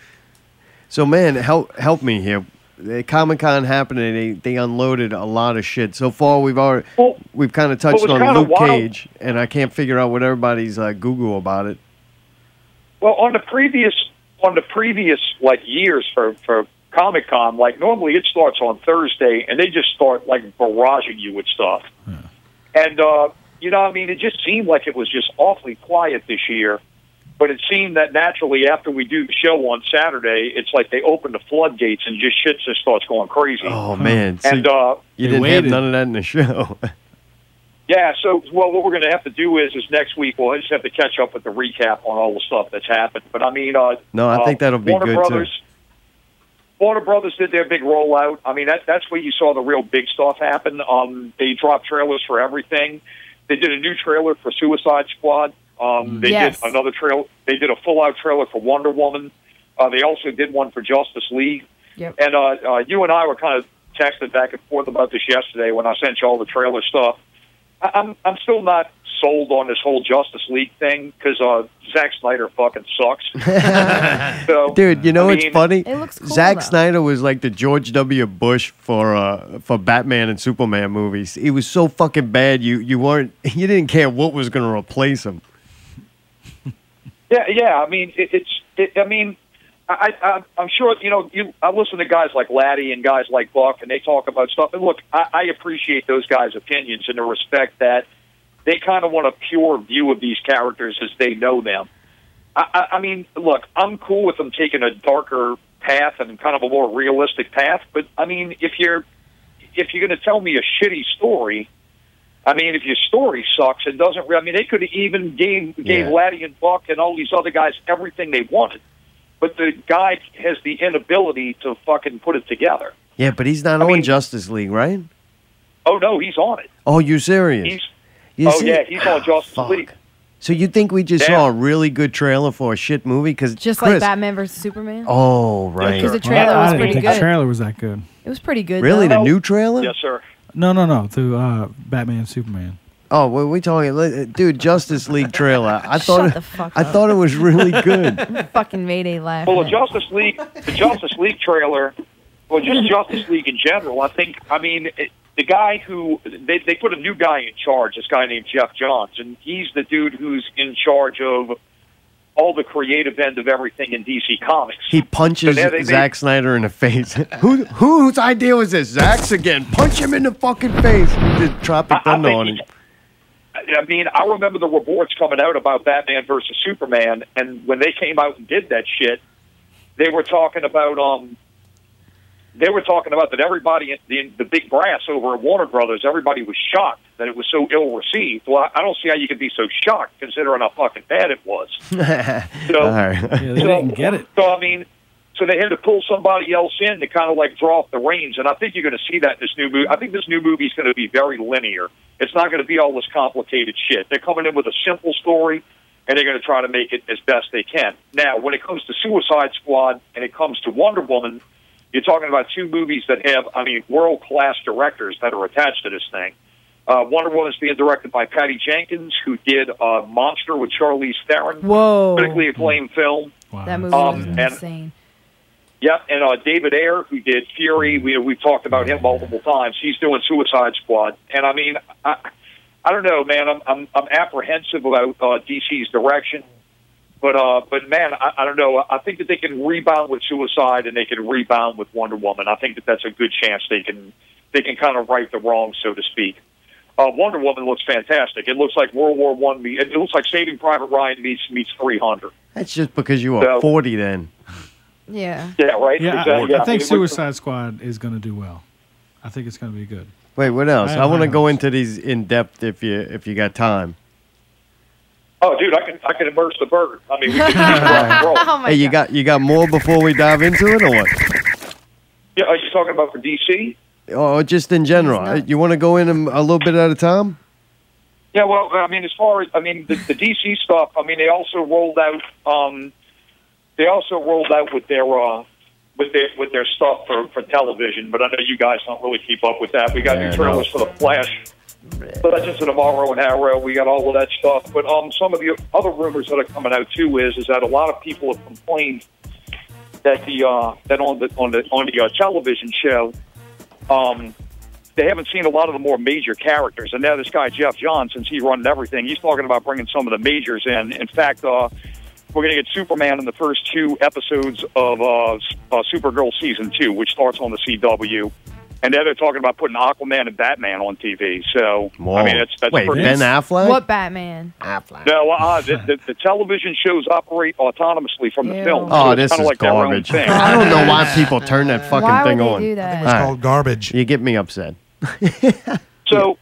Speaker 2: So, man, help help me here. The Comic Con happened, and they, they unloaded a lot of shit. So far, we've already we've kind of
Speaker 21: what
Speaker 2: touched
Speaker 21: was
Speaker 2: on
Speaker 21: kinda
Speaker 2: Luke
Speaker 21: wild-
Speaker 2: Cage, and I can't figure out what everybody's uh, Google about it.
Speaker 21: Well, on the previous on the previous like years for for Comic Con, like normally it starts on Thursday, and they just start like barraging you with stuff. And uh, you know, I mean, it just seemed like it was just awfully quiet this year. But it seemed that naturally, after we do the show on Saturday, it's like they open the floodgates and just shit just starts going crazy.
Speaker 2: Oh man, So
Speaker 21: And uh,
Speaker 2: you
Speaker 21: They
Speaker 2: didn't have
Speaker 21: waited.
Speaker 2: none of that in the show.
Speaker 21: yeah, so well, what we're going to have to do is is next week we'll just have to catch up with the recap on all the stuff that's happened. But I mean, uh,
Speaker 2: No, I
Speaker 21: uh,
Speaker 2: think that'll be
Speaker 21: Warner
Speaker 2: good, too.
Speaker 21: Brothers, Warner Brothers did their big rollout. I mean, that that's where you saw the real big stuff happen. Um, they dropped trailers for everything. They did a new trailer for Suicide Squad.
Speaker 2: Mm-hmm.
Speaker 21: Um, they
Speaker 22: Yes.
Speaker 21: did another trail. They did a full out trailer for Wonder Woman. Uh, they also did one for Justice League.
Speaker 22: Yep.
Speaker 21: And uh, uh, you and I were kind of texting back and forth about this yesterday when I sent you all the trailer stuff. I- I'm I'm still not sold on this whole Justice League thing because uh, Zack Snyder fucking sucks. so,
Speaker 2: Dude, you know
Speaker 21: I
Speaker 2: what's
Speaker 21: mean-
Speaker 2: funny? Zack Snyder was like the George W. Bush for uh, for Batman and Superman movies. He was so fucking bad. You you weren't you didn't care what was going to replace him.
Speaker 21: Yeah, yeah. I mean, it, it's. It, I mean, I, I, I'm sure you know. You, I listen to guys like Laddie and guys like Buck, and they talk about stuff. And look, I, I appreciate those guys' opinions and the respect that they kind of want a pure view of these characters as they know them. I, I, I mean, look, I'm cool with them taking a darker path and kind of a more realistic path. But I mean, if you're if you're going to tell me a shitty story, I mean, if your story sucks, it doesn't. Re- I mean, they could have even gave gave
Speaker 23: Yeah.
Speaker 21: Laddie and Buck and all these other guys everything they wanted, but the guy has the inability to fucking put it together.
Speaker 2: Yeah, but he's not on Justice League, right?
Speaker 21: Oh no, he's on it.
Speaker 2: Oh, you serious?
Speaker 21: He's
Speaker 2: You
Speaker 21: oh
Speaker 2: see- Ah,
Speaker 21: yeah, he's on Justice League.
Speaker 2: So you think we just
Speaker 21: Yeah.
Speaker 2: saw a really good trailer for a shit movie? Because
Speaker 3: Just
Speaker 2: Chris,
Speaker 3: like Batman versus Superman.
Speaker 2: Oh right,
Speaker 3: 'cause the trailer
Speaker 5: I
Speaker 3: was
Speaker 5: didn't
Speaker 3: pretty
Speaker 5: think
Speaker 3: good.
Speaker 5: the trailer was that good.
Speaker 3: It was pretty good.
Speaker 2: Really,
Speaker 3: though.
Speaker 2: the new trailer?
Speaker 21: Yes, sir.
Speaker 5: No, no, no. To uh, Batman and Superman.
Speaker 2: Oh, what are we talking, Li- dude? Justice League trailer. I
Speaker 3: Shut
Speaker 2: thought
Speaker 3: the fuck
Speaker 2: I
Speaker 3: up.
Speaker 2: thought it was really good.
Speaker 3: fucking Mayday laugh.
Speaker 21: Well, the Justice League, the Justice League trailer, well, just Justice League in general. I think. I mean, it, the guy who they they put a new guy in charge. This guy named Jeff Johns, and he's the dude who's in charge of all the creative end of everything in DC Comics.
Speaker 2: He punches
Speaker 21: So now they-
Speaker 2: Zack Snyder in the face. Who whose idea was this? Zack's again. Punch him in the fucking face. He did Tropic Thunder on him.
Speaker 21: I mean, I remember the reports coming out about Batman versus Superman, and when they came out and did that shit, they were talking about um, they were talking about that everybody in the, in the big brass over at Warner Brothers, everybody was shocked that it was so ill received. Well, I, I don't see how you could be so shocked considering how fucking bad it was.
Speaker 2: All right.
Speaker 5: Yeah, they didn't get it.
Speaker 21: So I mean, so they had to pull somebody else in to kind of like draw off the reins, and I think you're going to see that in this new movie. I think this new movie is going to be very linear. It's not going to be all this complicated shit. They're coming in with a simple story, and they're going to try to make it as best they can. Now, when it comes to Suicide Squad and it comes to Wonder Woman, you're talking about two movies that have, I mean, world class directors that are attached to this thing. Uh, Wonder Woman is being directed by Patty Jenkins, who did uh, Monster with Charlize Theron,
Speaker 3: Whoa.
Speaker 21: critically acclaimed film.
Speaker 3: That movie was
Speaker 21: Um, and
Speaker 3: insane.
Speaker 21: Yep, and uh, David Ayer, who did Fury, we we've talked about him multiple times. He's doing Suicide Squad, and I mean, I, I don't know, man. I'm I'm, I'm apprehensive about uh, DC's direction, but uh, but man, I, I don't know. I think that they can rebound with Suicide, and they can rebound with Wonder Woman. I think that that's a good chance they can they can kind of right the wrong, so to speak. Uh, Wonder Woman looks fantastic. It looks like World War One. meet- It looks like Saving Private Ryan meets meets 300.
Speaker 2: That's just because you are
Speaker 21: So-
Speaker 2: 40 then.
Speaker 3: Yeah.
Speaker 21: Yeah, right.
Speaker 5: Yeah,
Speaker 21: Exactly. Yeah,
Speaker 5: I, I think
Speaker 21: mean, it looks-
Speaker 5: Suicide Squad is going to do well. I think it's going to be good.
Speaker 2: Wait, what else?
Speaker 5: I
Speaker 2: I,
Speaker 5: have
Speaker 2: want
Speaker 5: high
Speaker 2: to go into these in depth if you if you got time.
Speaker 21: Oh, dude, I can I can immerse the bird. I mean, we can keep rock and roll.
Speaker 2: hey, you got you got more before we dive into it, or what?
Speaker 21: Yeah, are you talking about for DC?
Speaker 2: Or just in general, you want to go in a a little bit at a time?
Speaker 21: Yeah, well, I mean, as far as I mean, the, the DC stuff. I mean, they also rolled out. Um, they also rolled out with their uh, with their with their stuff for, for television. But I know you guys don't really keep up with that. We got
Speaker 8: Yeah,
Speaker 21: new trailers for the Flash, Legends of Tomorrow, and Arrow. We got all of that stuff. But um, some of the other rumors that are coming out too is is that a lot of people have complained that the uh, that on the on the on the uh, television show. Um, they haven't seen a lot of the more major characters. And now this guy Jeff John, since he's running everything, he's talking about bringing some of the majors in. In fact, uh, we're going to get Superman in the first two episodes of uh, S- uh, Supergirl season two, which starts on the CW. And now they're talking about putting Aquaman and Batman on TV. So I mean, that's that's
Speaker 2: Wait,
Speaker 21: pretty-
Speaker 2: Ben Affleck?
Speaker 3: What Batman?
Speaker 2: Affleck.
Speaker 21: No, uh, the, the, the television shows operate autonomously from the
Speaker 3: Ew.
Speaker 21: film. so
Speaker 2: Oh,
Speaker 21: it's
Speaker 2: this
Speaker 21: kinda
Speaker 2: is
Speaker 21: like their own
Speaker 2: garbage.
Speaker 21: thing.
Speaker 2: I don't know why people turn that fucking
Speaker 21: Why would
Speaker 2: thing
Speaker 21: they
Speaker 2: on.
Speaker 21: do that? I think it's
Speaker 2: All
Speaker 21: called
Speaker 2: garbage. You get me upset.
Speaker 21: So,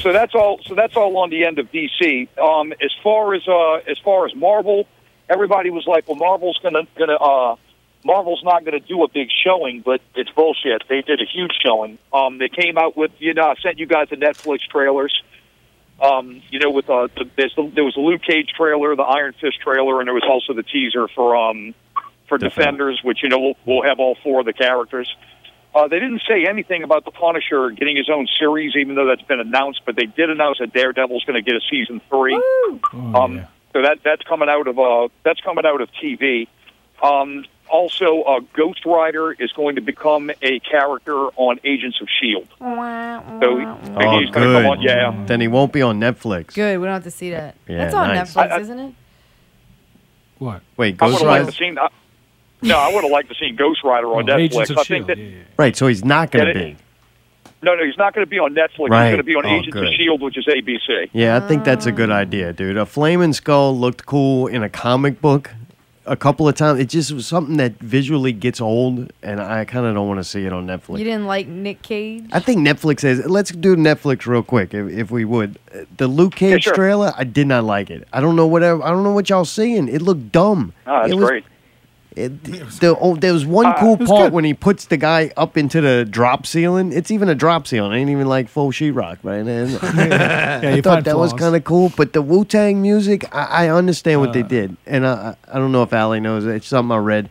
Speaker 21: so that's all. So that's all on the end of DC. Um, as far as uh, as far as Marvel, everybody was like, "Well, Marvel's gonna gonna uh, Marvel's not gonna do a big showing," but it's bullshit. They did a huge showing. Um, they came out with you know I sent you guys the Netflix trailers. Um, you know, with uh, the, there's the, there was the Luke Cage trailer, the Iron Fist trailer, and there was also the teaser for um, for Defenders, which you know we'll, we'll have all four of the characters. Uh, they didn't say anything about the Punisher getting his own series, even though that's been announced. But they did announce that Daredevil's going to get a season three. um, So that that's coming out of uh, that's coming out of TV. Um, also, uh, Ghost Rider is going to become a character on Agents of Shield. So he-
Speaker 2: Oh,
Speaker 21: E, he's going to come
Speaker 2: good.
Speaker 21: on. Yeah,
Speaker 2: Then he won't be on Netflix.
Speaker 3: Good. We don't have to see that.
Speaker 2: Yeah,
Speaker 3: That's on
Speaker 2: nice.
Speaker 3: Netflix, isn't it?
Speaker 5: What?
Speaker 2: Wait,
Speaker 21: I would
Speaker 2: Ghost
Speaker 21: have
Speaker 2: Rider?
Speaker 21: liked to seen. I, no, I would have liked to see Ghost Rider on Netflix.
Speaker 5: Agents of
Speaker 21: I
Speaker 5: S.H.I.E.L.D.,
Speaker 21: think that
Speaker 2: Right, so he's not going to
Speaker 21: Yeah,
Speaker 2: be.
Speaker 21: no, no, he's not going to be on Netflix.
Speaker 2: Right.
Speaker 21: He's going to be on
Speaker 2: Oh,
Speaker 21: Agents of
Speaker 2: good. Oh.
Speaker 21: Shield, E which is ABC.
Speaker 2: Yeah, I think that's a good idea, dude. A flaming skull looked cool in a comic book a couple of times. It just was something that visually gets old, and I kind of don't want to see it on Netflix.
Speaker 3: You didn't like Nick Cage?
Speaker 2: I think Netflix is. Let's do Netflix real quick, if, if we would. Uh, The Luke Cage
Speaker 3: sure.
Speaker 2: trailer, I did not like it. I don't know what I, I don't know what y'all seeing. It looked dumb.
Speaker 21: Oh, that's
Speaker 2: it was,
Speaker 21: great.
Speaker 2: It, the, oh, there was one
Speaker 21: Uh,
Speaker 2: cool
Speaker 21: it was
Speaker 2: part
Speaker 21: good.
Speaker 2: when he puts the guy up into the drop ceiling. It's even a drop ceiling. It ain't even like full sheetrock, right? And I
Speaker 5: you
Speaker 2: thought
Speaker 5: find
Speaker 2: that was
Speaker 5: flaws.
Speaker 2: kind of cool. But the Wu Tang music, I, I understand what they did, and I, I I don't know if Ali knows. It's something I read.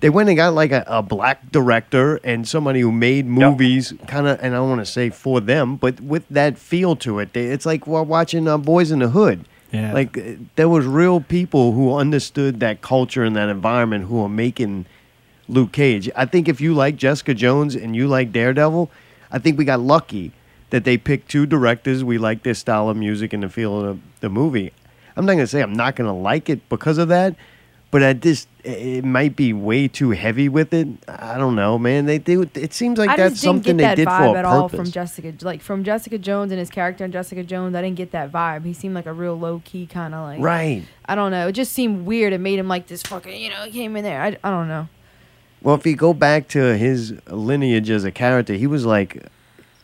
Speaker 2: They went and got like a, a black director and somebody who made movies, kind of, and I don't want to say for them, but with that feel to it. They, it's like we're watching uh, Boys in the Hood.
Speaker 5: Yeah.
Speaker 2: Like uh, there was real people who understood that culture and that environment who are making Luke Cage. I think if you like Jessica Jones and you like Daredevil, I think we got lucky that they picked two directors. We like their style of music and the feel of the movie. I'm not going to say I'm not going to like it because of that, But I just it might be way too heavy with it. I don't know, man. They do. It seems like
Speaker 3: I
Speaker 2: that's
Speaker 3: just
Speaker 2: something
Speaker 3: didn't get that
Speaker 2: they
Speaker 3: vibe
Speaker 2: did for a
Speaker 3: at
Speaker 2: purpose.
Speaker 3: all from Jessica, like from Jessica Jones and his character in Jessica Jones. I didn't get that vibe. He seemed like a real low key kind of like
Speaker 2: Right.
Speaker 3: I don't know. It just seemed weird. It made him like this fucking you know he came in there. I, I don't know.
Speaker 2: Well, if you go back to his lineage as a character, he was like,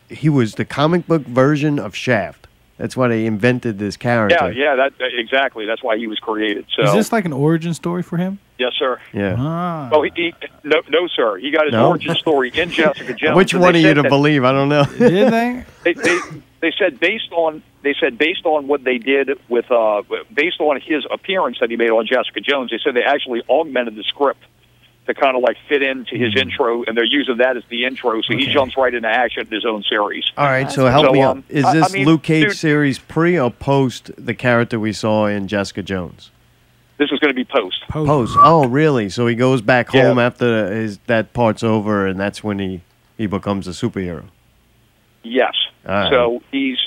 Speaker 2: he was the comic book version of Shaft. That's why they invented this character.
Speaker 5: Yeah,
Speaker 21: yeah, that exactly. That's why he was created. So,
Speaker 5: Is this like an origin story for him?
Speaker 21: yes, sir.
Speaker 2: Yeah.
Speaker 21: Oh, he, he no, no, sir. He got his
Speaker 2: No?
Speaker 21: origin story in Jessica Jones.
Speaker 2: Which
Speaker 21: and
Speaker 2: one are
Speaker 21: they
Speaker 2: you
Speaker 21: said
Speaker 2: to
Speaker 21: that-
Speaker 2: believe? I don't know.
Speaker 5: Did they?
Speaker 21: They, they, they said based on they said based on what they did with uh based on his appearance that he made on Jessica Jones. They said they actually augmented the script to kind of like fit into his
Speaker 2: Mm-hmm.
Speaker 21: intro, and they're using that as the intro. So he jumps right into action in his own series.
Speaker 2: All right, so help me out.
Speaker 21: um,
Speaker 2: Is
Speaker 21: I-
Speaker 2: this
Speaker 21: I mean,
Speaker 2: Luke Cage
Speaker 21: dude,
Speaker 2: series pre or post the character we saw in Jessica Jones?
Speaker 21: this is going to be post.
Speaker 2: Post. Oh, really? So he goes back
Speaker 21: Yeah.
Speaker 2: home after his that part's over, and that's when he he becomes a superhero.
Speaker 21: Yes.
Speaker 2: All right.
Speaker 21: So he's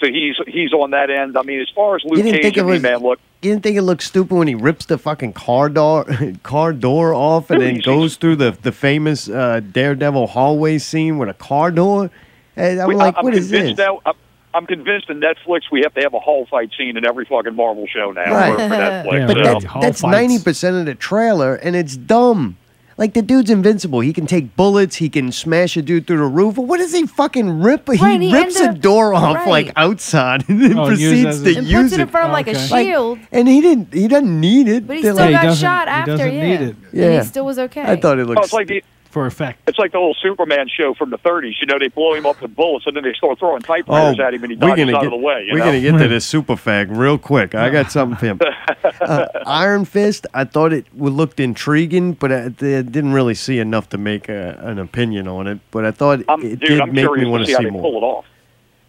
Speaker 21: so he's he's on that end. I mean, as far as Luke
Speaker 2: You didn't
Speaker 21: Cage,
Speaker 2: think it
Speaker 21: I mean,
Speaker 2: was-
Speaker 21: man, look.
Speaker 2: You didn't think it looked stupid when he rips the fucking car door car door off and then goes through the the famous uh, Daredevil hallway scene with a car door? And I'm
Speaker 21: we-
Speaker 2: like,
Speaker 21: I'm
Speaker 2: what is
Speaker 21: convinced
Speaker 2: this?
Speaker 21: Now, I'm, I'm convinced in Netflix we have to have a hall fight scene in every fucking Marvel show now for, for Netflix.
Speaker 2: but
Speaker 21: so.
Speaker 2: that's- that's ninety percent of the trailer, and it's dumb. Like the dude's invincible. He can take bullets. He can smash a dude through the roof. What does he fucking rip?
Speaker 3: Right,
Speaker 2: he
Speaker 3: he
Speaker 2: rips
Speaker 3: ended
Speaker 2: a
Speaker 3: up-
Speaker 2: door off
Speaker 3: right.
Speaker 2: like outside, and then
Speaker 3: Oh, and use
Speaker 2: proceeds
Speaker 3: as
Speaker 2: to
Speaker 3: a- And
Speaker 2: use
Speaker 3: puts it in front of him like a shield.
Speaker 2: and he didn't. He doesn't need it.
Speaker 3: But he
Speaker 2: They're
Speaker 3: still
Speaker 2: like-
Speaker 3: got shot after. Yeah.
Speaker 2: Yeah,
Speaker 3: And he still was okay.
Speaker 2: I thought it
Speaker 21: Oh,
Speaker 2: looked
Speaker 21: it's like the
Speaker 5: for effect.
Speaker 21: it's like the old Superman show from the 30s. You know, they blow him up with bullets, and then they start throwing typewriters at him, and he
Speaker 2: Oh, we're
Speaker 21: dodges
Speaker 2: gonna
Speaker 21: out
Speaker 2: get,
Speaker 21: of the way. You
Speaker 2: we're
Speaker 21: know?
Speaker 2: gonna get to this super fag real quick. I got something for him. Uh, Iron Fist. I thought it w- looked intriguing, but I, I didn't really see enough to make a, an opinion on it. But I thought it
Speaker 21: Dude,
Speaker 2: did
Speaker 21: I'm
Speaker 2: make
Speaker 21: curious
Speaker 2: me
Speaker 21: to
Speaker 2: want
Speaker 21: see,
Speaker 2: to
Speaker 21: how
Speaker 2: see
Speaker 21: they pull
Speaker 2: more.
Speaker 21: it off.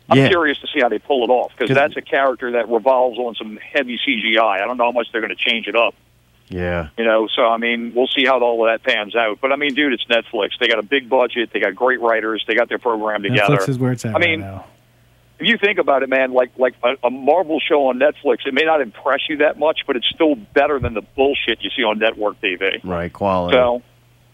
Speaker 21: I'm
Speaker 2: Yeah.
Speaker 21: curious to see how they pull it off because
Speaker 2: 'Cause-
Speaker 21: that's a character that revolves on some heavy CGI. I don't know how much they're going to change it up.
Speaker 2: Yeah.
Speaker 21: You know, so I mean, we'll see how all of that pans out. But I mean, dude, it's Netflix. They got a big budget. They got great writers. They got their program together.
Speaker 5: Netflix is where it's at
Speaker 21: I mean, if you think about it, man, like like a, a Marvel show on Netflix, it may not impress you that much, but it's still better than the bullshit you see on network TV.
Speaker 2: Right quality.
Speaker 21: So,
Speaker 2: All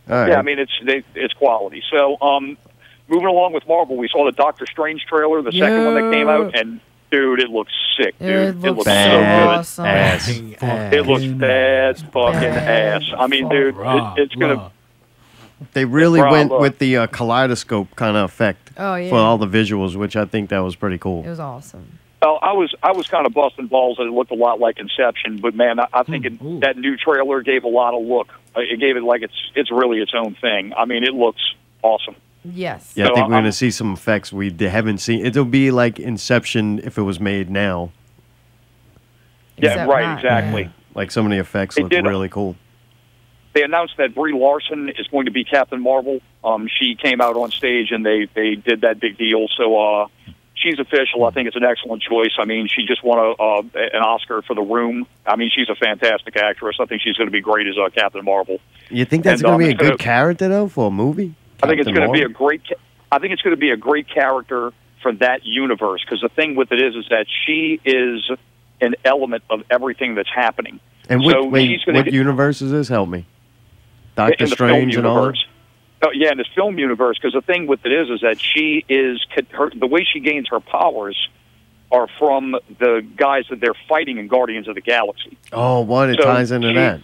Speaker 2: right.
Speaker 21: yeah, I mean, it's they, it's quality. So, um, moving along with Marvel, we saw the Doctor Strange trailer, the second one that came out, and dude, it looks sick, dude.
Speaker 2: It looks
Speaker 21: looks
Speaker 2: bad
Speaker 21: so
Speaker 2: awesome.
Speaker 21: good.
Speaker 2: ass.
Speaker 21: It looks bad fucking ass. I mean, dude, it, it's gonna.
Speaker 2: they really
Speaker 21: Bro,
Speaker 2: went
Speaker 21: look.
Speaker 2: with the uh, kaleidoscope kind of effect
Speaker 21: Oh, yeah.
Speaker 2: for all the visuals, which I think that was pretty cool.
Speaker 3: was awesome.
Speaker 21: Well, I was I was kind of busting balls that it looked a lot like Inception, but man, I,
Speaker 2: Hmm.
Speaker 21: I think it, that new trailer gave a lot of look. Uh, It gave it like it's it's really its own thing. I mean, it looks awesome.
Speaker 3: Yes.
Speaker 2: Yeah, I
Speaker 21: So uh,
Speaker 2: think we're
Speaker 21: I'm-
Speaker 2: gonna see some effects we d- haven't seen. It'll be like Inception if it was made now.
Speaker 21: Yeah, right, exactly.
Speaker 2: Like some of the effects
Speaker 21: They
Speaker 2: look
Speaker 21: did- uh,
Speaker 2: really cool.
Speaker 21: They announced that Brie Larson is going to be Captain Marvel. Um, she came out on stage and they they did that big deal. So uh, she's official. I think it's an excellent choice. I mean, she just won a, uh, an Oscar for The Room. I mean, she's a fantastic actress. I think she's going to be great as uh, Captain Marvel.
Speaker 2: You think that's
Speaker 21: And,
Speaker 2: gonna
Speaker 21: um,
Speaker 2: be a
Speaker 21: it's gonna-
Speaker 2: good character though for a movie?
Speaker 21: I think it's
Speaker 2: Captain
Speaker 21: going to be a
Speaker 2: Marvel?
Speaker 21: great. ca- I think it's going to be a great character for that universe because the thing with it is, is that she is an element of everything that's happening.
Speaker 2: And which,
Speaker 21: so
Speaker 2: wait,
Speaker 21: she's gonna
Speaker 2: what
Speaker 21: get-
Speaker 2: universe is this? Help me.
Speaker 21: in
Speaker 2: Doctor
Speaker 21: the film
Speaker 2: Strange and all. that?
Speaker 21: universe. Oh, yeah, in the film universe, because the thing with it is, is that she is her, the way she gains her powers are from the guys that they're fighting in Guardians of the Galaxy.
Speaker 2: Oh, what it
Speaker 21: So
Speaker 2: ties into
Speaker 21: she-
Speaker 2: that.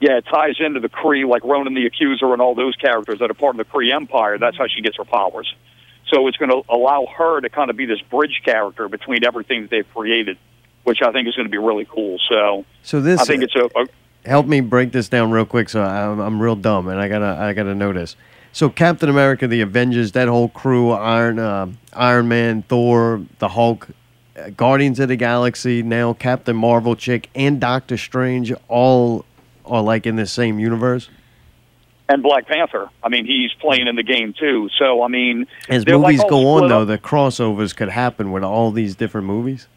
Speaker 21: Yeah, it ties into the Kree, like Ronan the Accuser and all those characters that are part of the Kree Empire. That's how she gets her powers. So it's going to allow her to kind of be this bridge character between everything that they've created, which I think is going to be really cool. So,
Speaker 2: So this-
Speaker 21: I think it's a, a
Speaker 2: Help me break this down real quick, so I'm, I'm real dumb and I gotta I gotta know this. So Captain America, the Avengers, that whole crew, Iron uh, Iron Man, Thor, the Hulk, uh, Guardians of the Galaxy, now Captain Marvel chick and Doctor Strange, all are like in the same universe.
Speaker 21: and Black Panther. I mean, he's playing in the game too. So I mean,
Speaker 2: As
Speaker 21: they're like oh,
Speaker 2: movies
Speaker 21: all
Speaker 2: go on,
Speaker 21: split
Speaker 2: though,
Speaker 21: up.
Speaker 2: the crossovers could happen with all these different movies.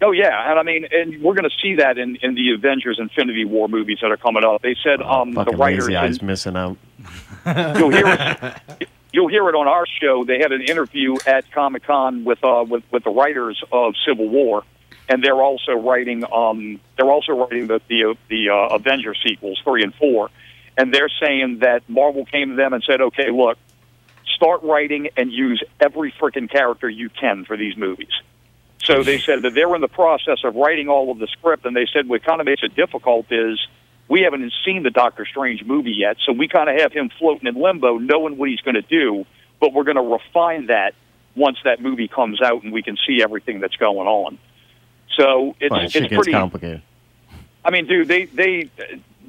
Speaker 21: Oh yeah, and I mean, and we're going to see that in in the Avengers Infinity War movies that are coming up. They said um the
Speaker 2: Oh, Fucking
Speaker 21: writers
Speaker 2: lazy eyes
Speaker 21: and-
Speaker 2: missing out.
Speaker 21: you'll hear it. You'll hear it on our show. They had an interview at Comic Con with uh with with the writers of Civil War, and they're also writing um, they're also writing the the, the uh, Avenger sequels three and four, and they're saying that Marvel came to them and said, okay, look, start writing and use every freaking character you can for these movies. So they said that they were in the process of writing all of the script, and they said what kind of makes it difficult is we haven't seen the Doctor Strange movie yet, so we kind of have him floating in limbo, knowing what he's going to do, but we're going to refine that once that movie comes out and we can see everything that's going on. So it's
Speaker 2: Well,
Speaker 21: it's
Speaker 2: shit gets
Speaker 21: pretty.
Speaker 2: complicated.
Speaker 21: I mean, dude, they they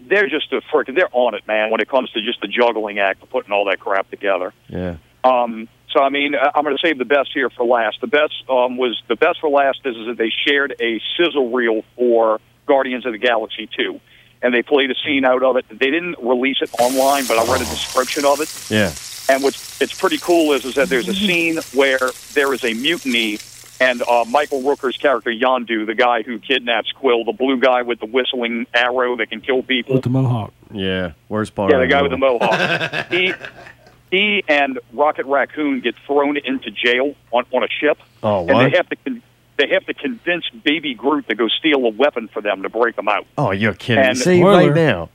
Speaker 21: they're just a frickin' they're on it, man. When it comes to just the juggling act of putting all that crap together.
Speaker 2: Yeah.
Speaker 21: Um, so I mean, I- I'm going to save the best here for last. The best um, was the best for last is, is that they shared a sizzle reel for Guardians of the Galaxy two, and they played a scene out of it. They didn't release it online, but I read a description of it.
Speaker 2: Yeah.
Speaker 21: And what's it's pretty cool is is that there's a scene where there is a mutiny, and uh, Michael Rooker's character Yondu, the guy who kidnaps Quill, the blue guy with the whistling arrow that can kill people,
Speaker 5: with the mohawk.
Speaker 2: Yeah. Worst part.
Speaker 21: yeah,
Speaker 2: of
Speaker 21: the guy with the
Speaker 2: movie.
Speaker 21: mohawk. he, he and Rocket Raccoon get thrown into jail on, on a ship,
Speaker 2: Oh,
Speaker 21: and
Speaker 2: what?
Speaker 21: they have to con- they have to convince Baby Groot to go steal a weapon for them to break them out.
Speaker 2: Oh, you're kidding. me.
Speaker 21: And-
Speaker 2: See right
Speaker 21: Spoiler.
Speaker 2: now.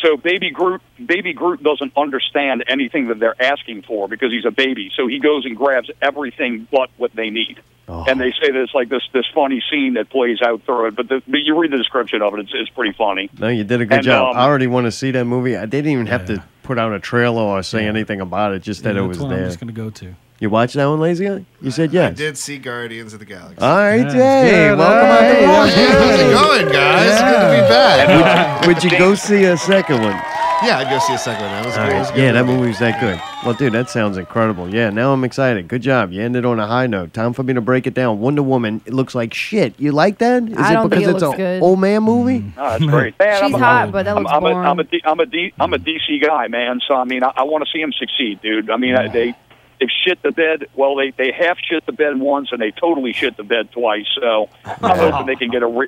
Speaker 21: So Baby Groot, Baby Groot doesn't understand anything that they're asking for because he's a baby. So he goes and grabs everything but what they need. And they say that it's like this this funny scene that plays out through it. But, the, but you read the description of it; it's, it's pretty funny.
Speaker 2: No, you did a good
Speaker 21: And,
Speaker 2: job.
Speaker 21: um,
Speaker 2: I already want to see that movie. I didn't even have to put out a trailer or say anything about it. Just that it
Speaker 5: Yeah, that's
Speaker 2: was
Speaker 5: what I'm
Speaker 2: there.
Speaker 5: just gonna go to.
Speaker 2: You watched that one, Lazy Guy? You said
Speaker 4: I
Speaker 2: yes.
Speaker 4: did see Guardians of the Galaxy.
Speaker 2: All right,
Speaker 4: Yeah,
Speaker 2: Jay.
Speaker 4: good.
Speaker 2: Welcome
Speaker 4: Hey,
Speaker 2: back.
Speaker 4: how's it going, guys? Good to be
Speaker 21: uh,
Speaker 4: back.
Speaker 2: Would, would you go see a second one?
Speaker 4: Yeah, I'd go see a second one. That was,
Speaker 2: All
Speaker 4: good. It was
Speaker 2: right.
Speaker 4: good.
Speaker 2: Yeah, that movie was that good. Well, dude, that sounds incredible. Yeah, now I'm excited. Good job. You ended on a high note. Time for me to break it down. Wonder Woman. It looks like shit. You like that? Is
Speaker 21: I
Speaker 2: it
Speaker 21: don't think
Speaker 2: because
Speaker 21: it
Speaker 2: it's
Speaker 21: looks
Speaker 2: an
Speaker 21: good.
Speaker 2: old man movie?
Speaker 5: Mm.
Speaker 21: Oh, that's great. Man,
Speaker 3: She's
Speaker 21: I'm a,
Speaker 3: hot, but that
Speaker 21: I'm-
Speaker 3: looks
Speaker 21: I'm,
Speaker 3: boring.
Speaker 21: A, I'm, a D, I'm, a D, I'm a DC guy, man. So I mean, I, I want to see him succeed, dude. I mean, I they they shit the bed. Well, they they half shit the bed once, and they totally shit the bed twice. So I'm hoping they can get a. Re-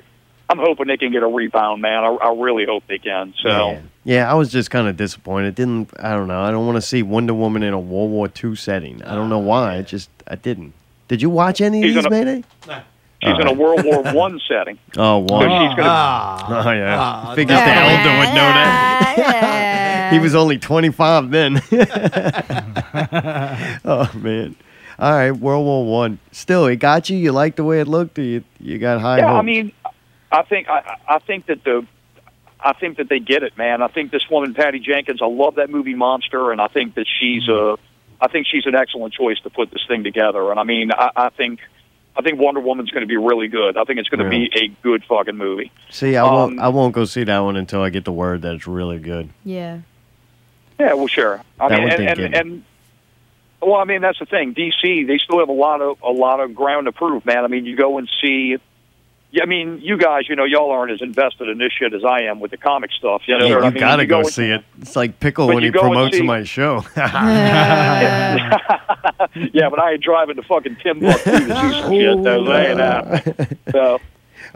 Speaker 21: I'm hoping they can get a rebound, man. I, I really hope they can. So.
Speaker 2: Yeah, I was just kind of disappointed. Didn't I don't know. I don't want to see Wonder Woman in a World War II setting. I don't know why. I just I didn't. Did you watch any of
Speaker 21: She's
Speaker 2: these,
Speaker 21: gonna-
Speaker 2: Mayday?
Speaker 21: She's in a
Speaker 2: Alright.
Speaker 21: World War One setting.
Speaker 2: Oh,
Speaker 21: So
Speaker 2: one.
Speaker 21: she's gonna-
Speaker 2: oh yeah. Figures the elder would know that. he was only 25 then. oh man. All right, World War One. Still, it got you. You liked the way it looked. Or you you got high
Speaker 21: yeah,
Speaker 2: hopes.
Speaker 21: I mean, I think I, I think that the I think that they get it, man. I think this woman Patty Jenkins. I love that movie Monster, and I think that she's a I think she's an excellent choice to put this thing together. And I mean, I, I think I think Wonder Woman's going to be really good. I think it's going to
Speaker 2: Really?
Speaker 21: be a good fucking movie.
Speaker 2: See, I won't.
Speaker 21: um,
Speaker 2: I won't go see that one until I get the word that it's really good.
Speaker 3: Yeah.
Speaker 21: Yeah, well, sure. I
Speaker 2: That
Speaker 21: mean,
Speaker 2: would
Speaker 21: and,
Speaker 2: be
Speaker 21: and,
Speaker 2: good.
Speaker 21: and well, I mean that's the thing. DC, they still have a lot of a lot of ground to prove, man. I mean, you go and see. yeah, I mean, you guys, you know, y'all aren't as invested in this shit as I am with the comic stuff. You know,
Speaker 2: Yeah,
Speaker 21: I
Speaker 2: you
Speaker 21: mean,
Speaker 2: gotta
Speaker 21: go
Speaker 2: go,
Speaker 21: and-
Speaker 2: see it. It's like Pickle
Speaker 21: But
Speaker 2: when
Speaker 21: you
Speaker 2: he
Speaker 21: go and
Speaker 2: promotes
Speaker 21: see-
Speaker 2: my show.
Speaker 21: yeah, but I ain't driving to fucking Timbuktu to see some shit. Though, laying out. So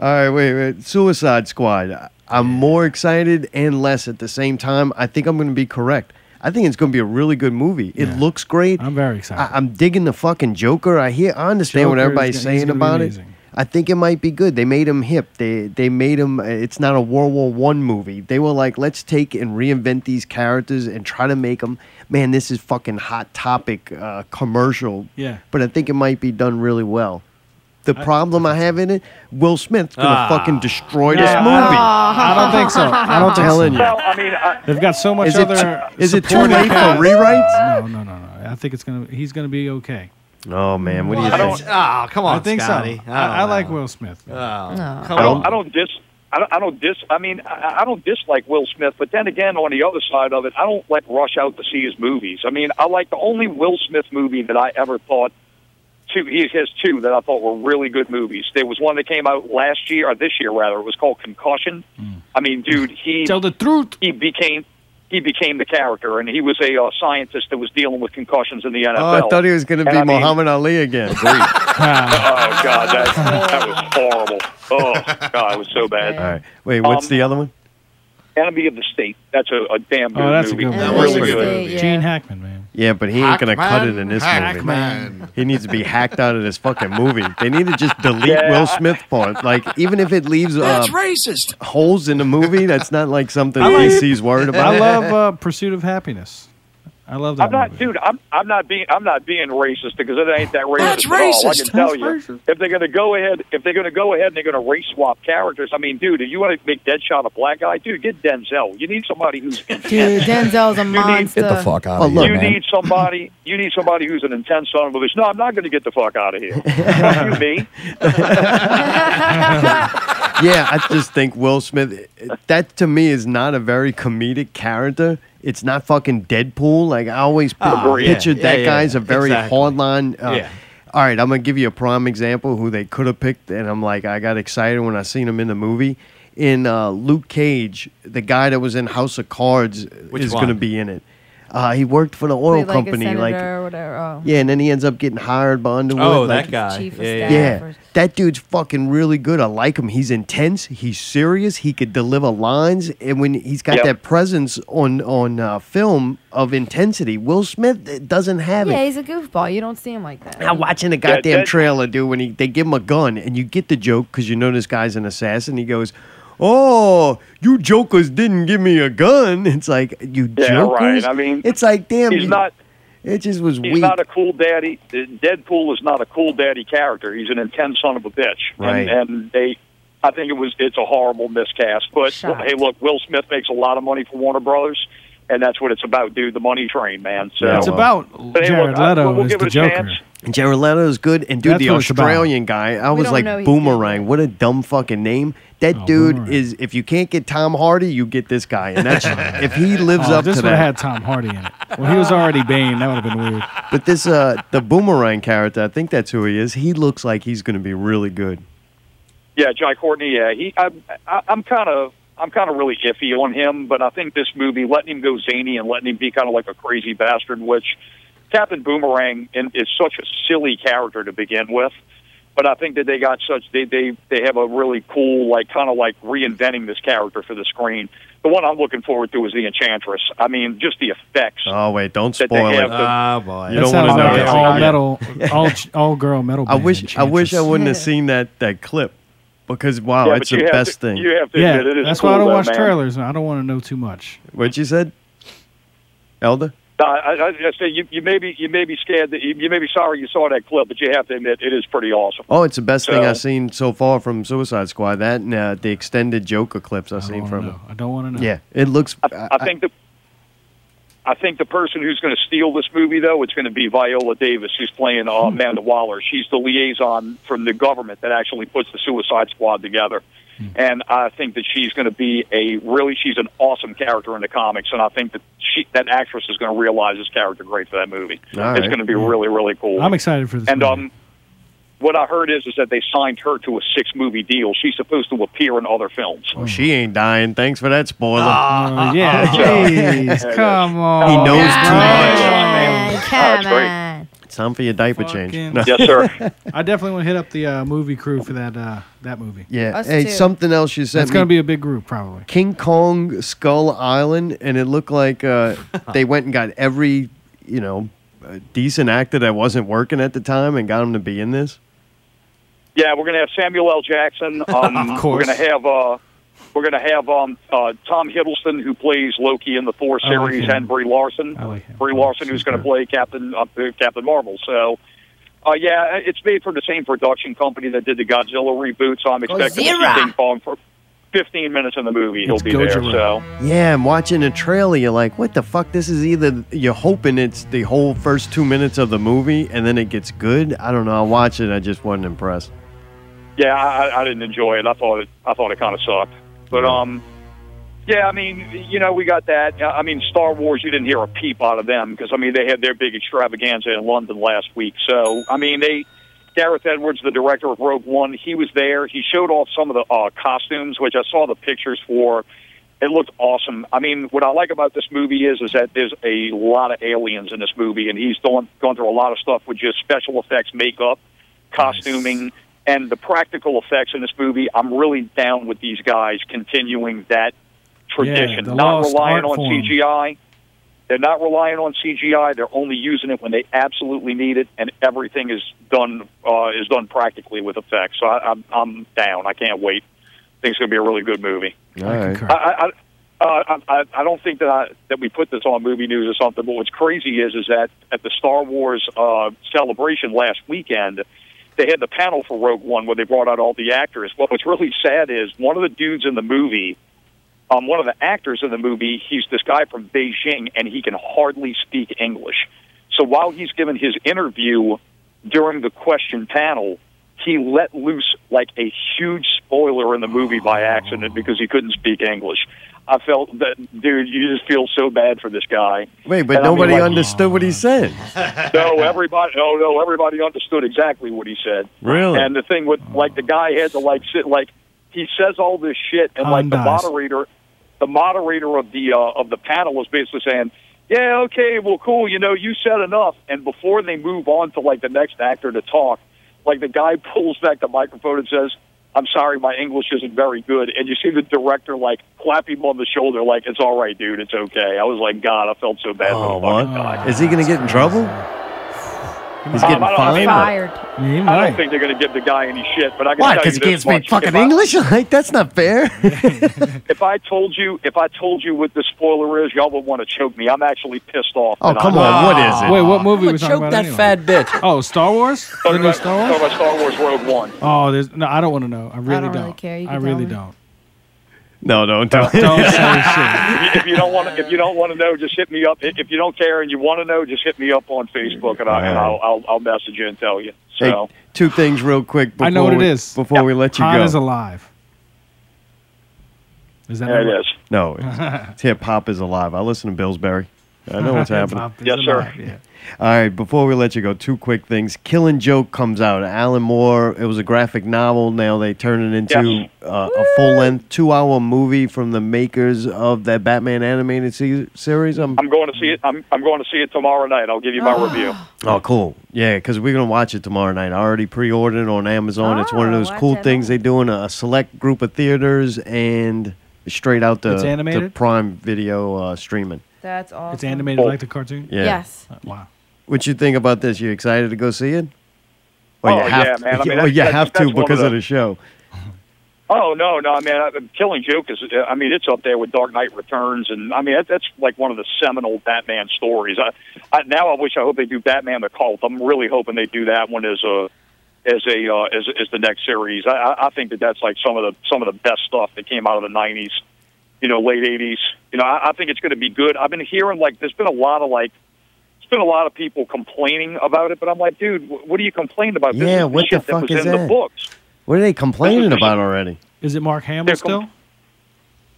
Speaker 2: All right, wait, wait. Suicide Squad. I- I'm more excited and less at the same time. I think I'm going to be correct. I think it's going to be a really good movie. It looks great. I'm very excited. I, am digging the fucking Joker. I hear. I understand what
Speaker 5: Joker is
Speaker 2: everybody's
Speaker 5: gonna- he's
Speaker 2: saying
Speaker 5: gonna be
Speaker 2: about it.
Speaker 5: amazing.
Speaker 2: I think it might be good. They made him hip. They they made him. uh, It's not a World War One movie. They were like, let's take and reinvent these characters and try to make them. Man, this is fucking hot topic uh, commercial
Speaker 5: Yeah.
Speaker 2: but I think it might be done really well. The problem I have in it, Will Smith's gonna
Speaker 5: Ah.
Speaker 2: fucking destroy
Speaker 5: Yeah,
Speaker 2: this
Speaker 5: I
Speaker 2: movie.
Speaker 5: don't- I don't think so. I don't think so.
Speaker 2: telling you.
Speaker 5: Well,
Speaker 21: I mean, I,
Speaker 5: They've got so much
Speaker 2: Is it
Speaker 5: other.
Speaker 2: too- is it too
Speaker 5: supporting
Speaker 2: late for
Speaker 5: cast.
Speaker 2: rewrites?
Speaker 5: No, no, no, no. I think it's gonna. He's gonna be okay.
Speaker 2: Oh man, what do you
Speaker 5: I
Speaker 2: think?
Speaker 5: don't- Ah,
Speaker 1: Oh, come on,
Speaker 5: I think
Speaker 1: Scotty.
Speaker 5: so.
Speaker 1: I don't
Speaker 5: I, I like
Speaker 1: know.
Speaker 5: Will Smith.
Speaker 1: Oh,
Speaker 21: I don't, I don't dis. I don't, I don't dis. I mean, I, I don't dislike Will Smith, but then again, on the other side of it, I don't like rush out to see his movies. I mean, I like the only Will Smith movie that I ever thought. Two, he has two that I thought were really good movies. There was one that came out last year or this year rather. It was called Concussion. I mean, dude, he tell
Speaker 5: the truth.
Speaker 21: He became he became the character, and he was a uh, scientist that was dealing with concussions in the NFL.
Speaker 2: Oh, I thought he was gonna
Speaker 21: And
Speaker 2: be
Speaker 21: I mean-
Speaker 2: Muhammad Ali again.
Speaker 21: oh God, that that was horrible. Oh God, it was so bad.
Speaker 2: All right, wait, what's
Speaker 21: Um,
Speaker 2: the other one?
Speaker 21: Enemy of the State. That's a, a damn good
Speaker 5: Oh, that's a
Speaker 21: movie.
Speaker 5: good one.
Speaker 21: Really good.
Speaker 5: Gene Hackman, man.
Speaker 2: Yeah, but he ain't gonna cut it
Speaker 5: Hackman,
Speaker 2: in this
Speaker 5: Hackman.
Speaker 2: movie. He needs to be hacked out of this fucking movie. They need to just delete
Speaker 21: Yeah.
Speaker 2: Will Smith part. Like even if it leaves uh,
Speaker 5: That's
Speaker 21: racist.
Speaker 2: holes in the movie, that's not like something
Speaker 5: I like-
Speaker 2: DC's worried about.
Speaker 5: I love uh, Pursuit of Happiness. I love that.
Speaker 21: I'm not, dude. I'm I'm not being I'm not being racist because it ain't that racist at
Speaker 5: That's
Speaker 21: all. I
Speaker 5: racist.
Speaker 21: can tell
Speaker 5: That's
Speaker 21: you, if they're gonna go ahead, if they're gonna go ahead and they're gonna race swap characters. I mean, dude, if you want to make Deadshot a black guy, dude, get Denzel. You need somebody who's
Speaker 3: Dude, Denzel's a monster. Oh,
Speaker 2: of
Speaker 21: you
Speaker 2: here, man.
Speaker 21: need somebody. You need somebody who's an intense son of a bitch. No, I'm not going to get the fuck out of here. Fuck you, me.
Speaker 2: yeah, I just think Will Smith. That to me is not a very comedic character. It's not fucking Deadpool. Like I always pi-
Speaker 8: Oh, yeah.
Speaker 2: pictured
Speaker 8: Yeah,
Speaker 2: that
Speaker 8: yeah,
Speaker 2: guy's a
Speaker 8: yeah.
Speaker 2: very
Speaker 8: Exactly.
Speaker 2: hardline. Uh,
Speaker 8: Yeah.
Speaker 2: All right, I'm gonna give you a prime example who they could have picked, and I'm like, I got excited when I seen him in the movie. In uh, Luke Cage, the guy that was in House of Cards
Speaker 8: Which
Speaker 2: is
Speaker 8: one?
Speaker 2: gonna be in it. Uh, he worked for the oil
Speaker 3: Played, like, a
Speaker 2: company, like
Speaker 3: senator or whatever. Oh.
Speaker 2: yeah, and then he ends up getting hired by Underwood.
Speaker 1: Oh,
Speaker 2: like-
Speaker 1: that guy. Chief of Yeah,
Speaker 2: yeah,
Speaker 1: staff or-
Speaker 2: that dude's fucking really good. I like him. He's intense. He's serious. He could deliver lines, and when he's got
Speaker 8: Yep.
Speaker 2: that presence on on uh, film of intensity, Will Smith uh, doesn't have
Speaker 3: Yeah,
Speaker 2: it.
Speaker 3: he's a goofball. You don't see him like that.
Speaker 2: Now watching the
Speaker 3: Yeah,
Speaker 2: goddamn
Speaker 3: that-
Speaker 2: trailer, dude, when he, they give him a gun and you get the joke because you know this guy's an assassin. He goes, "Oh, you jokers didn't give me a gun." It's like you
Speaker 21: Yeah,
Speaker 2: jokers.
Speaker 21: right. I mean,
Speaker 2: it's like damn.
Speaker 21: he's
Speaker 2: you-
Speaker 21: not-
Speaker 2: It just was
Speaker 21: He's
Speaker 2: weak.
Speaker 21: not a cool daddy. Deadpool is not a cool daddy character. He's an intense son of a bitch.
Speaker 2: Right.
Speaker 21: And, and they, I think it was it's a horrible miscast. But hey, look, Will Smith makes a lot of money for Warner Brothers, and that's what it's about, dude. The money train, man. So uh,
Speaker 2: Yeah, It's well. about
Speaker 21: But, hey, look,
Speaker 2: Jared
Speaker 21: I-
Speaker 2: Leto
Speaker 21: we'll, we'll
Speaker 2: is
Speaker 21: give
Speaker 2: the
Speaker 21: it a
Speaker 2: Joker.
Speaker 21: chance.
Speaker 2: And Jared Leto is good. And dude,
Speaker 21: That's
Speaker 2: the
Speaker 21: what it's about.
Speaker 2: Australian guy, I
Speaker 21: We
Speaker 2: was
Speaker 21: don't
Speaker 2: like
Speaker 21: know he's
Speaker 2: Boomerang. What a dumb fucking name. That
Speaker 5: Oh,
Speaker 2: dude is. If you can't get Tom Hardy, you get this guy, and that's if he lives
Speaker 5: Oh,
Speaker 2: up
Speaker 5: this
Speaker 2: to
Speaker 5: would
Speaker 2: that.
Speaker 5: have had Tom Hardy in it. Well, he was already Bane. That would have been weird.
Speaker 2: But this, uh, the Boomerang character, I think that's who he is. He looks like he's going to be really good.
Speaker 21: Yeah, Jai Courtney. Yeah, he. I, I, I'm kind of. I'm kind of really iffy on him, but I think this movie letting him go zany and letting him be kind of like a crazy bastard, which Captain Boomerang in- is such a silly character to begin with. But I think that they got such they they they have a really cool like kind of like reinventing this character for the screen. The one I'm looking forward to is the Enchantress. I mean, just the effects.
Speaker 2: Oh wait, don't
Speaker 21: That they
Speaker 2: spoil
Speaker 21: have
Speaker 2: it.
Speaker 21: to- Ah,
Speaker 1: boy.
Speaker 2: you
Speaker 5: That
Speaker 2: don't want to
Speaker 5: sounds
Speaker 2: know.
Speaker 5: like
Speaker 2: it.
Speaker 5: all metal, all all girl metal.
Speaker 2: I
Speaker 5: band
Speaker 2: wish. I wish I
Speaker 5: Enchantress.
Speaker 2: wouldn't have seen that that clip because wow,
Speaker 5: Yeah,
Speaker 2: it's
Speaker 5: but
Speaker 2: the
Speaker 5: you have
Speaker 2: best
Speaker 5: to-
Speaker 2: thing.
Speaker 5: you have to Yeah, admit it is that's why I cool, don't though, watch man. trailers. I don't want to know too much.
Speaker 2: What you said, Elder?
Speaker 21: I, I, I say you, you may be you may be scared that you, you may be sorry you saw that clip, but you have to admit it is pretty awesome.
Speaker 2: Oh, it's the best thing
Speaker 21: So-
Speaker 2: I've seen so far from Suicide Squad. That and uh, the extended Joker clips I've seen from
Speaker 5: I don't want
Speaker 2: it. Yeah, it looks. I,
Speaker 21: I think the I think the person who's going to steal this movie, though, it's going to be Viola Davis, who's playing uh,
Speaker 5: Hmm.
Speaker 21: Amanda Waller. She's the liaison from the government that actually puts the Suicide Squad together,
Speaker 5: Hmm.
Speaker 21: and I think that she's going to be a really she's an awesome character in the comics, and I think that she that actress is going to realize this character great for that movie.
Speaker 5: All
Speaker 21: it's
Speaker 5: right.
Speaker 21: going to be really really cool.
Speaker 5: I'm excited for this.
Speaker 21: And um, what I heard is is that they signed her to a six movie deal. She's supposed to appear in other films.
Speaker 2: Oh, she ain't dying. Thanks for that spoiler.
Speaker 5: Oh, yeah, jeez, come on.
Speaker 2: He knows
Speaker 5: man.
Speaker 2: too much.
Speaker 21: Oh,
Speaker 2: It's time for your diaper change. No.
Speaker 5: I definitely want to hit up the uh, movie crew for that uh, that movie.
Speaker 2: Yeah. hey, something else you said.
Speaker 5: That's gonna be a big group, probably.
Speaker 2: King Kong Skull Island, and it looked like uh, they went and got every you know uh, decent actor that wasn't working at the time and got him to be in this.
Speaker 21: Yeah, we're going to have Samuel L. Jackson. Um,
Speaker 2: Of course.
Speaker 21: We're going to have uh, we're going to have um, uh, Tom Hiddleston, who plays Loki in the Thor
Speaker 5: I like
Speaker 21: series,
Speaker 5: him.
Speaker 21: and Brie Larson. Brie Larson, who's going to play Captain uh, Captain Marvel. So, uh, yeah, it's made from the same production company that did the Godzilla reboot. So I'm expecting to
Speaker 14: Godzilla.
Speaker 21: see King Kong for 15 minutes in the movie. He'll
Speaker 2: It's
Speaker 21: be there.
Speaker 2: Gojira.
Speaker 21: So.
Speaker 2: Yeah, I'm watching the trailer. You're like, what the fuck? This is either you're hoping it's the whole first two minutes of the movie, and then it gets good. I don't know. I watch it. I just wasn't impressed.
Speaker 21: Yeah, I, I- I didn't enjoy it. I thought it. I thought it kind of sucked. But um, yeah, I mean, you know, we got that. Uh, I mean, Star Wars. You didn't hear a peep out of them because I mean, they had their big extravaganza in London last week. So I mean, they. Gareth Edwards, the director of Rogue One, he was there. He showed off some of the uh, costumes, which I saw the pictures for. It looked awesome. I mean, what I like about this movie is is that there's a lot of aliens in this movie, and he's going going through a lot of stuff with just special effects, makeup, costuming, and the practical effects in this movie. I'm really down with these guys continuing that tradition,
Speaker 5: the
Speaker 21: not
Speaker 5: lost
Speaker 21: relying
Speaker 5: art
Speaker 21: on
Speaker 5: form.
Speaker 21: CGI. They're not relying on CGI. They're only using it when they absolutely need it, and everything is done uh, is done practically with effects. So I, I'm I'm down. I can't wait. I think it's going to be a really good movie.
Speaker 2: All right.
Speaker 21: I, I, uh, I, I don't think that I, that we put this on movie news or something. But what's crazy is is that at the Star Wars uh, celebration last weekend, they had the panel for Rogue One where they brought out all the actors. Well, what's really sad is one of the dudes in the movie, um, one of the actors in the movie, he's this guy from Beijing and he can hardly speak English. So while he's given his interview during the question panel, he let loose like a huge spoiler in the movie by
Speaker 2: Oh.
Speaker 21: accident because he couldn't speak English. I felt that, dude, you just feel so bad for this guy.
Speaker 2: Wait, but
Speaker 21: And I mean,
Speaker 2: nobody
Speaker 21: like-
Speaker 2: understood what he said.
Speaker 21: no, everybody. Oh no, everybody understood exactly what he said.
Speaker 2: Really?
Speaker 21: And the thing with like the guy had to like sit like he says all this shit, and like the
Speaker 7: Condice.
Speaker 21: moderator, the moderator of the uh, of the panel was basically saying, "Yeah, okay, well, cool. You know, you said enough." And before they move on to like the next actor to talk, like the guy pulls back the microphone and says. I'm sorry, my English isn't very good. And you see the director like clap him on the shoulder, like it's all right, dude, it's okay. I was like, God, I felt so bad.
Speaker 2: Oh, what? Is he going to get in trouble? He's getting
Speaker 21: Um, I don't- I
Speaker 2: fined.
Speaker 21: mean, I don't think they're going to give the guy any shit, but I can
Speaker 2: Why?
Speaker 21: tell you
Speaker 2: Because he
Speaker 21: this
Speaker 2: can't speak
Speaker 21: much.
Speaker 2: fucking
Speaker 21: if I-
Speaker 2: English? Like that's not fair.
Speaker 21: if I told you, if I told you what the spoiler is, y'all would want to choke me. I'm actually pissed off.
Speaker 2: Oh,
Speaker 21: and
Speaker 2: come
Speaker 21: I'm-
Speaker 2: on, what is it?
Speaker 5: Wait, what movie we talking
Speaker 21: choke
Speaker 5: about?
Speaker 21: that
Speaker 5: anyway?
Speaker 21: fat
Speaker 5: bitch. Oh, Star Wars? The
Speaker 21: Talking
Speaker 5: new
Speaker 21: about,
Speaker 5: Star
Speaker 21: talking about
Speaker 5: Wars?
Speaker 21: Star Wars Rogue One.
Speaker 5: Oh, there's no. I don't want to know. I really
Speaker 21: don't really care. You
Speaker 5: I
Speaker 21: can
Speaker 5: really
Speaker 21: tell
Speaker 5: don't.
Speaker 2: No, don't don't. Oh,
Speaker 21: if you don't want to, if you don't want to know, just hit me up. If you don't care and you want to know, just hit me up on Facebook, and, I, and I'll, I'll I'll message you and tell you.
Speaker 2: Hey,
Speaker 21: So
Speaker 2: two things real quick. Before
Speaker 5: I know what it
Speaker 2: we,
Speaker 5: is.
Speaker 2: Before we let you
Speaker 5: Han
Speaker 2: go,
Speaker 5: is alive. Is that
Speaker 21: There it
Speaker 5: right?
Speaker 21: is.
Speaker 2: No, it's hip hop is alive. I listen to Billsbury. I know what's happening.
Speaker 5: Hip-hop is
Speaker 21: yes, sir.
Speaker 5: alive, yeah.
Speaker 2: All right, before we let you go, two quick things. Killing Joke comes out. Alan Moore. It was a graphic novel. Now they turn it into
Speaker 8: Yes.
Speaker 2: uh, a full length two hour movie from the makers of that Batman animated se- series. I'm,
Speaker 21: I'm going to see it. I'm I'm going to see it tomorrow night. I'll give you my review.
Speaker 2: oh, cool. Yeah, because we're gonna watch it tomorrow night. I already pre ordered it on Amazon. it's one of those cool things they do in a select group of theaters and straight out to,
Speaker 5: It's
Speaker 2: to
Speaker 5: animated?
Speaker 2: Prime Video uh, streaming.
Speaker 3: That's awesome.
Speaker 5: It's animated
Speaker 21: Oh.
Speaker 5: like the cartoon? Uh,
Speaker 2: Yeah.
Speaker 3: Yes.
Speaker 5: Wow.
Speaker 2: What you think about this? You excited to go see it?
Speaker 21: Oh,
Speaker 2: you have
Speaker 21: yeah,
Speaker 2: to,
Speaker 21: man. I mean,
Speaker 2: or
Speaker 21: that's-
Speaker 2: you
Speaker 21: that's-
Speaker 2: have
Speaker 21: that's
Speaker 2: to
Speaker 21: one of
Speaker 2: because
Speaker 21: the-
Speaker 2: of the show.
Speaker 21: Oh no, no, I mean, I, Killing Joke is. I mean, it's up there with Dark Knight Returns, and I mean, that, that's like one of the seminal Batman stories. I, I now I wish I hope they do Batman the Cult. I'm really hoping they do that one as a as a uh, as as the next series. I- I, I think that that's like some of the some of the best stuff that came out of the '90s, you know, late '80s. You know, I, I think it's going to be good. I've been hearing like there's been a lot of like. It's been a lot of people complaining about it, but I'm like, dude, wh- what are you complaining about? This is
Speaker 2: Yeah, what the
Speaker 21: shit that
Speaker 2: fuck
Speaker 21: was
Speaker 2: is
Speaker 21: in
Speaker 2: that?
Speaker 21: the book.
Speaker 2: What are they complaining about already?
Speaker 5: Is it Mark Hamill still?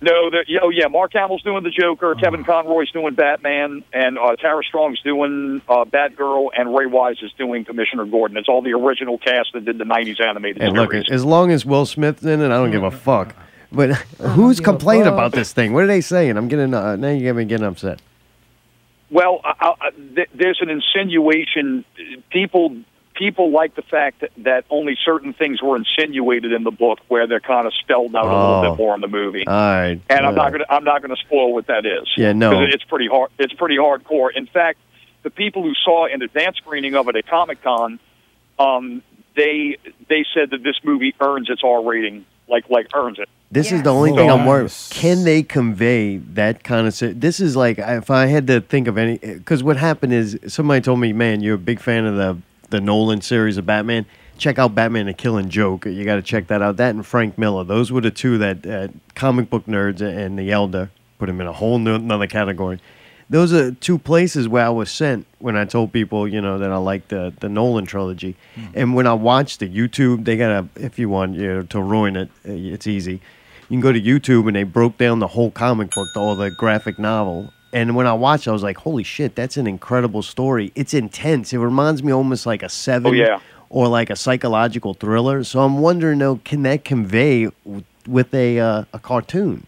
Speaker 21: No, the, oh yeah, Mark Hamill's doing the Joker,
Speaker 2: Oh.
Speaker 21: Kevin Conroy's doing Batman, and uh, Tara Strong's doing uh, Batgirl, and Ray Wise is doing Commissioner Gordon. It's all the original cast that did the '90s animated
Speaker 2: And look,
Speaker 21: series.
Speaker 2: as long as Will Smith's in it, I don't give a fuck. But who's complaining about this thing? What are they saying? I'm getting uh, now you got me getting upset.
Speaker 21: Well, I, I, I- th- there's an insinuation. People people like the fact that, that only certain things were insinuated in the book, where they're kind of spelled out a
Speaker 2: Oh.
Speaker 21: little bit more in the movie.
Speaker 2: All right,
Speaker 21: and I'm
Speaker 2: all
Speaker 21: not
Speaker 2: right.
Speaker 21: gonna I'm not gonna spoil what that is.
Speaker 2: Yeah, no.
Speaker 21: 'Cause it's pretty hard. It's pretty hardcore. In fact, the people who saw an advance screening of it at Comic Con, um, they they said that this movie earns its R rating, like like earns it.
Speaker 2: This is the only
Speaker 21: So-
Speaker 2: thing I'm worried. Can they convey that kind of? se- This is like if I had to think of any, because what happened is somebody told me, "Man, you're a big fan of the the Nolan series of Batman. Check out Batman: The Killing Joke. You got to check that out. That and Frank Miller. Those were the two that uh, comic book nerds and the Elder put them in a whole no- another category. Those are two places where I was sent when I told people, you know, that I liked the the Nolan trilogy.
Speaker 21: Hmm.
Speaker 2: And when I watched the YouTube, they got a if you want you know, to ruin it, uh, it's easy you can go to YouTube and they broke down the whole comic book, all the graphic novel. And when I watched, it, I was like, "Holy shit, that's an incredible story! It's intense. It reminds me almost like a seven,
Speaker 21: Oh, yeah.
Speaker 2: or like a psychological thriller." So I'm wondering, though, can that convey w- with a uh, a cartoon?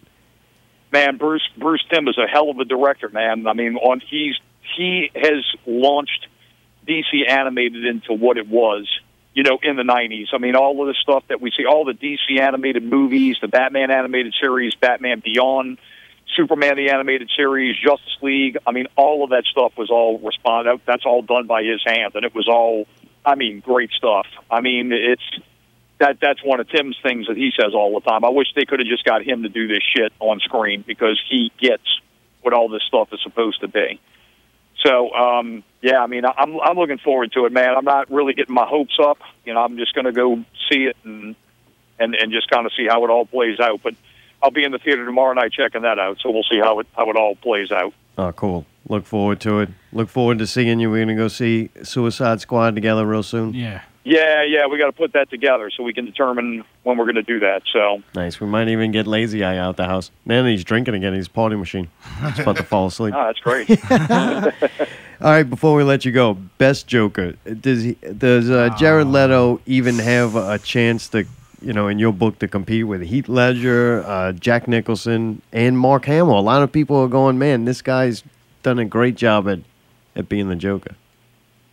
Speaker 21: man, Bruce Bruce Tim is a hell of a director, man. I mean, on he's he has launched DC animated into what it was, you know, in the '90s. I mean, all of the stuff that we see, all the DC animated movies, the Batman animated series, Batman Beyond, Superman the animated series, Justice League. I mean, all of that stuff was all respond. That's all done by his hand, and it was all, I mean, great stuff. I mean, it's that that's one of Tim's things that he says all the time. I wish they could have just got him to do this shit on screen because he gets what all this stuff is supposed to be. So um, yeah, I mean, I- I'm I'm looking forward to it, man. I'm not really getting my hopes up. You know, I'm just going to go see it and and and just kind of see how it all plays out. But I'll be in the theater tomorrow night checking that out, so we'll see how it how it all plays out.
Speaker 2: Oh, cool. Look forward to it. Look forward to seeing you. We're gonna go see Suicide Squad together real soon.
Speaker 5: Yeah.
Speaker 21: Yeah, yeah, we got to put that together so we can determine when we're going to do that. So
Speaker 2: Nice. We might even get Lazy Eye out the house. Man, he's drinking again. He's party machine. He's about to fall asleep.
Speaker 21: Ah, that's great.
Speaker 2: All right. Before we let you go, best Joker. Does he, does uh, Jared Leto even have a chance to you know in your book to compete with Heath Ledger, uh, Jack Nicholson, and Mark Hamill? A lot of people are going, man, this guy's done a great job at at being the Joker.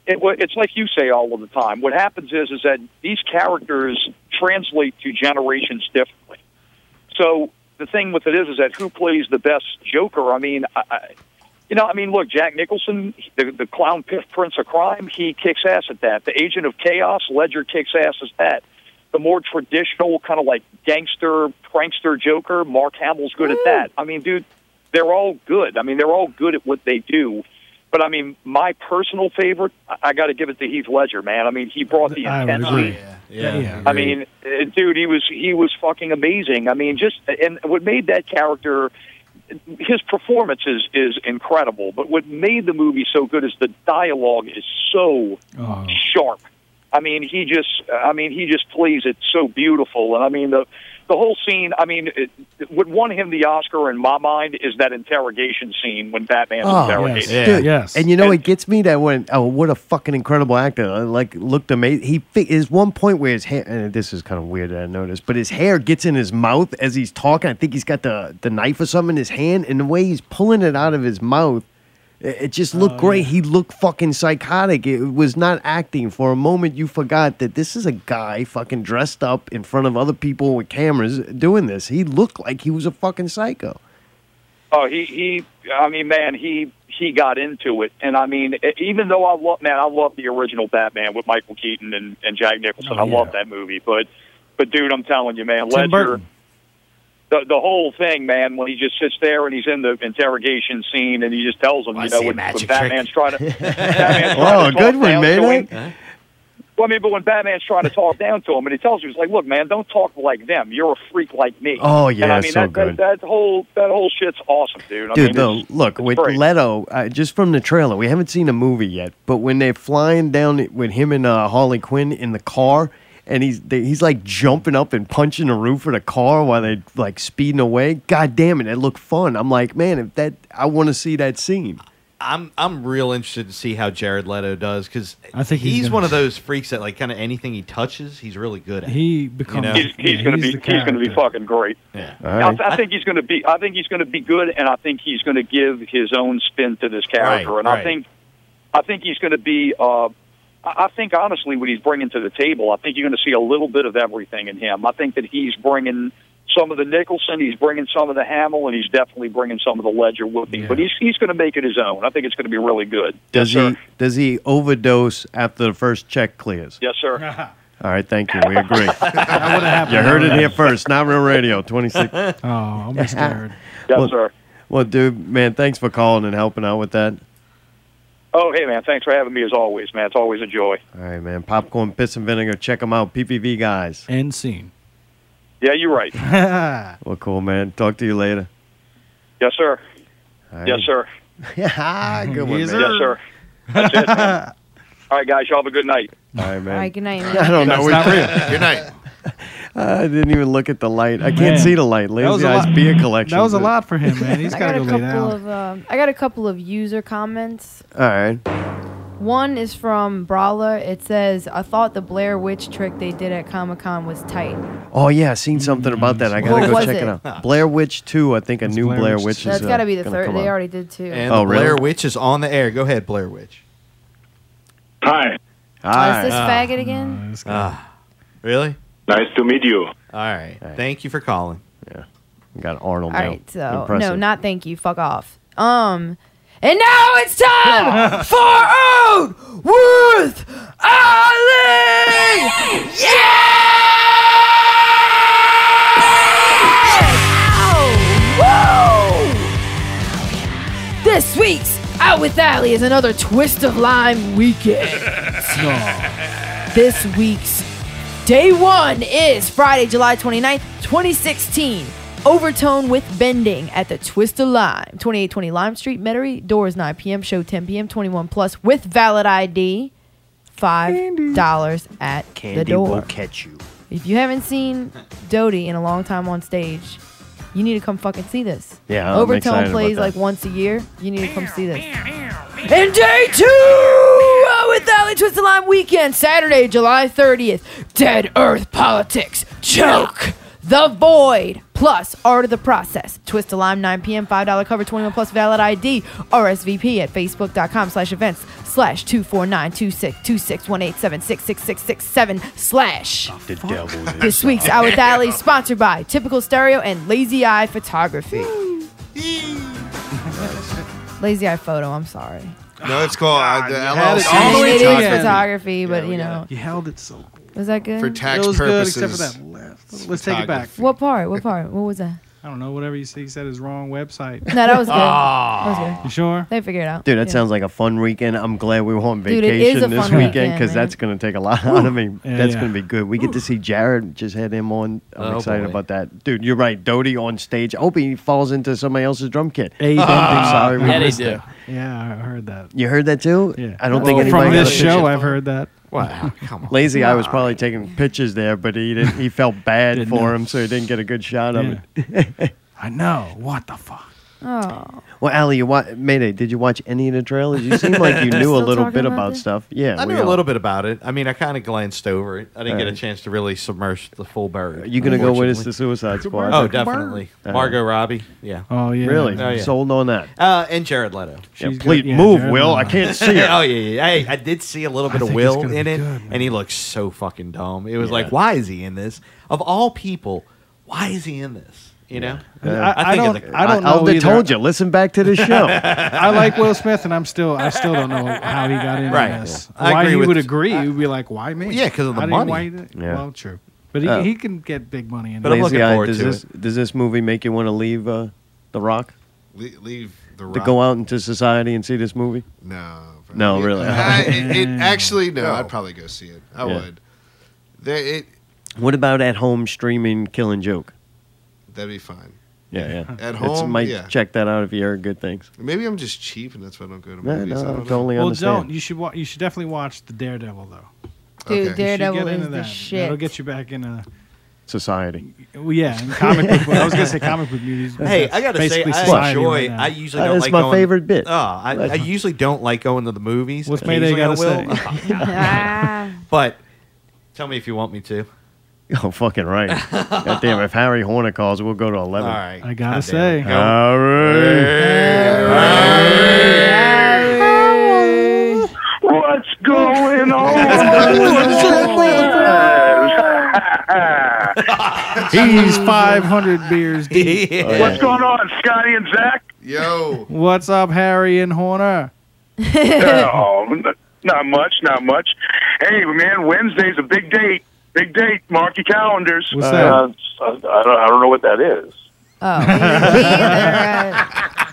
Speaker 21: it, wa- it's like you say all of the time. What happens is is that these characters translate to generations differently. So the thing with it is is that who plays the best Joker? I mean, I, I, you know, I mean, look, Jack Nicholson, the, the clown pit prince of crime, he kicks ass at that. The agent of chaos, Ledger, kicks ass at that. The more traditional kind of like gangster prankster Joker, Mark Hamill's good at that. I mean, dude, they're all good. I mean, they're all good at what they do. But I mean, my personal favorite, I, I got to give it to Heath Ledger, man. I mean, he brought the
Speaker 5: I would
Speaker 21: intensity.
Speaker 5: agree. Yeah. Yeah.
Speaker 21: I mean, uh, dude, he was he was fucking amazing. I mean, just and what made that character, his performance is is incredible. But what made the movie so good is the dialogue is so
Speaker 2: Oh.
Speaker 21: sharp. I mean, he just I mean he just plays it so beautiful. And I mean the the whole scene. I mean, it, what won him the Oscar in my mind is that interrogation scene when Batman's interrogated.
Speaker 2: Ah, Dude, Oh, And you know, it gets me that when oh, what a fucking incredible actor! I, Like looked amazing. He fi- is one point where his hair. And this is kind of weird that I noticed, but his hair gets in his mouth as he's talking. I think he's got the the knife or something in his hand, and the way he's pulling it out of his mouth, it, it just looked great. He looked fucking psychotic. It was not acting. For a moment, you forgot that this is a guy fucking dressed up in front of other people with cameras doing this. He looked like he was a fucking psycho.
Speaker 21: Oh, he he. I mean, man, he he got into it, and I mean, e- even though I love man, I love the original Batman with Michael Keaton and, and Jack Nicholson.
Speaker 5: Oh,
Speaker 21: I love that movie, but but dude, I'm telling you, man,
Speaker 5: Tim
Speaker 21: Ledger.
Speaker 5: Burton.
Speaker 21: The, the whole thing, man, when he just sits there and he's in the interrogation scene and he just tells them, you know, when, when Batman's trying to, Batman's trying to
Speaker 2: Oh,
Speaker 21: talk
Speaker 2: good one,
Speaker 21: down to him,
Speaker 2: man.
Speaker 21: well, I mean, but when Batman's trying to talk down to him, and he tells you, he's like, "Look, man, don't talk like them. You're a freak like me."
Speaker 2: Oh, yeah,
Speaker 21: and I mean,
Speaker 2: so
Speaker 21: that,
Speaker 2: good.
Speaker 21: That, that whole that whole shit's awesome, dude. I
Speaker 2: Dude,
Speaker 21: mean,
Speaker 2: though,
Speaker 21: it's-
Speaker 2: look,
Speaker 21: it's
Speaker 2: with
Speaker 21: great.
Speaker 2: Leto, uh, just from the trailer, we haven't seen a movie yet, but when they're flying down it- with him and uh, Harley Quinn in the car, and he's they, he's like jumping up and punching the roof of the car while they're like speeding away. God damn it, it looked fun. I'm like, man, if that, I want to see that scene.
Speaker 1: I'm I'm real interested to see how Jared Leto does because
Speaker 2: I think he's
Speaker 1: he's,
Speaker 2: gonna-
Speaker 1: one of those freaks that like kind of anything he touches, he's really good at.
Speaker 5: He
Speaker 1: becomes
Speaker 21: he's, he's going to be he's going to be fucking great.
Speaker 1: Yeah.
Speaker 21: I, I think he's going to be I think he's going to be good, and I think he's going to give his own spin to this character.
Speaker 8: Right,
Speaker 21: and
Speaker 8: right.
Speaker 21: I think I think he's going to be. Uh, I I think honestly, what he's bringing to the table, I think you're going to see a little bit of everything in him. I think that he's bringing some of the Nicholson, he's bringing some of the Hamill, and he's definitely bringing some of the Ledger with him. But he's he's going to make it his own. I think it's going to be really good.
Speaker 2: Does he does he overdose after the first check clears?
Speaker 21: Yes, sir.
Speaker 2: All right, thank you. We agree. you
Speaker 21: happened
Speaker 2: heard it
Speaker 21: already.
Speaker 2: here first. Not real radio. Twenty six. oh,
Speaker 5: I'm scared.
Speaker 21: Yes,
Speaker 2: well,
Speaker 21: sir.
Speaker 2: Well, dude, man, thanks for calling and helping out with that.
Speaker 21: Oh, hey man, thanks for having me as always, man. It's always a joy.
Speaker 2: All right, man. Popcorn, piss, and vinegar. Check them out. PPV guys.
Speaker 5: End scene.
Speaker 21: Yeah, you're right.
Speaker 2: well, cool, man. Talk to you later.
Speaker 21: Yes, sir.
Speaker 2: All right.
Speaker 21: Yes, sir.
Speaker 2: Yeah, good one,
Speaker 21: Yes,
Speaker 2: man.
Speaker 21: sir. That's it, man. All right, guys. Y'all have a good night.
Speaker 2: All right, man.
Speaker 3: All right, good night. man.
Speaker 2: I don't know.
Speaker 21: That's not
Speaker 2: real.
Speaker 21: Good night.
Speaker 2: I didn't even look at the light. I can't
Speaker 5: Man.
Speaker 2: see the light.
Speaker 5: That was
Speaker 2: Lazy
Speaker 5: a
Speaker 2: Eyes
Speaker 5: lot-
Speaker 2: beer collection.
Speaker 5: That was a lot for him, man. He's
Speaker 3: I
Speaker 5: got
Speaker 3: got
Speaker 5: to
Speaker 3: a
Speaker 5: go lay
Speaker 3: couple
Speaker 5: down.
Speaker 3: of um, I got a couple of user comments.
Speaker 2: All right.
Speaker 3: One is from Brawler. It says, "I thought the Blair Witch trick they did at Comic Con was tight."
Speaker 2: Oh yeah, I seen something
Speaker 5: Mm-hmm.
Speaker 2: about that. I gotta
Speaker 3: What
Speaker 2: go
Speaker 3: was
Speaker 2: check it,
Speaker 3: it?
Speaker 2: out. Blair Witch Two. I think a new Blair,
Speaker 1: Blair
Speaker 2: Witch.
Speaker 1: Witch
Speaker 2: is
Speaker 3: That's
Speaker 2: uh,
Speaker 3: got to be the
Speaker 2: gonna
Speaker 3: third.
Speaker 2: come
Speaker 3: They
Speaker 2: out.
Speaker 3: already did too.
Speaker 1: And
Speaker 2: Oh,
Speaker 1: the Blair
Speaker 2: really?
Speaker 1: Witch is on the air. Go ahead, Blair Witch.
Speaker 22: Hi.
Speaker 3: Oh, is this
Speaker 1: Ah.
Speaker 3: faggot
Speaker 2: Mm,
Speaker 3: again?
Speaker 1: Ah, really?
Speaker 22: Nice to meet you.
Speaker 1: All right. Thank you for calling.
Speaker 2: Yeah. We got Arnold
Speaker 3: All
Speaker 2: now.
Speaker 3: right, so no,
Speaker 2: Impressive.
Speaker 3: not thank you. Fuck off. Um, and now it's time for out with Ali. Yeah! Woo! This week's out with Ali is another twist of lime weekend. This week's day one is Friday, July 29th, 2016. Overtone with Bending at the Twist of Lime, 2820 Lime Street, Metairie. Doors 9 p.m., show 10 p.m., 21 plus with valid ID. $5 at the
Speaker 2: Candy
Speaker 3: door.
Speaker 2: will catch you.
Speaker 3: If you haven't seen Dodie in a long time on stage, you need to come fucking see this.
Speaker 2: Yeah, I'm excited
Speaker 3: Overtone
Speaker 2: about
Speaker 3: plays
Speaker 2: that.
Speaker 3: like once a year. You need to come see this. And day two uh, with Valley Twisted Lime Weekend, Saturday, July 30th. Dead Earth Politics. Choke. The Void plus Art of the Process. Twist of Lime, 9 p.m., $5 cover, 21 plus valid ID. RSVP at facebook.com slash events slash 249-2626187666667 slash.
Speaker 2: The devil. is-
Speaker 3: This week's Out With Alley is sponsored by Typical Stereo and Lazy Eye Photography. Lazy Eye Photo, I'm sorry.
Speaker 4: No, it's cool. I, the
Speaker 3: Had
Speaker 4: LLC
Speaker 3: it all the way to the
Speaker 4: photography.
Speaker 3: end. photography, but you know.
Speaker 6: You held it so.
Speaker 3: Was that good?
Speaker 4: For tax
Speaker 6: it was
Speaker 4: purposes.
Speaker 6: good except for that left. Let's take it back.
Speaker 3: What part? What part? What was that?
Speaker 6: I don't know. Whatever you said, you said is wrong website.
Speaker 3: No, that was good.
Speaker 5: Ah.
Speaker 3: That was good.
Speaker 6: You sure?
Speaker 3: They figured it out.
Speaker 2: Ah. Dude, that
Speaker 3: Yeah.
Speaker 2: sounds like a fun weekend. I'm glad we were on
Speaker 3: Dude, it is
Speaker 2: vacation
Speaker 3: a
Speaker 2: this
Speaker 3: fun
Speaker 2: weekend
Speaker 3: weekend,
Speaker 2: because that's going to take a lot out of me.
Speaker 3: Yeah,
Speaker 2: that's
Speaker 3: yeah.
Speaker 2: going to be good. We get to see Jared. Just had him on. I'm
Speaker 1: Oh,
Speaker 2: excited
Speaker 1: boy.
Speaker 2: about that. Dude, you're right. Doty on stage. I hope he falls into somebody else's drum kit.
Speaker 5: Hey,
Speaker 21: Ah.
Speaker 2: I'm sorry. We missed it.
Speaker 5: Yeah, I heard that.
Speaker 2: You heard that too?
Speaker 5: Yeah.
Speaker 2: I don't
Speaker 5: Well,
Speaker 2: think anybody
Speaker 5: from
Speaker 2: got
Speaker 5: this
Speaker 2: a
Speaker 5: show
Speaker 2: picture.
Speaker 5: I've heard that.
Speaker 1: Wow, come on.
Speaker 2: Lazy I was probably taking pictures there, but he didn't, he felt bad for him, so he didn't get a good shot of it.
Speaker 5: I know. What the fuck?
Speaker 3: Oh.
Speaker 2: Well, Ali, you wa- Mayday, did you watch any of the trailers? You seem like you knew a little bit about, stuff. Yeah,
Speaker 1: I
Speaker 2: we
Speaker 1: knew a
Speaker 2: are.
Speaker 1: little bit about it. I mean, I kind of glanced over it. I didn't get a
Speaker 2: Alright.
Speaker 1: chance to really submerge the full bird.
Speaker 2: You gonna go with us to
Speaker 1: unfortunately.
Speaker 2: Suicide Squad?
Speaker 1: Oh, definitely.
Speaker 2: Uh,
Speaker 1: Margot Robbie. Yeah.
Speaker 5: Oh, yeah.
Speaker 2: Really?
Speaker 1: Oh, yeah.
Speaker 2: Sold on that.
Speaker 1: Uh, and Jared Leto.
Speaker 2: Yeah, She's please good. Yeah, move, Jared Will. Leto. I can't see it.
Speaker 1: oh yeah, yeah. I, I did see a little bit of
Speaker 2: think it's
Speaker 1: Will
Speaker 2: gonna be
Speaker 1: in it,
Speaker 2: good,
Speaker 1: and he looks so fucking dumb. It was
Speaker 2: Yeah.
Speaker 1: like, why is he in this? Of all people, why is he in this? You know,
Speaker 5: Yeah. I- I
Speaker 1: of
Speaker 5: don't- I don't know
Speaker 2: I
Speaker 5: either.
Speaker 2: told you. Listen back to the show.
Speaker 5: I like Will Smith, and I'm still I still don't know how he got into
Speaker 1: Right.
Speaker 5: this.
Speaker 1: I
Speaker 5: why
Speaker 1: agree
Speaker 5: he
Speaker 1: with-
Speaker 5: would agree? You'd be like, why me?
Speaker 1: Well, yeah, 'cause of the
Speaker 5: I didn't-
Speaker 1: money.
Speaker 5: Why you did-
Speaker 2: Yeah.
Speaker 5: Well, true, but he,
Speaker 2: Uh,
Speaker 5: he can get big money. In
Speaker 1: But I'm
Speaker 5: it.
Speaker 1: looking
Speaker 2: Lazy Eye,
Speaker 1: forward
Speaker 2: does
Speaker 1: to
Speaker 2: this, Does this movie make you want to leave uh, The Rock?
Speaker 4: Le- leave the
Speaker 2: To
Speaker 4: rock.
Speaker 2: go out into society and see this movie?
Speaker 4: No. bro.
Speaker 2: No,
Speaker 4: It-
Speaker 2: really.
Speaker 4: I- it, it- actually, no,
Speaker 2: No.
Speaker 4: I'd probably go see it. I
Speaker 2: Yeah.
Speaker 4: would. They, it,
Speaker 2: What about at home streaming Killing Joke?
Speaker 4: that'd be fine.
Speaker 2: Yeah, yeah.
Speaker 4: At
Speaker 2: It's-
Speaker 4: home,
Speaker 2: might
Speaker 4: yeah.
Speaker 2: check that out if you heard good things.
Speaker 4: Maybe I'm just cheap, and that's why I don't go to
Speaker 2: No,
Speaker 4: movies.
Speaker 2: no,
Speaker 4: I don't know.
Speaker 2: totally
Speaker 5: well,
Speaker 2: understand.
Speaker 5: don't you should wa- you should definitely watch the Daredevil though.
Speaker 3: Dude,
Speaker 4: Okay.
Speaker 5: You should
Speaker 3: Daredevil
Speaker 5: get into
Speaker 3: is the
Speaker 5: that.
Speaker 3: shit.
Speaker 5: That'll get you back in a
Speaker 2: Society.
Speaker 5: well, yeah, in comic book. I was gonna say comic book movies. but
Speaker 1: Hey,
Speaker 5: that's
Speaker 1: I gotta say,
Speaker 5: basically
Speaker 1: I
Speaker 5: society
Speaker 1: enjoy.
Speaker 5: right now.
Speaker 1: I usually
Speaker 2: Uh,
Speaker 1: don't
Speaker 2: that's
Speaker 1: like
Speaker 2: my
Speaker 1: going,
Speaker 2: favorite bit.
Speaker 1: Oh, I, I
Speaker 2: That's-
Speaker 1: usually don't like going to the movies.
Speaker 5: What's Mayday
Speaker 1: Occasionally I
Speaker 5: gotta
Speaker 1: will. but tell me if you want me to.
Speaker 2: Oh, fucking right. God damn, if Harry Horner calls, we'll go to 11.
Speaker 1: All right.
Speaker 5: I gotta say,
Speaker 2: All
Speaker 7: What's going
Speaker 5: he's 500 beers deep.
Speaker 7: What's going on, Scotty and Zach?
Speaker 4: Yo.
Speaker 5: What's up, Harry and Horner?
Speaker 7: oh, n- not much, not much. Hey, man, Wednesday's a big date. Big date. Mark your calendars.
Speaker 5: What's that?
Speaker 7: Uh, I, I, don't, I don't know what that is.
Speaker 13: Oh.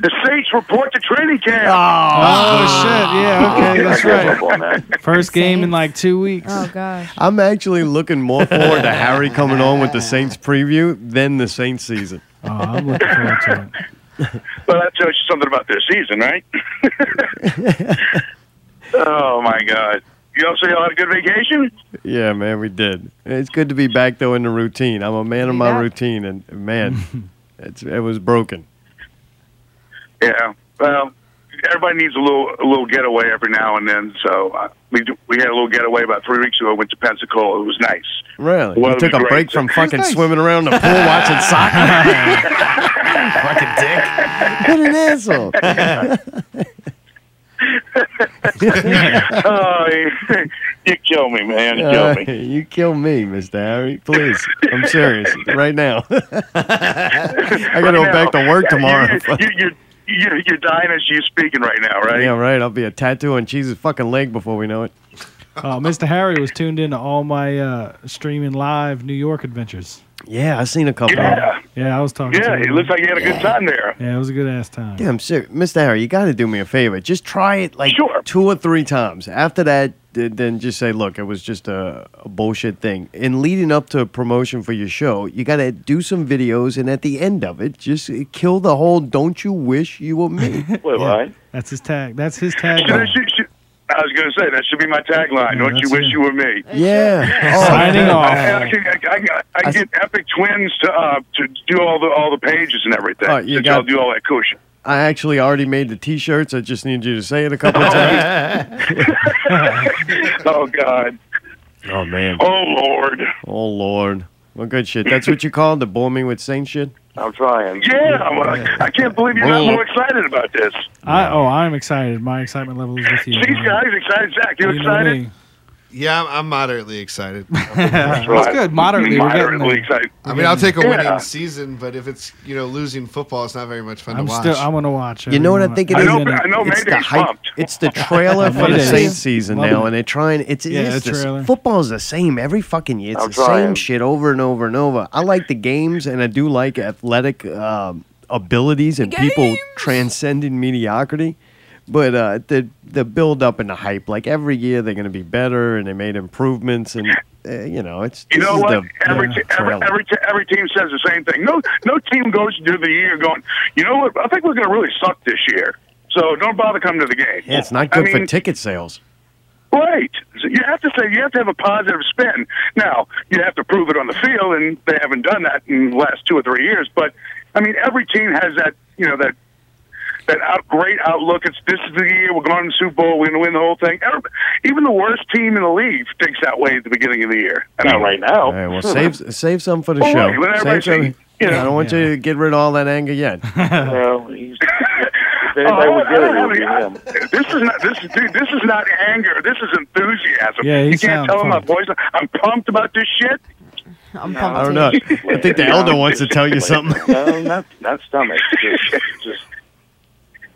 Speaker 7: The Saints report to training camp.
Speaker 5: Oh, shit! Yeah, okay, that's right.
Speaker 7: right.
Speaker 5: First game in like two weeks.
Speaker 3: Oh gosh.
Speaker 2: I'm actually looking more forward to Harry coming on with the Saints preview than the Saints season.
Speaker 5: Oh, I'm looking forward to it.
Speaker 7: Well, that tells you something about their season, right? oh my God! You all say y'all had a good vacation?
Speaker 2: Yeah, man, we did. It's good to be back though in the routine. I'm a man of my
Speaker 7: Yeah.
Speaker 2: routine, and man, it's it was broken.
Speaker 7: Yeah. Well, everybody needs a little a little getaway every now and then. So uh, we do, we had a little getaway about three weeks ago. Went to Pensacola. It was nice.
Speaker 2: Really,
Speaker 7: Well,
Speaker 2: you
Speaker 7: it
Speaker 2: took
Speaker 7: was
Speaker 2: a
Speaker 7: great.
Speaker 2: break from fucking swimming around the pool watching soccer. fucking dick. What an asshole.
Speaker 7: oh, you-
Speaker 22: You kill me, man. You
Speaker 2: Uh,
Speaker 22: kill me.
Speaker 2: you kill me, Mr. Harry. Please. I'm serious. right now. Uh, I got to go
Speaker 22: Right
Speaker 2: back
Speaker 22: now.
Speaker 2: to work
Speaker 22: Yeah,
Speaker 2: tomorrow.
Speaker 22: You, you, you, you, you're dying as you speaking right now, right?
Speaker 2: Yeah, right. I'll be a tattoo on Jesus' fucking leg before we know it.
Speaker 5: Uh, Mr. Harry was tuned in to all my uh, streaming live New York adventures.
Speaker 2: Yeah, I've seen a couple.
Speaker 5: Yeah, I was talking.
Speaker 22: Yeah,
Speaker 5: to
Speaker 22: it looks like Oh, you had a good time there.
Speaker 5: Yeah, it was a good ass time.
Speaker 2: Yeah, I'm serious. Mr. Harry, you got to do me a favor. Just try it like two or three times. After that, th- then just say, look, it was just a, a bullshit thing. And leading up to a promotion for your show, you got to do some videos. And at the end of it, just uh, kill the whole don't you wish you were me.
Speaker 22: Well, I,
Speaker 5: That's his tag. That's his tag.
Speaker 22: I was going to say that should be my tagline. Don't you wish you were me?
Speaker 2: yeah. Oh,
Speaker 5: Signing off.
Speaker 22: I, I, can, I, I, I can get Epic Twins to uh, to do all the all the pages and everything.
Speaker 2: Oh, you
Speaker 22: Since
Speaker 2: got-
Speaker 22: y'all do all that kush.
Speaker 2: I actually already made the t shirts. I just need you to say it a couple of times.
Speaker 22: oh God.
Speaker 2: oh, man.
Speaker 22: Oh Lord.
Speaker 2: Oh, Lord. Well, good shit. That's what you call the bore me with saint shit?
Speaker 22: I'm trying. Yeah, well, I, I can't believe you're not
Speaker 5: Well-
Speaker 22: more excited about this.
Speaker 5: I, oh, I'm excited. My excitement level is with you.
Speaker 22: These guys excited, Zach. You
Speaker 5: You know
Speaker 22: excited?
Speaker 5: me.
Speaker 4: Yeah, I'm, I'm moderately excited.
Speaker 5: That's That's good. Moderately, we're getting Moderately there. excited.
Speaker 4: I mean, I'll take a winning
Speaker 5: Yeah.
Speaker 4: season, but if it's you know losing football, it's not very much fun
Speaker 5: I'm
Speaker 4: to watch.
Speaker 5: still. I'm gonna watch.
Speaker 2: You know what I think it is? it's the hype. It's the trailer for
Speaker 5: It
Speaker 2: the
Speaker 5: is.
Speaker 2: Saints season
Speaker 5: Love
Speaker 2: now,
Speaker 5: it.
Speaker 2: and they're trying. It's it
Speaker 5: Yeah,
Speaker 2: is
Speaker 5: the
Speaker 2: this-
Speaker 5: trailer.
Speaker 2: football's the same every fucking year. It's
Speaker 5: I'm
Speaker 2: the same
Speaker 5: trying.
Speaker 2: shit over and over and over. I like the games, and I do like athletic um, abilities and people transcending mediocrity. But uh, the the build up and the hype, like every year they're going to be better, and they made improvements, and uh, you know it's
Speaker 22: You
Speaker 2: this
Speaker 22: know
Speaker 2: is
Speaker 22: what?
Speaker 2: the-
Speaker 22: every,
Speaker 2: the
Speaker 22: te- every
Speaker 2: trailer.
Speaker 22: every te- every team says the same thing. No no team goes into the year going, you know what? I think we're going to really suck this year. So don't bother coming to the game.
Speaker 2: Yeah, it's not
Speaker 22: I
Speaker 2: good for
Speaker 22: mean,
Speaker 2: ticket sales.
Speaker 22: Right. So you have to say you have to have a positive spin. Now you have to prove it on the field, and they haven't done that in the last two or three years. But I mean, every team has that you know that that out, great outlook. It's this is the year we're going to the Super Bowl. We're going to win the whole thing. Every- Even the worst team in the league thinks that way at the beginning of the year. I mean, right now.
Speaker 2: All right, well, save save some for the
Speaker 22: Hmm. Well,
Speaker 2: show.
Speaker 22: wait, when everybody
Speaker 2: Save some.
Speaker 22: say, you know-
Speaker 2: I don't want you to get rid of all that anger yet.
Speaker 22: Oh, I don't- I don't have any- I- this is not this is dude. This is not anger. This is enthusiasm.
Speaker 2: Yeah, he
Speaker 22: you can't
Speaker 2: sounds
Speaker 22: tell him my voice. I'm pumped about this shit. I'm
Speaker 2: I don't know. I think the elder wants to tell you something.
Speaker 8: No, not not stomach. Just, just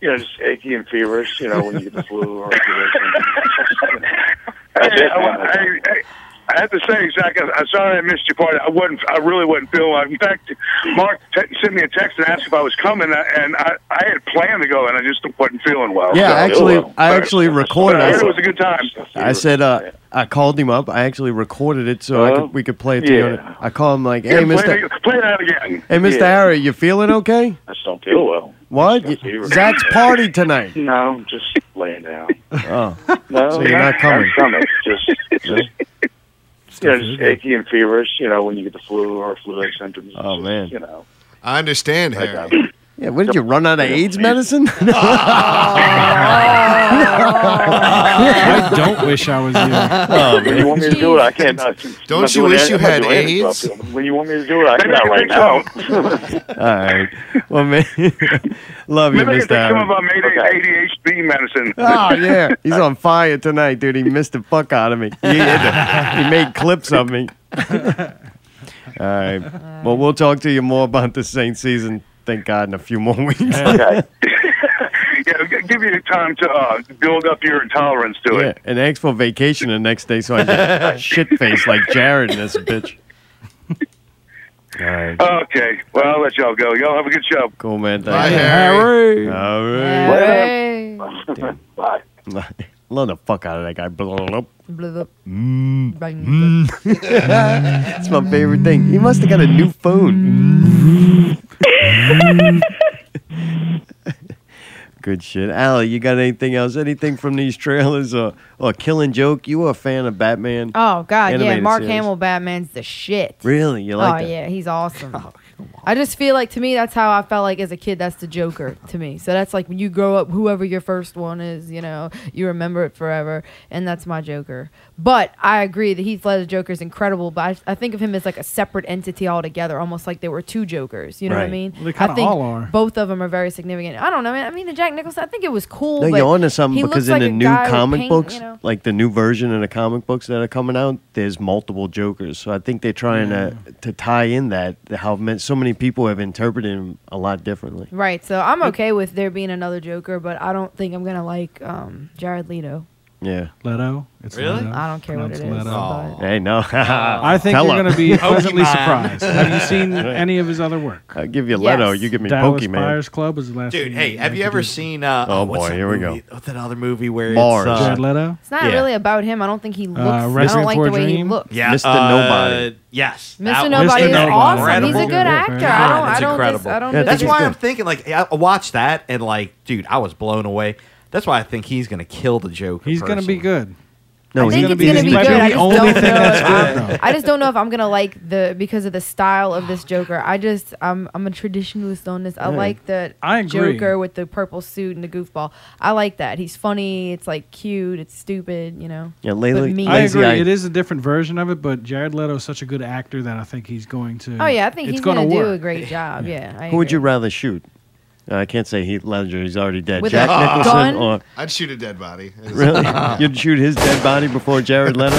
Speaker 8: you know, just achy and feverish. You know, when you get the flu or.
Speaker 22: I, I, I, I have to say, Zach, I, I'm sorry I missed your part. I wasn't. I really wasn't feeling. well. In fact, Mark te- sent me a text and asked if I was coming, uh, and I, I had planned to go, and I just wasn't feeling
Speaker 8: Oh,
Speaker 22: well.
Speaker 2: Yeah,
Speaker 22: So-
Speaker 2: actually, I
Speaker 22: But-
Speaker 2: actually
Speaker 22: but
Speaker 2: recorded.
Speaker 22: I
Speaker 2: I
Speaker 22: heard it
Speaker 2: said,
Speaker 22: was a good time.
Speaker 2: I said, uh, I called him up. I actually recorded it so I
Speaker 22: Hello?
Speaker 8: Uh-huh.
Speaker 2: could we could play it together.
Speaker 22: Yeah.
Speaker 2: I called him like,
Speaker 22: Yeah,
Speaker 2: "Hey,
Speaker 22: play
Speaker 2: Mister,
Speaker 22: it- play it out again.
Speaker 2: hey, Mister
Speaker 22: Yeah.
Speaker 2: Harry, you feeling okay?
Speaker 8: I just don't feel well.
Speaker 2: What?
Speaker 8: fever.
Speaker 2: Zach's party tonight.
Speaker 8: No, I'm just laying down.
Speaker 2: Oh,
Speaker 8: No,
Speaker 2: so you're not coming.
Speaker 8: stomach. Just, just. You know, just achy and feverish, you know, when you get the flu or flu-like symptoms.
Speaker 2: Oh, man.
Speaker 8: You know.
Speaker 4: I understand,
Speaker 8: I
Speaker 4: Harry.
Speaker 8: got it.
Speaker 2: Yeah, what did you run out of AIDS medicine?
Speaker 8: Oh.
Speaker 5: I don't wish I was you.
Speaker 8: when Oh, you want me to do it, I can't. I-
Speaker 5: Don't
Speaker 8: not
Speaker 5: you
Speaker 8: doing
Speaker 5: wish
Speaker 8: any-
Speaker 5: you
Speaker 8: I'm not
Speaker 5: had
Speaker 8: doing any
Speaker 5: AIDS?
Speaker 8: stuff. When you want me to do it, I can't right now.
Speaker 2: All right. Well, man, love you,
Speaker 22: Maybe I can
Speaker 2: Mister
Speaker 22: take some
Speaker 2: Harry.
Speaker 22: of our Mayday ADHD medicine.
Speaker 2: Oh yeah, he's on fire tonight, dude. He missed the fuck out of me. He, had to- he made clips of me. All right. Well, we'll talk to you more about the Saint season. Thank God in a few more weeks.
Speaker 8: Okay.
Speaker 22: yeah, g- give you time to uh, build up your tolerance to it.
Speaker 2: Yeah, and ask for vacation the next day so I get shit faced like Jared and this bitch. All right.
Speaker 22: Okay. Well, I'll let y'all go. Y'all have a good show.
Speaker 2: Cool, man. Thank
Speaker 22: Bye,
Speaker 2: you.
Speaker 22: Harry.
Speaker 2: All right.
Speaker 22: Hey.
Speaker 8: Bye.
Speaker 2: Love the fuck out of that guy. Blah, blah, blah.
Speaker 3: Mm.
Speaker 2: That's my favorite thing. He must have got a new phone. Good shit. Allie, you got anything else? Anything from these trailers or, or Killing Joke? You were a fan of Batman.
Speaker 3: Oh God, yeah.
Speaker 2: Animated
Speaker 3: Mark
Speaker 2: series.
Speaker 3: Hamill Batman's the shit.
Speaker 2: Really? You like
Speaker 3: oh
Speaker 2: that? Oh,
Speaker 3: yeah, he's awesome. I just feel like to me that's how I felt like as a kid. That's the Joker to me. So that's like when you grow up, whoever your first one is, you know, you remember it forever, and that's my Joker. But I agree that Heath Ledger Joker is incredible, but I, I think of him as like a separate entity altogether, almost like there were two Jokers. You know what I
Speaker 2: Right.
Speaker 3: mean?
Speaker 2: Well, they
Speaker 3: I
Speaker 2: kinda
Speaker 3: think
Speaker 2: all are.
Speaker 3: both of them are very significant. I don't know. man. I mean, the Jack Nicholson. I think it was cool.
Speaker 2: No,
Speaker 3: but
Speaker 2: you're onto something
Speaker 3: he looks
Speaker 2: because in
Speaker 3: like
Speaker 2: the
Speaker 3: a
Speaker 2: new
Speaker 3: guy with
Speaker 2: comic
Speaker 3: paint,
Speaker 2: books,
Speaker 3: you know?
Speaker 2: like the new version of the comic books that are coming out, there's multiple Jokers. So I think they're trying to to tie in that how men- so many people have interpreted him a lot differently.
Speaker 3: Right. So I'm okay with there being another Joker, but I don't think I'm gonna like um, Jared Leto.
Speaker 2: Yeah,
Speaker 5: Leto. It's
Speaker 3: Really? I don't care what it
Speaker 5: Pronounced
Speaker 3: is,
Speaker 5: Leto.
Speaker 2: Hey, no.
Speaker 5: I think
Speaker 2: Tell
Speaker 5: you're
Speaker 2: her.
Speaker 5: going to be pleasantly
Speaker 2: Pokemon.
Speaker 5: surprised. Have you seen any of his other work?
Speaker 2: I'll give you Leto. You give me
Speaker 5: Dallas
Speaker 2: Pokemon.
Speaker 5: Buyers Club was the last. thing
Speaker 1: Dude, hey,
Speaker 5: that
Speaker 1: have
Speaker 5: I
Speaker 1: you
Speaker 5: could
Speaker 1: ever
Speaker 5: do.
Speaker 1: seen? Uh,
Speaker 2: Oh,
Speaker 1: what's
Speaker 2: boy,
Speaker 1: that
Speaker 2: here we
Speaker 1: movie?
Speaker 2: go.
Speaker 1: What's that other movie where
Speaker 2: Mars.
Speaker 1: it's uh,
Speaker 2: Jared
Speaker 5: Leto?
Speaker 3: It's not
Speaker 1: Yeah.
Speaker 3: really about him. I don't
Speaker 1: Uh,
Speaker 3: think he looks. I
Speaker 5: Resident
Speaker 3: don't like
Speaker 5: for a
Speaker 3: the way he
Speaker 5: Dream?
Speaker 3: looks.
Speaker 1: Yeah,
Speaker 2: Mr.
Speaker 1: uh,
Speaker 2: Nobody.
Speaker 1: Yes,
Speaker 3: Mr. Nobody is awesome. He's a good actor. I don't. I
Speaker 1: It's
Speaker 3: don't.
Speaker 1: incredible.
Speaker 3: Dis- I don't.
Speaker 1: That's
Speaker 3: disagree.
Speaker 1: why I'm thinking like I I watched that and like, dude, I was blown away. That's why I think he's gonna kill the Joker.
Speaker 5: He's
Speaker 1: going
Speaker 5: gonna
Speaker 1: to
Speaker 5: be good.
Speaker 3: I
Speaker 1: No, he's
Speaker 3: think
Speaker 1: gonna
Speaker 3: it's
Speaker 1: be
Speaker 3: gonna
Speaker 1: the
Speaker 3: be
Speaker 1: Joker.
Speaker 3: good. I just
Speaker 1: He's the only
Speaker 3: don't know.
Speaker 1: thing that's
Speaker 3: if I'm- I just don't know if I'm gonna like the because of the style of this Joker. I just I'm I'm a traditionalist on this. I
Speaker 5: Yeah.
Speaker 3: like the
Speaker 5: I agree.
Speaker 3: Joker with the purple suit and the goofball. I like that. He's funny. It's like cute. It's stupid. You know.
Speaker 2: Yeah,
Speaker 3: But
Speaker 2: lately,
Speaker 3: mean.
Speaker 5: I
Speaker 2: Lazy
Speaker 5: agree.
Speaker 2: Eye-
Speaker 5: It is a different version of it, but Jared Leto is such a good actor that I think he's going to.
Speaker 3: Oh yeah, I think
Speaker 5: it's
Speaker 3: he's gonna, do
Speaker 5: work.
Speaker 3: a great job. Yeah. I
Speaker 2: Who would
Speaker 3: agree.
Speaker 2: you rather shoot? Uh, I can't say Heath Ledger. He's already dead.
Speaker 3: With
Speaker 2: Jack
Speaker 3: a
Speaker 2: Nicholson
Speaker 3: gun?
Speaker 2: or
Speaker 4: I'd shoot a dead body.
Speaker 2: really?
Speaker 4: Uh,
Speaker 2: You'd shoot his dead body before Jared Leto?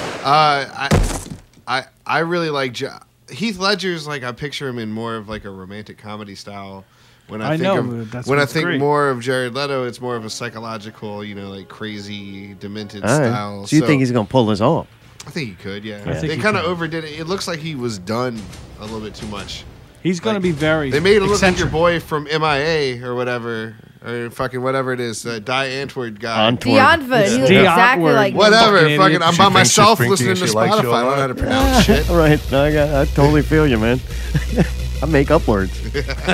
Speaker 4: Uh, I, I, I really like Ja- Heath Ledger's. Like I picture him in more of like a romantic comedy style. When I,
Speaker 5: I
Speaker 4: think
Speaker 5: know,
Speaker 4: of,
Speaker 5: but that's
Speaker 4: when I
Speaker 5: what's
Speaker 4: think
Speaker 5: great.
Speaker 4: more of Jared Leto, it's more of a psychological, you know, like crazy, demented
Speaker 2: All
Speaker 4: style.
Speaker 2: right. So you think he's gonna pull this off?
Speaker 4: I think he could. Yeah,
Speaker 2: I think
Speaker 4: they
Speaker 2: he
Speaker 4: kind of
Speaker 2: could.
Speaker 4: overdid it. It looks like he was done a little bit too much.
Speaker 5: He's going to be very.
Speaker 4: They made it look like
Speaker 5: eccentric.
Speaker 4: your boy from MIA or whatever, or fucking whatever it is, that Die Antwoord guy.
Speaker 2: Antwoord. Die
Speaker 3: Antwoord. He looks exactly like him.
Speaker 4: Whatever.
Speaker 2: Fucking
Speaker 4: Fucking,
Speaker 2: idiot.
Speaker 4: I'm
Speaker 2: She
Speaker 4: by
Speaker 2: thinks she's
Speaker 4: myself
Speaker 2: freaky
Speaker 4: listening
Speaker 2: and
Speaker 4: to
Speaker 2: she likes
Speaker 4: Spotify. I
Speaker 2: you
Speaker 4: don't know
Speaker 2: a
Speaker 4: how
Speaker 2: lot.
Speaker 4: to pronounce shit.
Speaker 2: All right. No, I, got, I totally feel you, man. I make up words.
Speaker 3: Yes,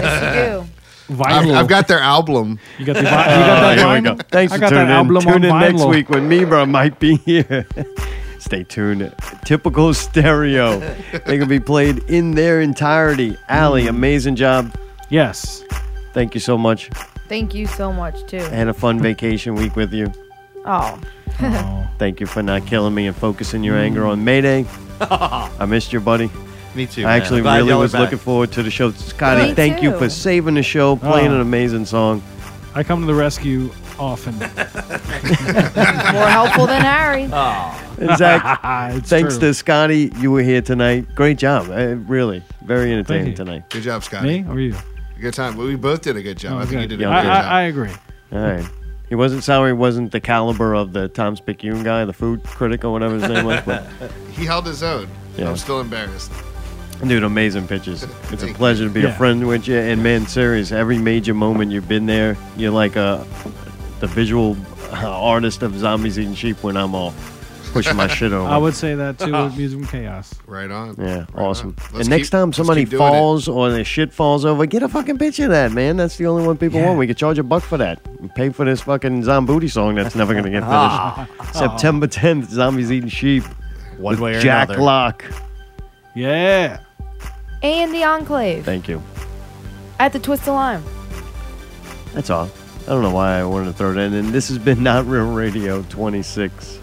Speaker 5: you do.
Speaker 4: I've, I've got their album.
Speaker 5: You got the
Speaker 2: Oh, here we go. Thanks
Speaker 5: I
Speaker 2: for
Speaker 5: got that
Speaker 2: tuning in.
Speaker 5: album
Speaker 2: Tune
Speaker 5: on
Speaker 2: in next
Speaker 5: vinyl.
Speaker 2: week when Mibra might be here. Stay tuned. Typical stereo. they can be played in their entirety. Allie, amazing job.
Speaker 5: Yes.
Speaker 2: Thank you so much.
Speaker 3: Thank you so much too.
Speaker 2: I had a fun vacation week with you.
Speaker 3: Oh.
Speaker 2: Thank you for not killing me and focusing your anger on Mayday. I missed you, buddy.
Speaker 1: Me too,
Speaker 2: I
Speaker 1: man.
Speaker 2: actually
Speaker 1: I'm glad
Speaker 2: really
Speaker 1: y'all are
Speaker 2: was
Speaker 1: back.
Speaker 2: looking forward to the show. Scotty,
Speaker 5: Me
Speaker 2: thank you
Speaker 5: too.
Speaker 2: for saving the show, playing
Speaker 5: Oh.
Speaker 2: an amazing song.
Speaker 5: I come to the rescue often.
Speaker 3: More helpful than Harry.
Speaker 2: And Zach,
Speaker 5: It's
Speaker 2: thanks
Speaker 5: true.
Speaker 2: to Scotty, you were here tonight. Great job. Uh, really, very entertaining
Speaker 5: you.
Speaker 2: tonight.
Speaker 4: Good job, Scotty.
Speaker 5: Me or you?
Speaker 4: Good time. Well, we both did a good job. I think you did a
Speaker 2: Yeah,
Speaker 4: good
Speaker 2: good
Speaker 5: I,
Speaker 4: job.
Speaker 5: I agree.
Speaker 2: All right. He wasn't sorry. He wasn't the caliber of the Tom Spicune guy, the food critic or whatever his name was. But
Speaker 4: he held his own.
Speaker 2: Yeah.
Speaker 4: I'm still embarrassed.
Speaker 2: dude, amazing pictures. It's a
Speaker 4: Thank
Speaker 2: pleasure to be a
Speaker 4: Yeah.
Speaker 2: friend with you. And man, serious. Every major moment you've been there, you're like uh the visual uh, artist of zombies eating sheep when I'm all pushing my shit over.
Speaker 5: I would say that too with Music and Chaos.
Speaker 4: Right on.
Speaker 2: Yeah, awesome.
Speaker 5: Let's
Speaker 2: and next
Speaker 5: keep-
Speaker 2: time
Speaker 5: let's
Speaker 2: somebody
Speaker 5: keep doing it.
Speaker 2: falls or their shit falls over, get a fucking picture of that, man. That's the only one people want. We could charge a buck for that. And pay for this fucking Zombooty song that's never going to get finished.
Speaker 5: Ah.
Speaker 2: September 10th, Zombies Eating Sheep.
Speaker 1: One
Speaker 2: with
Speaker 1: way or
Speaker 2: Jack
Speaker 1: another.
Speaker 2: Locke.
Speaker 5: Yeah.
Speaker 3: And the Enclave
Speaker 2: Thank you.
Speaker 3: at the Twist of Lime.
Speaker 2: That's all. I don't know why I wanted to throw it in. And this has been Not Real Radio 26.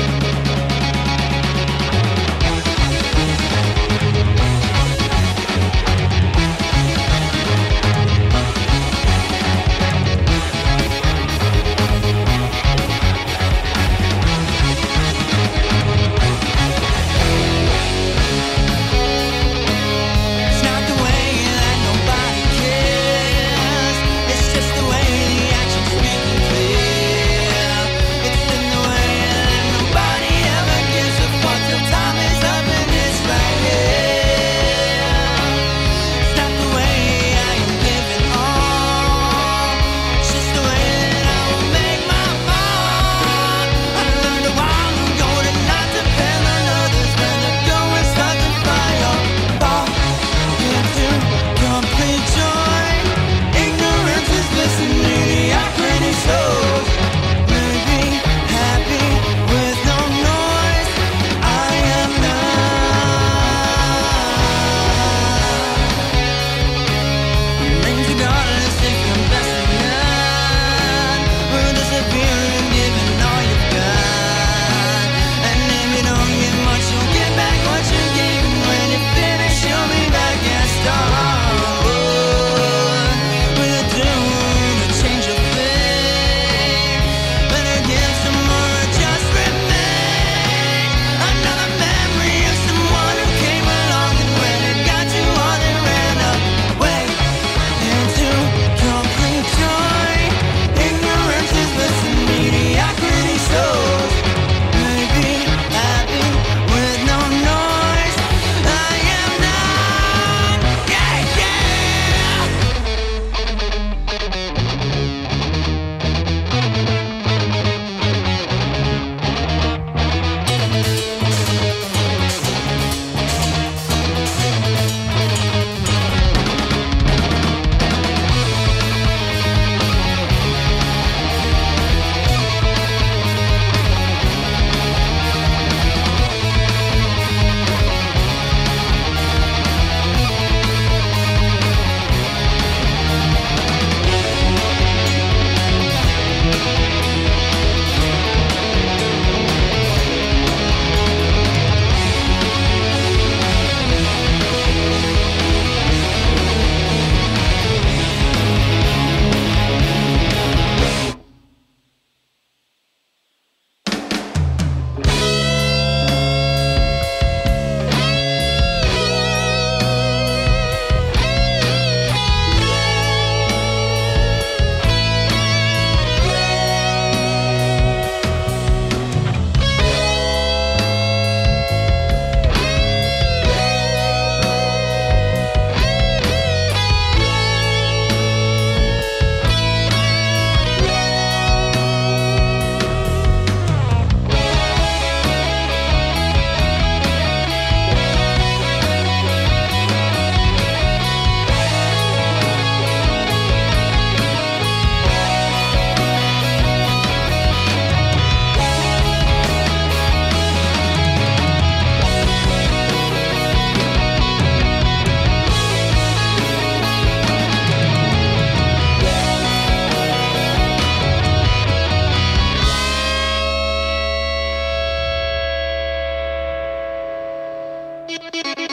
Speaker 9: Thank
Speaker 7: Bye.